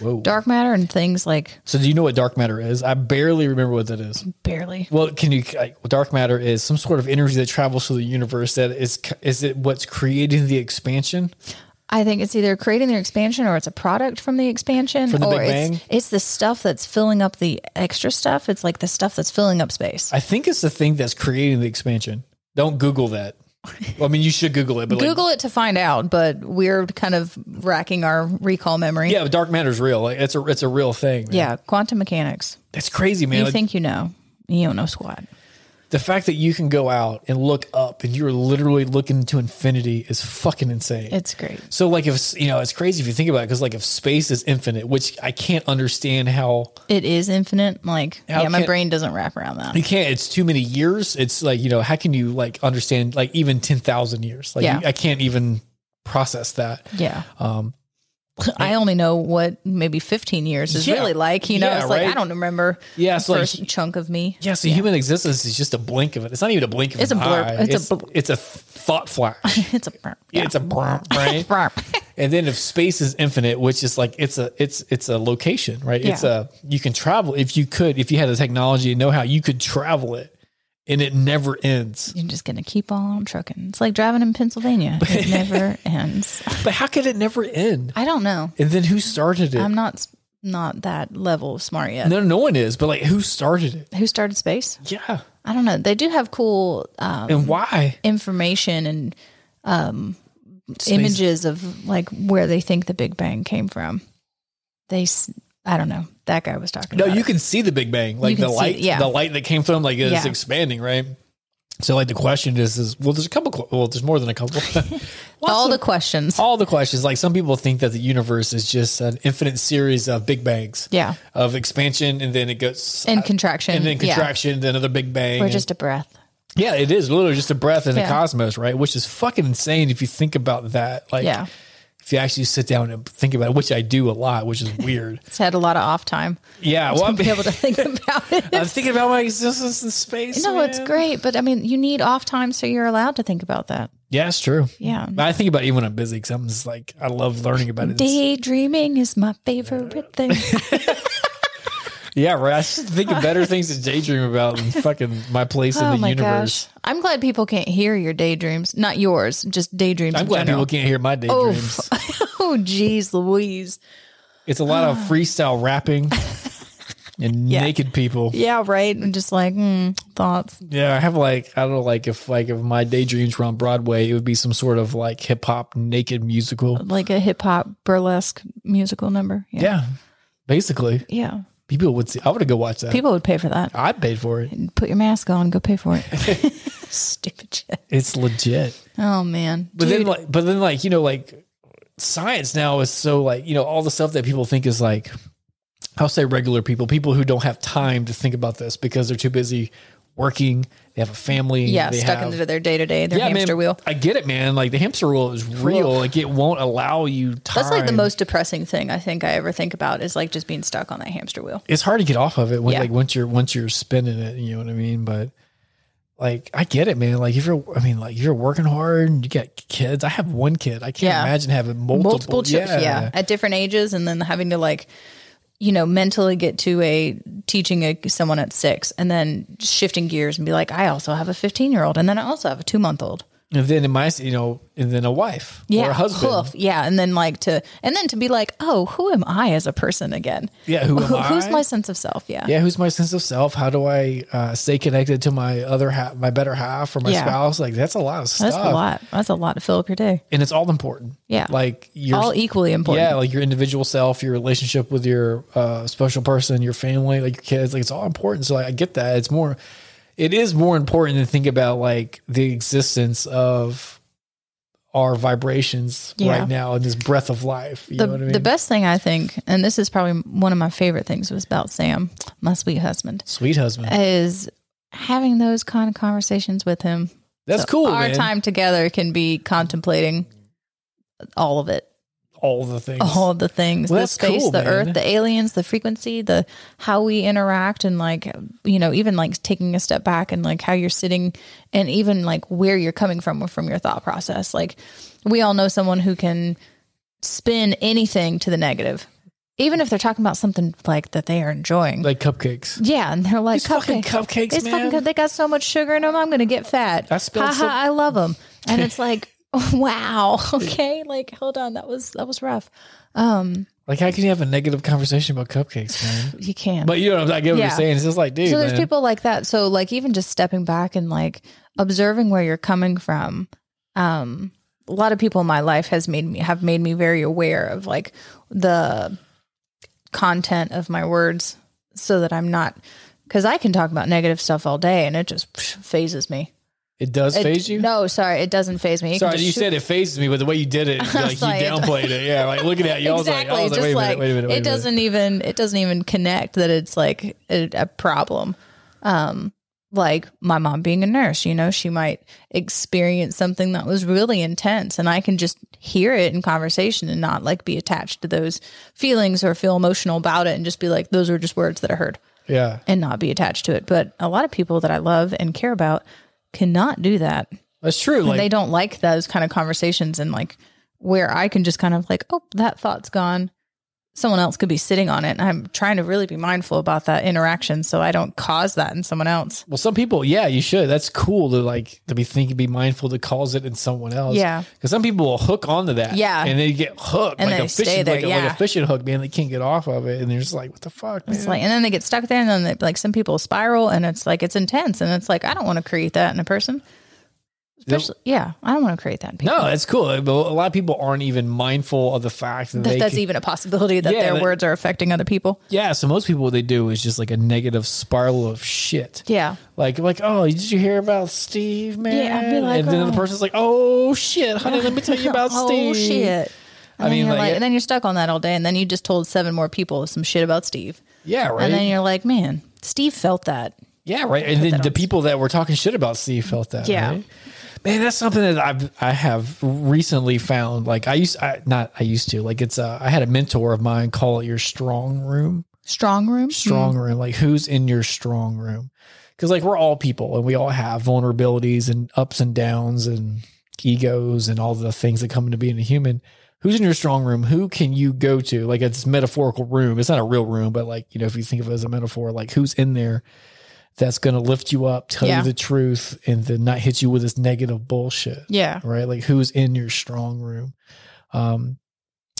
S1: Whoa.
S6: Dark matter and things like
S1: so do you know what dark matter is? I barely remember what that is.
S6: barely.
S1: Well, can you? Like, dark matter is some sort of energy that travels through the universe. That is, is it what's creating the expansion?
S6: I think it's either creating the expansion or it's a product from the expansion
S1: From the
S6: or
S1: Big Bang?
S6: it's it's the stuff that's filling up the extra stuff. It's like the stuff that's filling up space.
S1: I think it's the thing that's creating the expansion. Don't Google that.
S6: <laughs>
S1: Well, I mean, you should Google it, but like,
S6: Google it to find out, but we're kind of racking our recall memory.
S1: yeah, but dark matter is real. Like, it's a it's a real thing. man.
S6: Yeah, quantum mechanics.
S1: that's crazy, man.
S6: You
S1: Like,
S6: think you know. You don't know squat.
S1: the fact that you can go out and look up and you're literally looking to infinity is fucking insane.
S6: It's great.
S1: so like if you know it's crazy if you think about it because like if space is infinite which i can't understand how
S6: It is infinite. Like,
S1: How
S6: yeah, my
S1: can-
S6: brain doesn't wrap around that.
S1: you can't it's too many years it's like you know how can you like understand like even 10,000 years like
S6: Yeah.
S1: you- i can't even process that
S6: Yeah.
S1: um
S6: I only know what maybe 15 years is
S1: Yeah.
S6: really like. You know,
S1: Yeah,
S6: it's like,
S1: right.
S6: I don't remember
S1: Yeah,
S6: yeah,
S1: it's
S6: the
S1: like-
S6: first chunk of me. <laughs>
S1: yeah so human existence is just a blink of it it's not even a blink of
S6: It's
S1: an
S6: a blurb.
S1: eye.
S6: It's a
S1: it's,
S6: bl-
S1: it's a thought flash
S6: it's a burp. <laughs> Yeah.
S1: it's a brump,
S6: <laughs>
S1: right
S6: burp.
S1: And then if space is infinite, which is like it's a it's it's a location, right? It's
S6: Yeah.
S1: a you can travel if you could if you had the technology and know how you could travel it, and it never ends.
S6: You're just going to keep on trucking. It's like driving in Pennsylvania.
S1: <laughs>
S6: It never ends.
S1: But how could it never end?
S6: I don't know.
S1: And then who started it?
S6: I'm not s- not that level of smart yet.
S1: no, no one is. But like, who started it?
S6: Who started space?
S1: Yeah,
S6: I don't know. They do have cool um,
S1: and why?
S6: information and
S1: Space-
S6: images of like where they think the Big Bang came from. They, s- I don't know. That guy was talking.
S1: No,
S6: about
S1: you
S6: it.
S1: can see the Big Bang, like
S6: can
S1: the
S6: see-
S1: light,
S6: yeah.
S1: the light that came from, like it's
S6: Yeah.
S1: expanding, right? So, like, the question is, is well, there's a couple. que- Well, there's more than a
S6: <laughs>
S1: couple. <laughs>
S6: all the questions.
S1: all the questions. Like some people think that the universe is just an infinite series of big bangs.
S6: Yeah.
S1: Of expansion and then it goes
S6: And contraction.
S1: Uh, and then
S6: Yeah.
S1: contraction, then another big bang.
S6: We're
S1: and-
S6: just a breath.
S1: yeah, it is literally just a breath in the
S6: Yeah.
S1: cosmos, right? Which is fucking insane if you think about that. Like
S6: Yeah.
S1: if you actually sit down and think about it, which I do a lot, which
S6: <laughs>
S1: is weird.
S6: It's had a lot of
S1: <laughs>
S6: off time
S1: yeah. Well,
S6: to
S1: I'm,
S6: be able to think about it.
S1: I'm thinking about my existence in space.
S6: no, it's
S1: man.
S6: great, but I mean, you need off time so you're allowed to think about that.
S1: Yeah, it's true.
S6: Yeah.
S1: But I think about it even when I'm busy because I'm just like, I love learning about it. It's-
S6: Daydreaming is my
S1: <laughs>
S6: favorite thing.
S1: yeah, right. I should think of better things to daydream about than fucking my place in
S6: <laughs> oh
S1: the
S6: my
S1: universe.
S6: gosh. I'm glad people can't hear your daydreams. Not yours, just daydreams.
S1: I'm
S6: in
S1: glad
S6: general.
S1: people can't hear my daydreams.
S6: Oh, geez, Louise.
S1: It's a lot
S6: <sighs>
S1: of freestyle rapping
S6: <laughs>
S1: and naked people.
S6: Yeah, right. And just like mm, thoughts.
S1: Yeah, I have like I don't know, like if like if my daydreams were on Broadway, it would be some sort of like hip hop naked musical.
S6: like a hip hop burlesque musical number. Yeah.
S1: Yeah, basically,
S6: Yeah.
S1: people would see. I would go watch that.
S6: People would pay for that.
S1: I'd pay for it.
S6: Put your mask on, go pay for
S1: <laughs>
S6: it. <laughs> Stupid shit.
S1: It's legit.
S6: Oh man.
S1: But then
S6: Dude,
S1: like, but then like you know like science now is so like you know all the stuff that people think is like I'll say regular people, people who don't have time to think about this because they're too busy working. They have a family.
S6: yeah,
S1: they
S6: stuck
S1: have-
S6: into their day to day, their hamster
S1: man,
S6: wheel.
S1: I get it, man. Like the hamster wheel is real.
S6: Well,
S1: like it won't allow you time.
S6: That's like the most depressing thing I think I ever think about is like just being stuck on that hamster wheel.
S1: It's hard to get off of it when
S6: Yeah.
S1: like once you're once you're spinning it. You know what I mean? But like I get it, man. Like if you're, I mean, like if you're working hard and you got kids. I have one kid. I can't
S6: Yeah.
S1: imagine having multiple.
S6: Multiple trips, yeah. at different ages, and then having to like, you know, mentally get to a teaching a, someone at six, and then shifting gears and be like, I also have a fifteen year old, and then I also have a two month old.
S1: And then in my, you know, and then a wife
S6: yeah,
S1: or a husband.
S6: hoof, yeah, and then like to, and then to be like, oh, who am I as a person again?
S1: Yeah, who am
S6: Who's
S1: I?
S6: my sense of self? Yeah,
S1: Yeah, who's my sense of self? How do I uh, stay connected to my other half, my better half, or my
S6: Yeah.
S1: spouse? Like that's a lot of stuff,
S6: that's a lot. That's a lot to fill up your day.
S1: and it's all important.
S6: Yeah.
S1: like you're
S6: All equally important.
S1: Yeah, like your individual self, your relationship with your uh, special person, your family, like your kids, like it's all important. So like, I get that. It's more, it is more important to think about like the existence of our vibrations
S6: Yeah.
S1: right now in this breath of life. You
S6: the,
S1: know what I mean?
S6: the best thing I think, and this is probably one of my favorite things was about Sam, my sweet husband,
S1: Sweet husband.
S6: is having those kind of conversations with him.
S1: That's
S6: So
S1: cool.
S6: Our
S1: man.
S6: time together can be contemplating all of it.
S1: all the things.
S6: all the things
S1: Well,
S6: the
S1: that's
S6: space
S1: cool,
S6: the
S1: man.
S6: earth the aliens the frequency the how we interact and like you know even like taking a step back and like how you're sitting and even like where you're coming from from your thought process like we all know someone who can spin anything to the negative even if they're talking about something like that they are enjoying
S1: like cupcakes.
S6: yeah and they're like
S1: These fucking
S6: "Cupcake."
S1: cupcakes,
S6: It's
S1: man.
S6: fucking good. They got so much sugar in them. I'm gonna get fat.
S1: I spilled
S6: Haha,
S1: some-
S6: I love them. And
S1: <laughs>
S6: it's like, <laughs> wow. Okay, like hold on. That was that was rough. Um,
S1: Like, how can you have a negative conversation about cupcakes,
S6: <laughs>
S1: man?
S6: you can.
S1: But you know, I get what you're
S6: Yeah.
S1: saying. It's just like, dude,
S6: so there's
S1: man.
S6: people like that. So like even just stepping back and like observing where you're coming from. Um, a lot of people in my life has made me have made me very aware of like the content of my words, so that I'm not because I can talk about negative stuff all day and it just psh, phases me.
S1: it does
S6: It-
S1: phase you.
S6: No, sorry, it doesn't phase me. It can
S1: Sorry,
S6: just
S1: you
S6: shoot-
S1: said it phases me, but the way you did
S6: <laughs>
S1: it,
S6: I
S1: like
S6: was
S1: you
S6: like-
S1: downplayed it. Yeah, like looking at you,
S6: exactly.
S1: I was like, I was like,
S6: just
S1: wait a minute,
S6: like
S1: wait a minute, wait a minute.
S6: it doesn't even it doesn't even connect that it's like a, a problem. Um, like my mom being a nurse, you know, she might experience something that was really intense, and I can just hear it in conversation and not like be attached to those feelings or feel emotional about it, and just be like, those are just words that I heard
S1: Yeah,
S6: and not be attached to it. But a lot of people that I love and care about cannot do that.
S1: that's true.
S6: And
S1: Like,
S6: they don't like those kind of conversations and like where I can just kind of like, oh, that thought's gone. Someone else could be sitting on it. And I'm trying to really be mindful about that interaction so I don't cause that in someone else.
S1: well, some people, yeah, you should. That's cool to like to be thinking, be mindful to cause it in someone else.
S6: Yeah.
S1: because some people will hook onto that.
S6: Yeah.
S1: and they get hooked
S6: And
S1: like
S6: they
S1: a fishing,
S6: stay there,
S1: like, a, like
S6: yeah.
S1: a fishing hook, man. They can't get off of it, and they're just like, what the fuck, man?
S6: It's like, and then they get stuck there and then they, like some people spiral and it's like, it's intense. And it's like, I don't want to create that in a person.
S1: Nope.
S6: Especially, yeah, I don't want to create that in people.
S1: no, that's cool. But a lot of people aren't even mindful of the fact that,
S6: That
S1: they
S6: that's
S1: can-
S6: even a possibility that
S1: Yeah,
S6: their
S1: that-
S6: words are affecting other people.
S1: yeah. So most people, what they do is just like a negative spiral of shit.
S6: Yeah.
S1: Like, like, oh, did you hear about Steve, man?
S6: Yeah, I'd be like,
S1: and then the
S6: oh.
S1: person's like, oh shit, honey, let me tell
S6: <laughs>
S1: you about
S6: oh,
S1: Steve.
S6: shit. And
S1: I
S6: I
S1: mean,
S6: mean,
S1: like,
S6: like,
S1: it-
S6: and then you're stuck on that all day. And then you just told seven more people some shit about Steve.
S1: Yeah, right.
S6: And then you're like, man, Steve felt that.
S1: yeah, right. And then
S6: that
S1: the
S6: on-
S1: people that were talking shit about Steve felt that.
S6: Yeah.
S1: right? Man, that's something that I've I have recently found. Like I used I not I used to. Like it's uh, I had a mentor of mine call it your strong room.
S6: Strong room?
S1: strong room like who's in your strong room because like we're all people and we all have vulnerabilities and ups and downs and egos and all the things that come into being a human who's in your strong room who can you go to like it's a metaphorical room it's not a real room but like you know if you think of it as a metaphor like who's in there that's going to lift you up tell
S6: Yeah.
S1: you the truth and then not hit you with this negative bullshit
S6: Yeah.
S1: right? Like who's in your strong room. Um,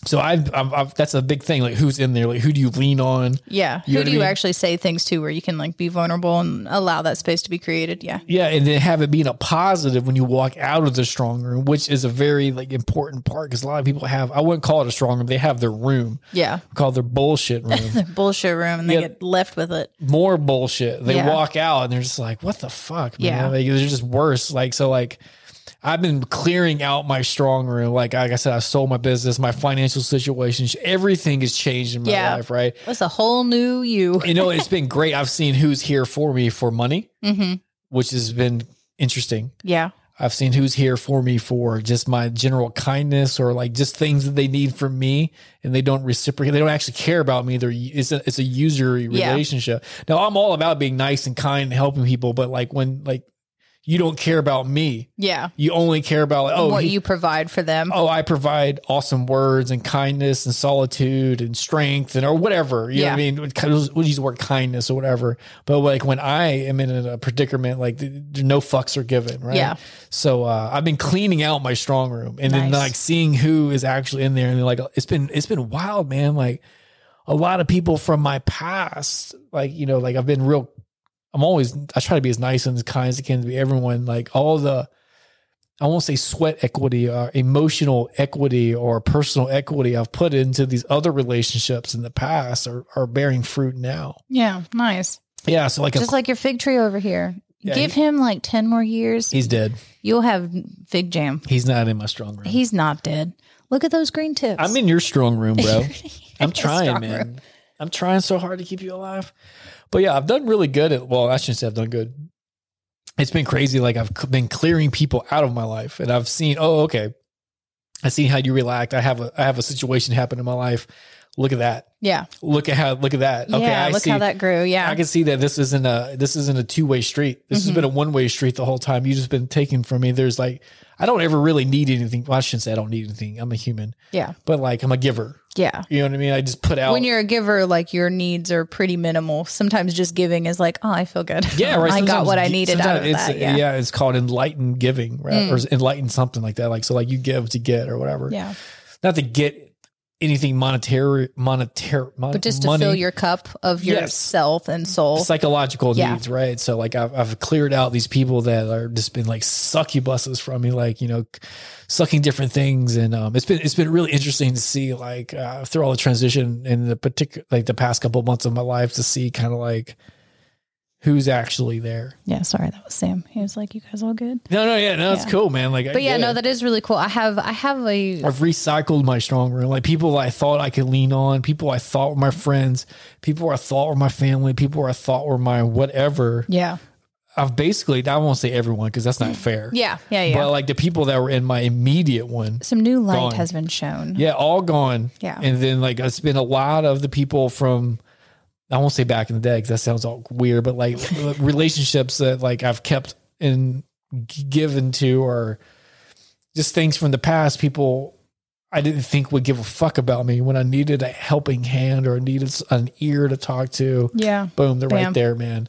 S1: so I've, I've, I've that's a big thing. Like who's in there? Like who do you lean on?
S6: Yeah.
S1: You know
S6: Who
S1: what
S6: do
S1: I
S6: you
S1: mean?
S6: actually say things to where you can like be vulnerable and allow that space to be created? Yeah.
S1: Yeah, and then have it being a positive when you walk out of the strong room, which is a very like important part because a lot of people have I wouldn't call it a strong room. They have their room
S6: Yeah.
S1: called their bullshit room.
S6: The <laughs> bullshit room and they
S1: Yeah.
S6: get left with it.
S1: More bullshit. They
S6: Yeah.
S1: walk out and they're just like, what the fuck, man?
S6: Yeah.
S1: Like, they're just worse. Like so, like I've been clearing out my strong room. Like, like I said, I sold my business, my financial situation, everything has changed in my
S6: Yeah.
S1: life, right?
S6: That's a whole new you.
S1: you know, it's been great. I've seen who's here for me for money,
S6: Mm-hmm.
S1: which has been interesting.
S6: Yeah.
S1: I've seen who's here for me for just my general kindness or like just things that they need from me and they don't reciprocate. They don't actually care about me. They're, it's a, it's a usury
S6: Yeah.
S1: relationship. Now I'm all about being nice and kind and helping people, but like when like you don't care about me,
S6: Yeah.
S1: you only care about like, oh,
S6: what
S1: he-
S6: you provide for them.
S1: oh, I provide awesome words and kindness and solitude and strength and or whatever. You know what I
S6: Yeah.
S1: mean? Kind of- We'll use the word kindness or whatever. But like when I am in a predicament, like th- no fucks are given, right?
S6: Yeah.
S1: So uh, I've been cleaning out my strong room and then
S6: Nice.
S1: like seeing who is actually in there and like it's been it's been wild, man. Like a lot of people from my past, like you know, like I've been real. I'm always I try to be as nice and as kind as I can to be everyone. Like all the, I won't say sweat equity or emotional equity or personal equity I've put into these other relationships in the past are are bearing fruit now.
S6: Yeah. Nice.
S1: Yeah, so like a,
S6: Just like your fig tree over here.
S1: Yeah,
S6: Give him like 10 more years.
S1: he's dead.
S6: You'll have fig jam.
S1: He's not in my strong room.
S6: He's not dead. Look at those green tips.
S1: I'm in your strong room,
S2: <laughs>
S1: bro. I'm
S6: Your
S1: trying,
S6: strong
S1: man.
S6: room.
S1: I'm trying so hard to keep you alive. But yeah, I've done really good at, well, I shouldn't say I've done good. It's been crazy. Like I've c- been clearing people out of my life and I've seen, oh, okay, I see how you react. I have a I have a situation happen in my life. Look at that.
S2: Yeah.
S1: Look at how look at that. okay,
S2: yeah.
S1: I
S2: look
S1: see.
S2: how that grew. Yeah.
S1: I can see that this isn't a this isn't a two way street. This has been
S2: Mm-hmm.
S1: a one way street the whole time. You've just been taking from me. There's like I don't ever really need anything. Well, I shouldn't say I don't need anything. I'm a human,
S2: yeah.
S1: but like I'm a giver.
S2: Yeah.
S1: You know what I mean? I just put out.
S2: When you're a giver, like your needs are pretty minimal. Sometimes just giving is like, oh, I feel good.
S1: yeah, right.
S2: <laughs> I got
S1: sometimes-
S2: what I needed out of
S1: sometimes
S2: that.
S1: it's-
S2: Yeah. Mm. yeah.
S1: it's called enlightened giving, right? Or enlightened something like that. Like so, like you give to get or whatever. not to get anything monetary, monetary, mon-
S2: But just to
S1: money,
S2: fill your cup of
S1: Yes.
S2: yourself and soul.
S1: psychological
S2: Yeah.
S1: needs, right? So like I've, I've cleared out these people that are just been like succubuses from me, like you know, sucking different things, and um, it's been it's been really interesting to see like uh, through all the transition in the particular like the past couple months of my life to see kind of like who's actually there.
S2: yeah. Sorry. That was Sam. He was like, you guys all good?
S1: No, no, yeah, no, it's
S2: Yeah.
S1: cool, man. Like, I
S2: But yeah,
S1: get
S2: no,
S1: it.
S2: that is really cool. I have, I have a,
S1: I've recycled my strong room. Like people I thought I could lean on, people I thought were my friends, people I thought were my family, people I thought were my whatever.
S2: yeah.
S1: I've basically, I won't say everyone because that's not fair.
S2: Mm. Yeah. Yeah. Yeah.
S1: But like the people that were in my immediate one,
S2: Some new light
S1: Gone.
S2: has been shown.
S1: yeah, all gone.
S2: Yeah.
S1: And then like it's been a lot of the people from, I won't say back in the day because that sounds all weird, but like <laughs> relationships that like I've kept and g- given to or just things from the past, people I didn't think would give a fuck about me when I needed a helping hand or needed s- an ear to talk to.
S2: Yeah.
S1: Boom, they're
S2: Bam.
S1: right there, man.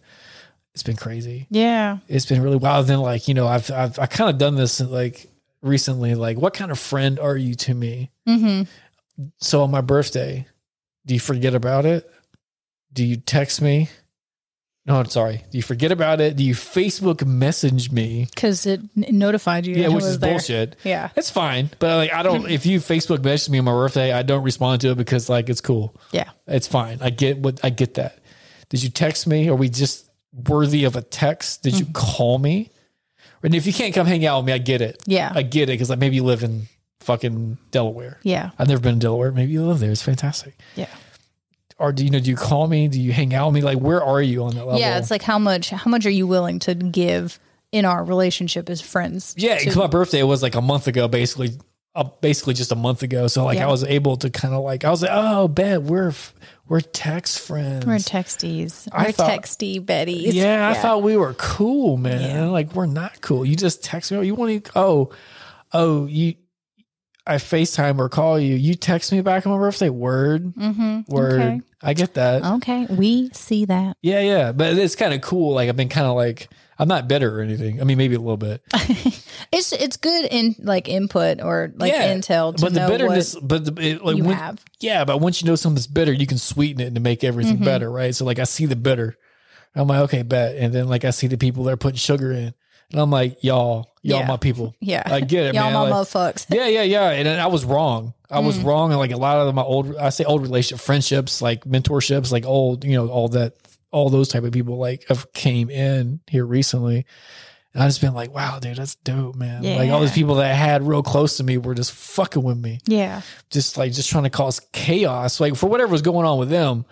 S1: It's been crazy
S2: Yeah.
S1: it's been really wild. Then like, you know, I've, I've, I kind of done this like recently, like what kind of friend are you to me?
S2: Mm-hmm.
S1: So on my birthday, do you forget about it? Do you text me? No, I'm sorry. Do you forget about it? Do you Facebook message me?
S2: Because it n- notified you.
S1: Yeah,
S2: that it
S1: which
S2: was
S1: is
S2: there.
S1: bullshit.
S2: Yeah.
S1: It's fine, but like I
S2: <laughs>
S1: don't. If you Facebook message me on my birthday, I don't respond to it because like it's cool.
S2: Yeah.
S1: It's fine. I get what I get that. Did you text me? Are we just worthy of a text? Did
S2: Mm-hmm.
S1: you call me? And if you can't come hang out with me, I get it.
S2: Yeah.
S1: I get it because like maybe you live in fucking Delaware.
S2: Yeah.
S1: I've never been to Delaware. Maybe you live there. It's fantastic.
S2: Yeah.
S1: Or do you know? Do you call me? Do you hang out with me? Like where are you on that level?
S2: Yeah, it's like how much how much are you willing to give in our relationship as friends?
S1: Yeah, because my birthday was like a month ago, basically, uh, basically just a month ago. So like,
S2: Yeah.
S1: I was able to kind of like, I was like, oh, bet we're f- we're text friends.
S2: We're texties.
S1: I
S2: We're
S1: thought-
S2: texty Betties.
S1: yeah, I thought we were cool, man. Like we're not cool. You just text me. You want to? Oh, oh, you. I Facetime or call you. You text me back on my birthday. Word,
S2: Mm-hmm.
S1: word.
S2: Okay.
S1: I get that.
S2: Okay. We see that.
S1: Yeah, yeah. But it's kind of cool. Like I've been kind of like I'm not bitter or anything. I mean, maybe a little bit.
S2: It's it's good in like input or like
S1: Yeah,
S2: intel to
S1: but
S2: know
S1: the bitterness, but the, it,
S2: what
S1: like
S2: you
S1: when,
S2: have.
S1: Yeah, but once you know something's bitter, you can sweeten it to make everything
S2: Mm-hmm.
S1: better, right? So like I see the bitter. I'm like, okay, bet. And then like I see the people that are putting sugar in. And I'm like, y'all, y'all
S2: Yeah.
S1: my people.
S2: <laughs> Yeah.
S1: I get it,
S2: Y'all
S1: man.
S2: my
S1: Like,
S2: motherfucks.
S1: yeah, yeah, yeah. And I was wrong. I was wrong in like a lot of my old I say old relationship friendships, like mentorships, like old, you know, all that all those type of people like have came in here recently. And I've just been like, wow, dude, that's dope, man. Like all these
S2: Yeah.
S1: people that I had real close to me were just fucking with me
S2: Yeah.
S1: just like just trying to cause chaos like for whatever was going on with them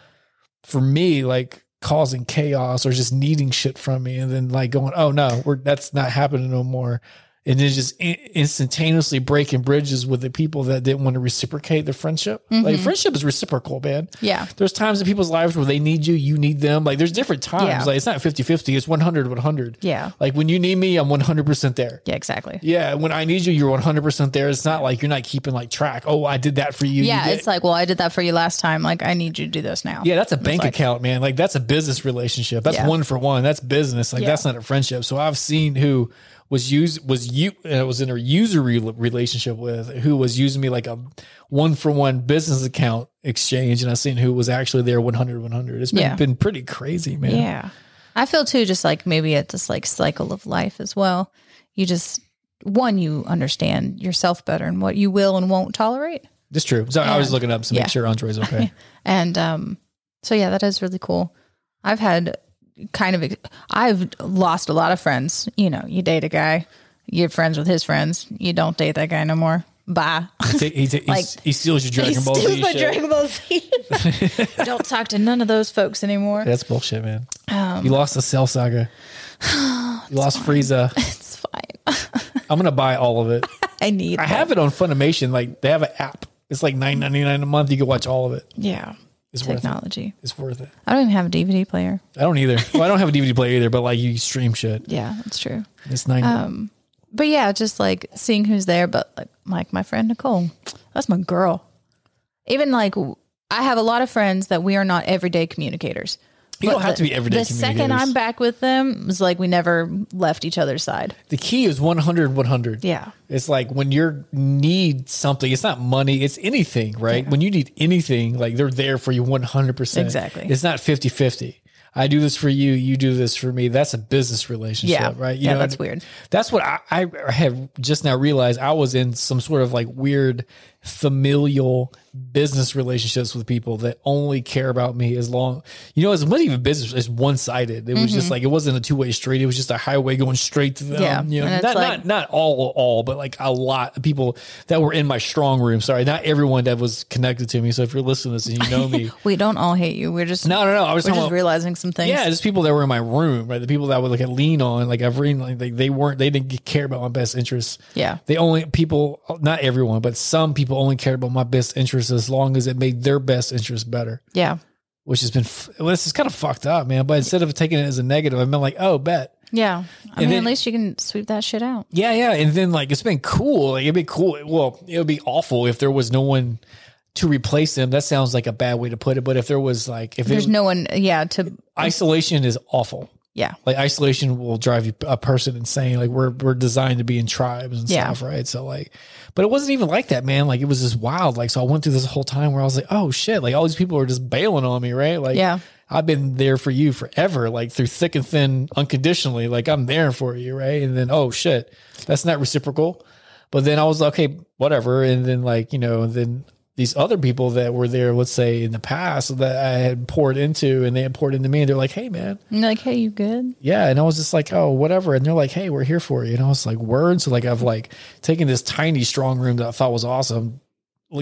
S1: for me like causing chaos or just needing shit from me and then like going oh no we're that's not happening no more and then just in- instantaneously breaking bridges with the people that didn't want to reciprocate the friendship like friendship is reciprocal man
S2: Mm-hmm. Yeah.
S1: there's times in people's lives where they need you you need them like there's different times
S2: Yeah.
S1: like it's not 50-50 it's 100-100
S2: Yeah.
S1: like when you need me i'm 100% there
S2: Yeah, exactly.
S1: yeah, when I need you, you're 100% there. It's not like you're not keeping like track. Oh, I did that for you. You
S2: Yeah,
S1: did-
S2: it's like, well, I did that for you last time. Like, I need you to do this now.
S1: yeah, that's a bank
S2: like-
S1: account, man. Like that's a business relationship. That's
S2: Yeah.
S1: one for one. That's business. Like
S2: Yeah.
S1: that's not a friendship. So I've seen who was use was you and was in a usury rel- relationship with who was using me like a one for one business account exchange and I've seen who was actually there 100 100. It's been,
S2: Yeah.
S1: been pretty crazy, man.
S2: Yeah. I feel too, just like maybe at this like cycle of life as well. You just, one, you understand yourself better and what you will and won't tolerate.
S1: It's true. So I was
S2: And-
S1: looking up to
S2: yeah.
S1: make sure Andre's
S2: <laughs>
S1: okay.
S2: And um, so, yeah, that is really cool. I've had kind of, I've lost a lot of friends. You know, you date a guy, you're friends with his friends, you don't date that guy no more. Bye.
S1: he, ta- he, ta- he
S2: Like-
S1: s- he steals your Dragon Ball Z shit.
S2: Ball
S6: <laughs>
S2: Z. don't talk to none of those folks anymore.
S1: That's bullshit, man.
S2: Um,
S1: you lost the Cell
S2: <sighs>
S1: Saga. You lost Frieza.
S2: It's fine. <laughs>
S1: I'm gonna buy all of it.
S6: I need.
S1: I have it on Funimation. Like they have an app. It's like nine ninety nine a month. You can watch all of it.
S6: Yeah.
S1: It's worth it.
S6: Technology.
S1: It's worth it.
S6: I don't even have a DVD player.
S1: I don't either. Well, I don't have a DVD player either, but like you stream shit.
S6: Yeah, that's true.
S1: It's nine.
S2: Um,
S6: But yeah, just like seeing who's there. But like, like my friend Nicole, that's my girl. Even like, w- I have a lot of friends that we are not everyday communicators.
S1: You don't
S6: But
S1: have to
S6: the-
S1: be everyday
S6: The second
S1: communicators.
S6: I'm back with them, it's like we never left each other's side.
S1: the key is 100 100
S6: Yeah.
S1: it's like when you need something it's not money it's anything right when you need anything like they're there for you 100%
S6: Exactly.
S1: it's not 50 50 i do this for you you do this for me that's a business relationship
S6: Yeah.
S1: right
S6: Yeah,
S1: what I
S6: that's
S1: mean?
S6: weird.
S1: that's what I, I have just now realized i was in some sort of like weird familial business relationships with people that only care about me as long you know it wasn't even business it's one-sided it was just like it wasn't a two-way street it was just a highway going straight to them
S6: Mm-hmm. Yeah,
S1: you know,
S6: and
S1: not, not
S6: it's like-
S1: not all all, but like a lot of people that were in my strong room. Sorry, not everyone that was connected to me. So if you're listening to this and you know
S6: <laughs>
S1: me,
S6: We don't all hate you. We're just
S1: no, no, no. I was
S6: we're
S1: talking
S6: just
S1: about-
S6: realizing some things.
S1: yeah, just people that were in my room, right? The people that I would like lean on, like I've read, like they, they weren't, they didn't care about my best interests.
S6: Yeah.
S1: they only people, not everyone, but some people only cared about my best interests as long as it made their best interest better.
S6: Yeah.
S1: Which has been, f- well, this is kind of fucked up, man. But instead of taking it as a negative, I've been like, oh, bet.
S6: Yeah. I mean,
S1: then-
S6: at least you can sweep that shit out.
S1: Yeah, yeah. And then like it's been cool. Like it'd be cool. Well, it would be awful if there was no one to replace them. That sounds like a bad way to put it. But if there was like if
S6: There's
S1: it,
S6: no one. Yeah. To
S1: isolation is awful.
S6: yeah.
S1: Like isolation will drive you a person insane. Like we're we're designed to be in tribes and
S6: Yeah.
S1: stuff, right? So like but it wasn't even like that, man. Like it was just wild. Like so I went through this whole time where I was like, oh shit, like all these people are just bailing on me, right? Like
S6: Yeah.
S1: I've been there for you forever, like through thick and thin, unconditionally. Like I'm there for you, right? And then oh shit, that's not reciprocal. But then I was like, okay, whatever. And then like you know, then these other people that were there, let's say in the past that I had poured into, and they had poured into me, and they're like, hey man,
S6: And you're like, hey, you good?
S1: yeah and i was just like oh whatever and they're like hey we're here for you and i was like word so like i've like taken this tiny strong room that i thought was awesome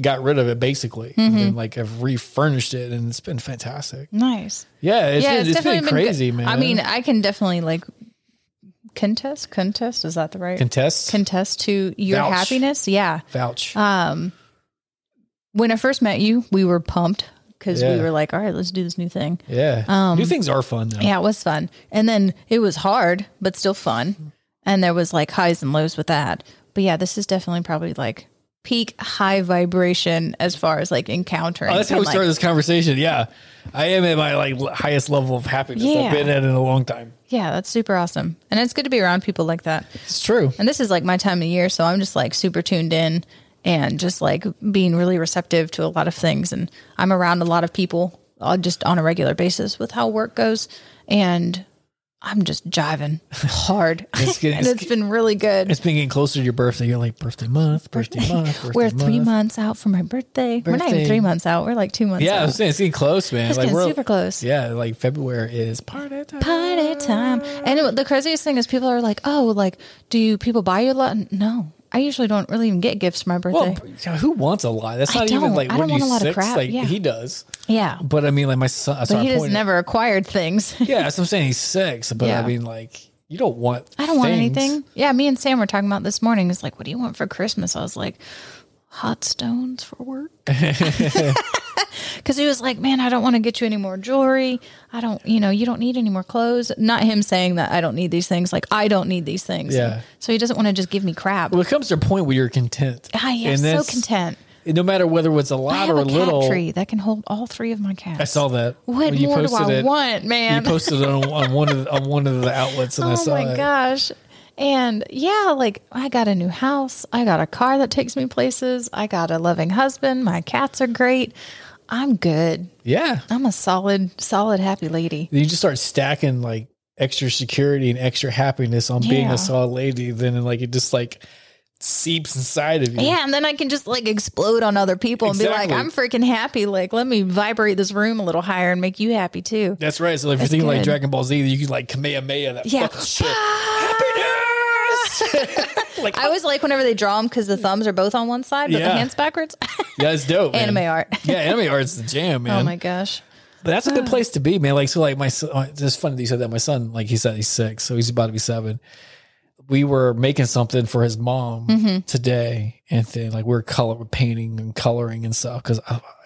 S1: got rid of it basically and
S6: Mm-hmm.
S1: then like i've refurnished it and it's been fantastic
S6: Nice.
S1: yeah it's been, it's been
S6: good.
S1: crazy man
S6: I mean, I can definitely like contest. Contest is that the right
S1: contest
S6: contest to your
S1: Vouch.
S6: happiness? Yeah.
S1: vouch
S6: Um, when I first met you, we were pumped because
S1: Yeah.
S6: we were like, all right, let's do this new thing.
S1: yeah
S6: um,
S1: new things are fun though
S6: Yeah, it was fun. And then it was hard, but still fun. And there was like highs and lows with that. But yeah, this is definitely probably like peak high vibration as far as like encountering.
S1: Oh, that's how
S6: and,
S1: we
S6: like-
S1: started this conversation. Yeah, I am at my like l- highest level of happiness
S6: Yeah.
S1: I've been at in a long time.
S6: Yeah, that's super awesome. And it's good to be around people like that.
S1: It's true.
S6: And this is like my time of year, so I'm just like super tuned in and just like being really receptive to a lot of things. And I'm around a lot of people uh, just on a regular basis with how work goes. And I'm just jiving <laughs> hard.
S1: It's getting-
S6: <laughs> and it's been really good.
S1: It's been getting closer to your birthday. You're like birthday month, birthday month. Birthday
S6: We're three
S1: month.
S6: months out from my birthday. We're not
S1: Birthday.
S6: even three months out. We're like two months
S1: Yeah, I
S6: out.
S1: was saying it's getting close, man.
S6: It's
S1: like
S6: getting
S1: we're
S6: super close.
S1: Yeah, like February is party time.
S6: party time. And it- the craziest thing is people are like, oh, like, do you people buy you a lot? No. I usually don't really even get gifts for my birthday.
S1: Well, who wants a lot? That's
S6: I
S1: not even
S6: don't.
S1: like
S6: I
S1: what
S6: don't
S1: are
S6: want
S1: you
S6: a lot of
S1: six?
S6: crap,
S1: Like
S6: yeah.
S1: he does,
S6: yeah.
S1: but I mean, like my son. That's
S6: But
S1: our
S6: he just
S1: point.
S6: never acquired things.
S1: <laughs> Yeah, that's what I'm saying. He's six, but I
S6: Yeah.
S1: mean, like you don't want.
S6: I don't want
S1: things.
S6: anything. Yeah, me and Sam were talking about this morning. It's like, what do you want for Christmas? I was like, hot stones
S1: <laughs>
S6: for work. <laughs> Because he was like, man, I don't want to get you any more jewelry. I don't, you know, you don't need any more clothes. Not him saying that I don't need these things. Like, I don't need these things.
S1: Yeah.
S6: So he doesn't want to just give me crap.
S1: Well, it comes to a point where you're content.
S6: I am
S1: And
S6: so
S1: that's-
S6: content.
S1: No matter whether it's a
S6: I
S1: lot
S6: have
S1: or
S6: a
S1: a
S6: cat
S1: little.
S6: tree that can hold all three of my cats.
S1: I saw that.
S6: What
S1: when you
S6: more do
S1: posted
S6: I
S1: it.
S6: want,
S1: You
S6: man?
S1: posted it on, on one of the, on one of the outlets, and I
S6: <laughs> oh
S1: saw
S6: my
S1: it.
S6: gosh and yeah like i got a new house i got a car that takes me places i got a loving husband my cats are great i'm good
S1: Yeah,
S6: i'm a solid solid happy lady
S1: you just start stacking like extra security and extra happiness on being
S6: Yeah.
S1: a solid lady, then like it just like seeps inside of you.
S6: yeah and then i can just like explode on other people and be
S1: Exactly.
S6: like i'm freaking happy like let me vibrate this room a little higher and make you happy too
S1: That's right. So if you're
S6: That's
S1: thinking like
S6: good.
S1: Dragon Ball Z, you could like Kamehameha that
S6: Yeah.
S1: fucking shit.
S6: <laughs>
S1: Happiness! like
S6: i always like whenever they draw them because the thumbs are both on one side but
S1: Yeah.
S6: the hands backwards <laughs> Oh
S1: yeah, it's dope. man.
S6: anime art
S1: Yeah, anime art's the jam, man.
S6: <laughs> oh my gosh
S1: But that's a
S6: Uh.
S1: good place to uh, be, man. Like, so, like, my son, it's funny that you said that. My son, like, he said he's six, so he's about to be seven. we were making something for his mom
S6: Mhm.
S1: today, and then like we are color painting and coloring and stuff because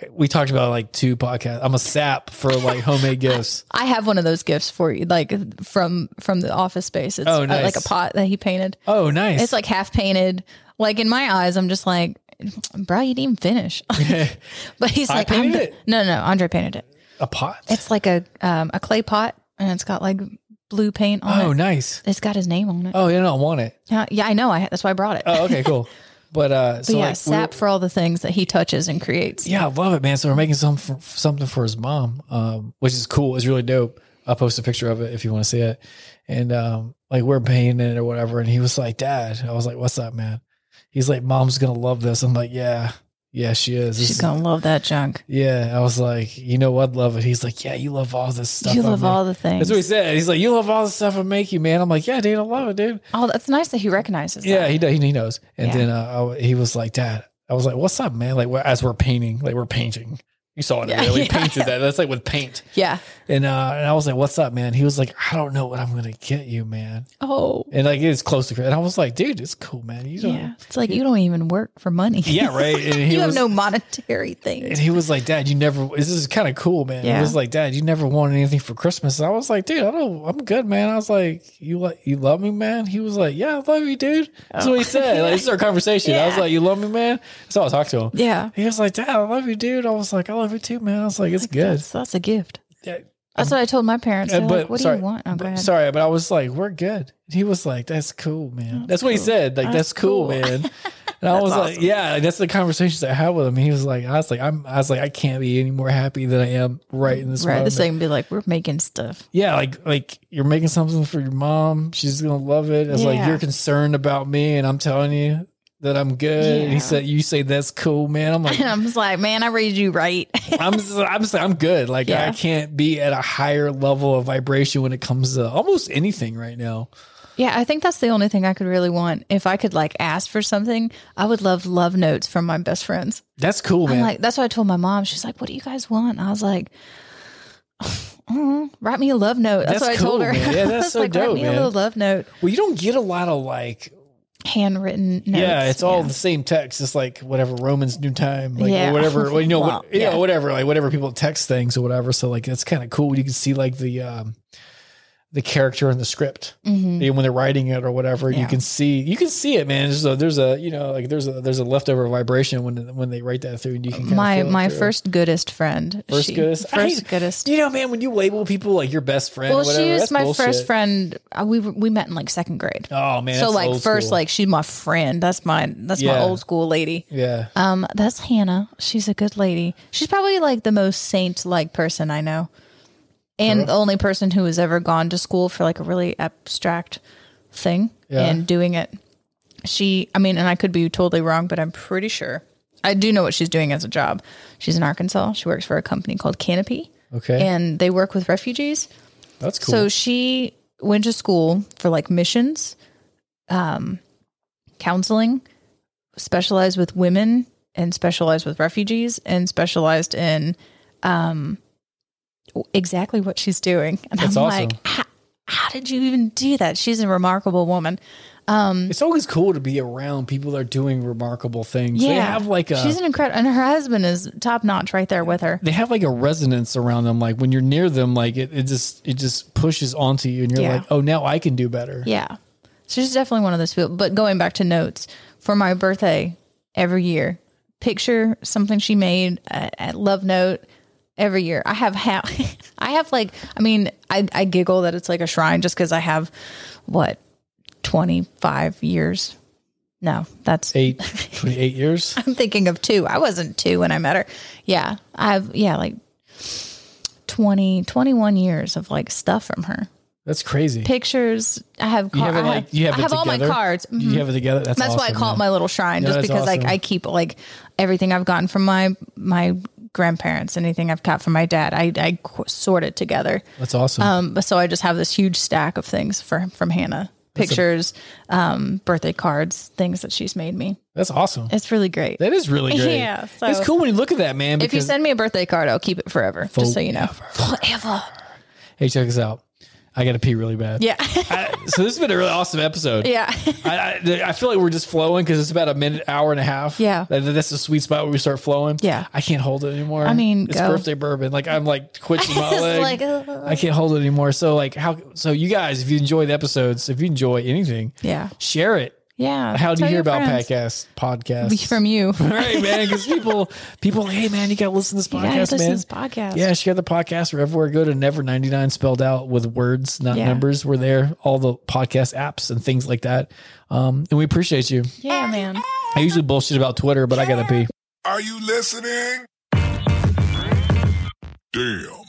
S1: we talked about like two podcasts. I'm a sap for like homemade
S6: <laughs>
S1: gifts.
S6: I have one of those gifts for you, like from from the office space. It's
S1: Oh,
S6: uh,
S1: nice.
S6: like a pot that he painted.
S1: Oh, nice.
S6: It's like half painted. Like in my eyes, I'm just like, bro, you didn't
S1: <laughs>
S6: even finish. <laughs> but he's
S1: I
S6: like, I'm
S1: painted
S6: the-
S1: it.
S6: no, no, Andre painted it.
S1: a pot.
S6: It's like a um, a clay pot, and it's got like blue paint on
S1: oh,
S6: it.
S1: nice.
S6: It's got his name on it.
S1: Oh, yeah, no, I want it.
S6: Yeah, yeah, I know. I that's why I brought it.
S1: Oh, okay,
S6: <laughs>
S1: cool. But uh,
S6: But
S1: so
S6: yeah,
S1: like, we-
S6: sap for all the things that he touches and creates.
S1: yeah, I love it, man. So we're making some for, something for his mom, um, which is cool. It's really dope. I'll post a picture of it if you want to see it. And um, like we're painting it or whatever. And he was like, "Dad," I was like, "What's up, man?" He's like, "Mom's gonna love this." I'm like, "Yeah, yeah, she is." This
S6: She's
S1: is-
S6: gonna love that junk.
S1: yeah, I was like, "You know what? Love it." He's like, "Yeah, you love all this stuff."
S6: You
S1: I
S6: love
S1: make."
S6: all the things.
S1: That's what he said. He's like, "You love all the stuff I make you, man." I'm like, "Yeah, dude, I love it, dude."
S6: oh, that's nice that he recognizes. that.
S1: Yeah, he does. He knows. And
S6: Yeah.
S1: then uh, I, he was like, "Dad," I was like, "What's up, man?" Like we're- as we're painting, like we're painting. You saw it.
S6: Yeah,
S1: Yeah, we
S6: <laughs> yeah.
S1: painted that. That's like with paint.
S6: Yeah.
S1: And uh, and I was like, "What's up, man?" He was like, "I don't know what I'm gonna get you, man."
S6: Oh.
S1: And like it's close to. Christmas. And I was like, "Dude, it's cool, man. You don't."
S6: Yeah. It's like you don't even work for money.
S1: Yeah, right. And he
S6: <laughs> you
S1: was-
S6: have no monetary
S1: And
S6: things.
S1: he was like, "Dad, you never. This is kind of cool, man." He
S6: Yeah.
S1: was like, "Dad, you never wanted anything for Christmas." And I was like, "Dude, I don't. I'm good, man." I was like, "You like you love me, man?" He was like, "Yeah, I love you, dude." That's what he said. Like, this is our conversation. I was
S6: Oh. Yeah.
S1: like, "You love me, man." That's how I talked to him.
S6: Yeah.
S1: He was like, Dad, I love you, dude. I was like, I love you too, man. I was like, it's good.
S6: That's, that's a gift.
S1: Yeah.
S6: That's what I told my parents. They're
S1: And-
S6: like, what
S1: sorry,
S6: do you want? Oh, go
S1: but-
S6: ahead.
S1: Sorry, but I was like, we're good. And he was like, that's cool, man. That's, what he
S6: cool.
S1: said. Like, that's,
S6: That's
S1: cool,
S6: cool.
S1: man.
S6: <laughs>
S1: And I was like,
S6: awesome.
S1: yeah, that's the conversations I had with him. He was like, I was like, I'm, I was like, I can't be any more happy than I am right in this
S6: Right.
S1: moment.
S6: This thing be like, we're making stuff. <laughs>
S1: Yeah, like like you're making something for your mom. She's gonna love it. It's like
S6: Yeah.
S1: you're concerned about me, and I'm telling you that I'm good. And he
S6: Yeah.
S1: said, you say that's cool, man. I'm like,
S6: And I'm just like, man, I read you right. <laughs>
S1: I'm s- I'm s- I'm good. Like I
S6: Yeah.
S1: can't be at a higher level of vibration when it comes to almost anything right now.
S6: yeah. I think that's the only thing I could really want. If I could like ask for something, I would love love notes from my best friends.
S1: That's cool, man.
S6: I'm like, that's what I told my mom. She's like, what do you guys want? I was like, <laughs> "Mm, write me a love note.
S1: That's
S6: That's, what I
S1: cool,
S6: told her. <laughs>
S1: man. Yeah, that's
S6: I was
S1: so
S6: like,
S1: dope,
S6: Write me
S1: man.
S6: a little love note,
S1: well, you don't get a lot of like
S6: handwritten notes.
S1: yeah, it's all
S6: Yeah.
S1: the same text. It's like whatever Romans New Time, like
S6: Yeah.
S1: or whatever. Well, you
S6: <laughs>
S1: know,
S6: Well,
S1: what, you know,
S6: yeah.
S1: whatever, like whatever people text things or whatever. So like that's kind of cool. You can see like the um the character in the script.
S6: Mhm.
S1: And when they're writing it or whatever, you
S6: Yeah.
S1: can see you can see it, man. So there's a you know like there's a there's a leftover vibration when when they write that through, and you can kinda
S6: my
S1: feel it
S6: my
S1: through.
S6: first goodest friend.
S1: First
S6: she,
S1: goodest?
S6: First
S1: I-
S6: goodest.
S1: You know, man, when you label people like your best friend, or
S6: well,
S1: whatever,
S6: she was
S1: that's
S6: my
S1: bullshit.
S6: first friend. Uh, We were- we met in like second grade.
S1: Oh man,
S6: so
S1: that's
S6: like
S1: old
S6: first,
S1: school.
S6: like she's my friend. That's my that's my
S1: Yeah.
S6: old school lady.
S1: yeah,
S6: Um, that's Hannah. She's a good lady. She's probably like the most saint like person I know, and the only person who has ever gone to school for like a really abstract thing
S1: Yeah.
S6: and doing it. She, I mean, and I could be totally wrong, but I'm pretty sure I do know what she's doing as a job. She's in Arkansas. She works for a company called Canopy,
S1: okay,
S6: and they work with refugees.
S1: that's cool.
S6: So she went to school for like missions, um, counseling, specialized with women and specialized with refugees and specialized in um, exactly what she's doing. And
S1: That's
S6: I'm
S1: awesome.
S6: like, how, how did you even do that? She's a remarkable woman.
S1: it's always cool to be around people that are doing remarkable things.
S6: Yeah.
S1: They have like a
S6: she's an incredible, and her husband is top notch right there with her.
S1: they have like a resonance around them. Like when you're near them, like it, it just it just pushes onto you, and you're
S6: Yeah.
S1: like, oh, now I can do better.
S6: Yeah. So she's definitely one of those people. But going back to notes, for my birthday every year, picture something she made at, at Love Note every year. I have ha- <laughs> I have like I mean, I, I giggle that it's like a shrine just because I have what, twenty five years? No, that's <laughs>
S1: Eight, 28 years.
S6: I'm thinking of two. I wasn't two when I met her. Yeah. I've yeah, like 20, 21 years of like stuff from her.
S1: That's crazy.
S6: Pictures. I have
S1: you
S6: car-
S1: have it
S6: I
S1: like you have,
S6: I
S1: it
S6: have all my
S1: together?
S6: cards. Mhm.
S1: You have it together. That's
S6: That's why I
S1: awesome,
S6: call
S1: man.
S6: it my little shrine,
S1: No,
S6: just
S1: that's
S6: because like
S1: awesome.
S6: I keep like everything I've gotten from my my grandparents, anything I've got from my dad, I I qu- sort it together.
S1: That's awesome.
S6: Um, but so I just have this huge stack of things for from Hannah, pictures, um, birthday cards, things that she's made me.
S1: That's awesome.
S6: It's really great.
S1: That is really great.
S6: Yeah,
S1: it's
S6: so-
S1: cool when you look at that, man.
S6: if you
S1: because-
S6: send me a birthday card, I'll keep it forever, just so you know.
S1: Forever.
S6: Forever.
S1: Hey, check this out. I got to pee really bad.
S2: Yeah.
S6: <laughs>
S1: I, so this has been a really awesome episode.
S2: yeah.
S1: I, I, I feel like we're just flowing because it's about a minute, hour and a half.
S2: Yeah.
S1: That- that's the sweet spot where we start flowing.
S2: Yeah.
S1: I can't hold it anymore.
S2: I mean,
S1: it's
S2: go.
S1: birthday bourbon. Like I'm like
S2: <laughs>
S1: twitching my
S2: It's
S1: leg.
S2: like, uh.
S1: I can't hold it anymore. So like how? So you guys, if you enjoy the episodes, if you enjoy anything,
S2: Yeah.
S1: share it.
S2: Yeah.
S1: How do
S2: Tell
S1: you hear
S2: your
S1: about
S2: friends.
S1: podcast podcasts? <laughs>
S2: From you.
S1: All right, man. Because people, people, like, hey, man, you gotta listen to
S2: <laughs>
S1: this
S2: You gotta
S1: podcast,
S2: listen to
S1: man.
S2: this podcast.
S1: Yeah, share the podcast wherever we go to Never 99 spelled out with words, not
S2: Yeah.
S1: numbers. We're there, all the podcast apps and things like that. Um, and we appreciate you.
S2: Yeah, man.
S1: I usually bullshit about Twitter, but I gotta pee.
S5: Are you listening? Damn. Uh. Uh.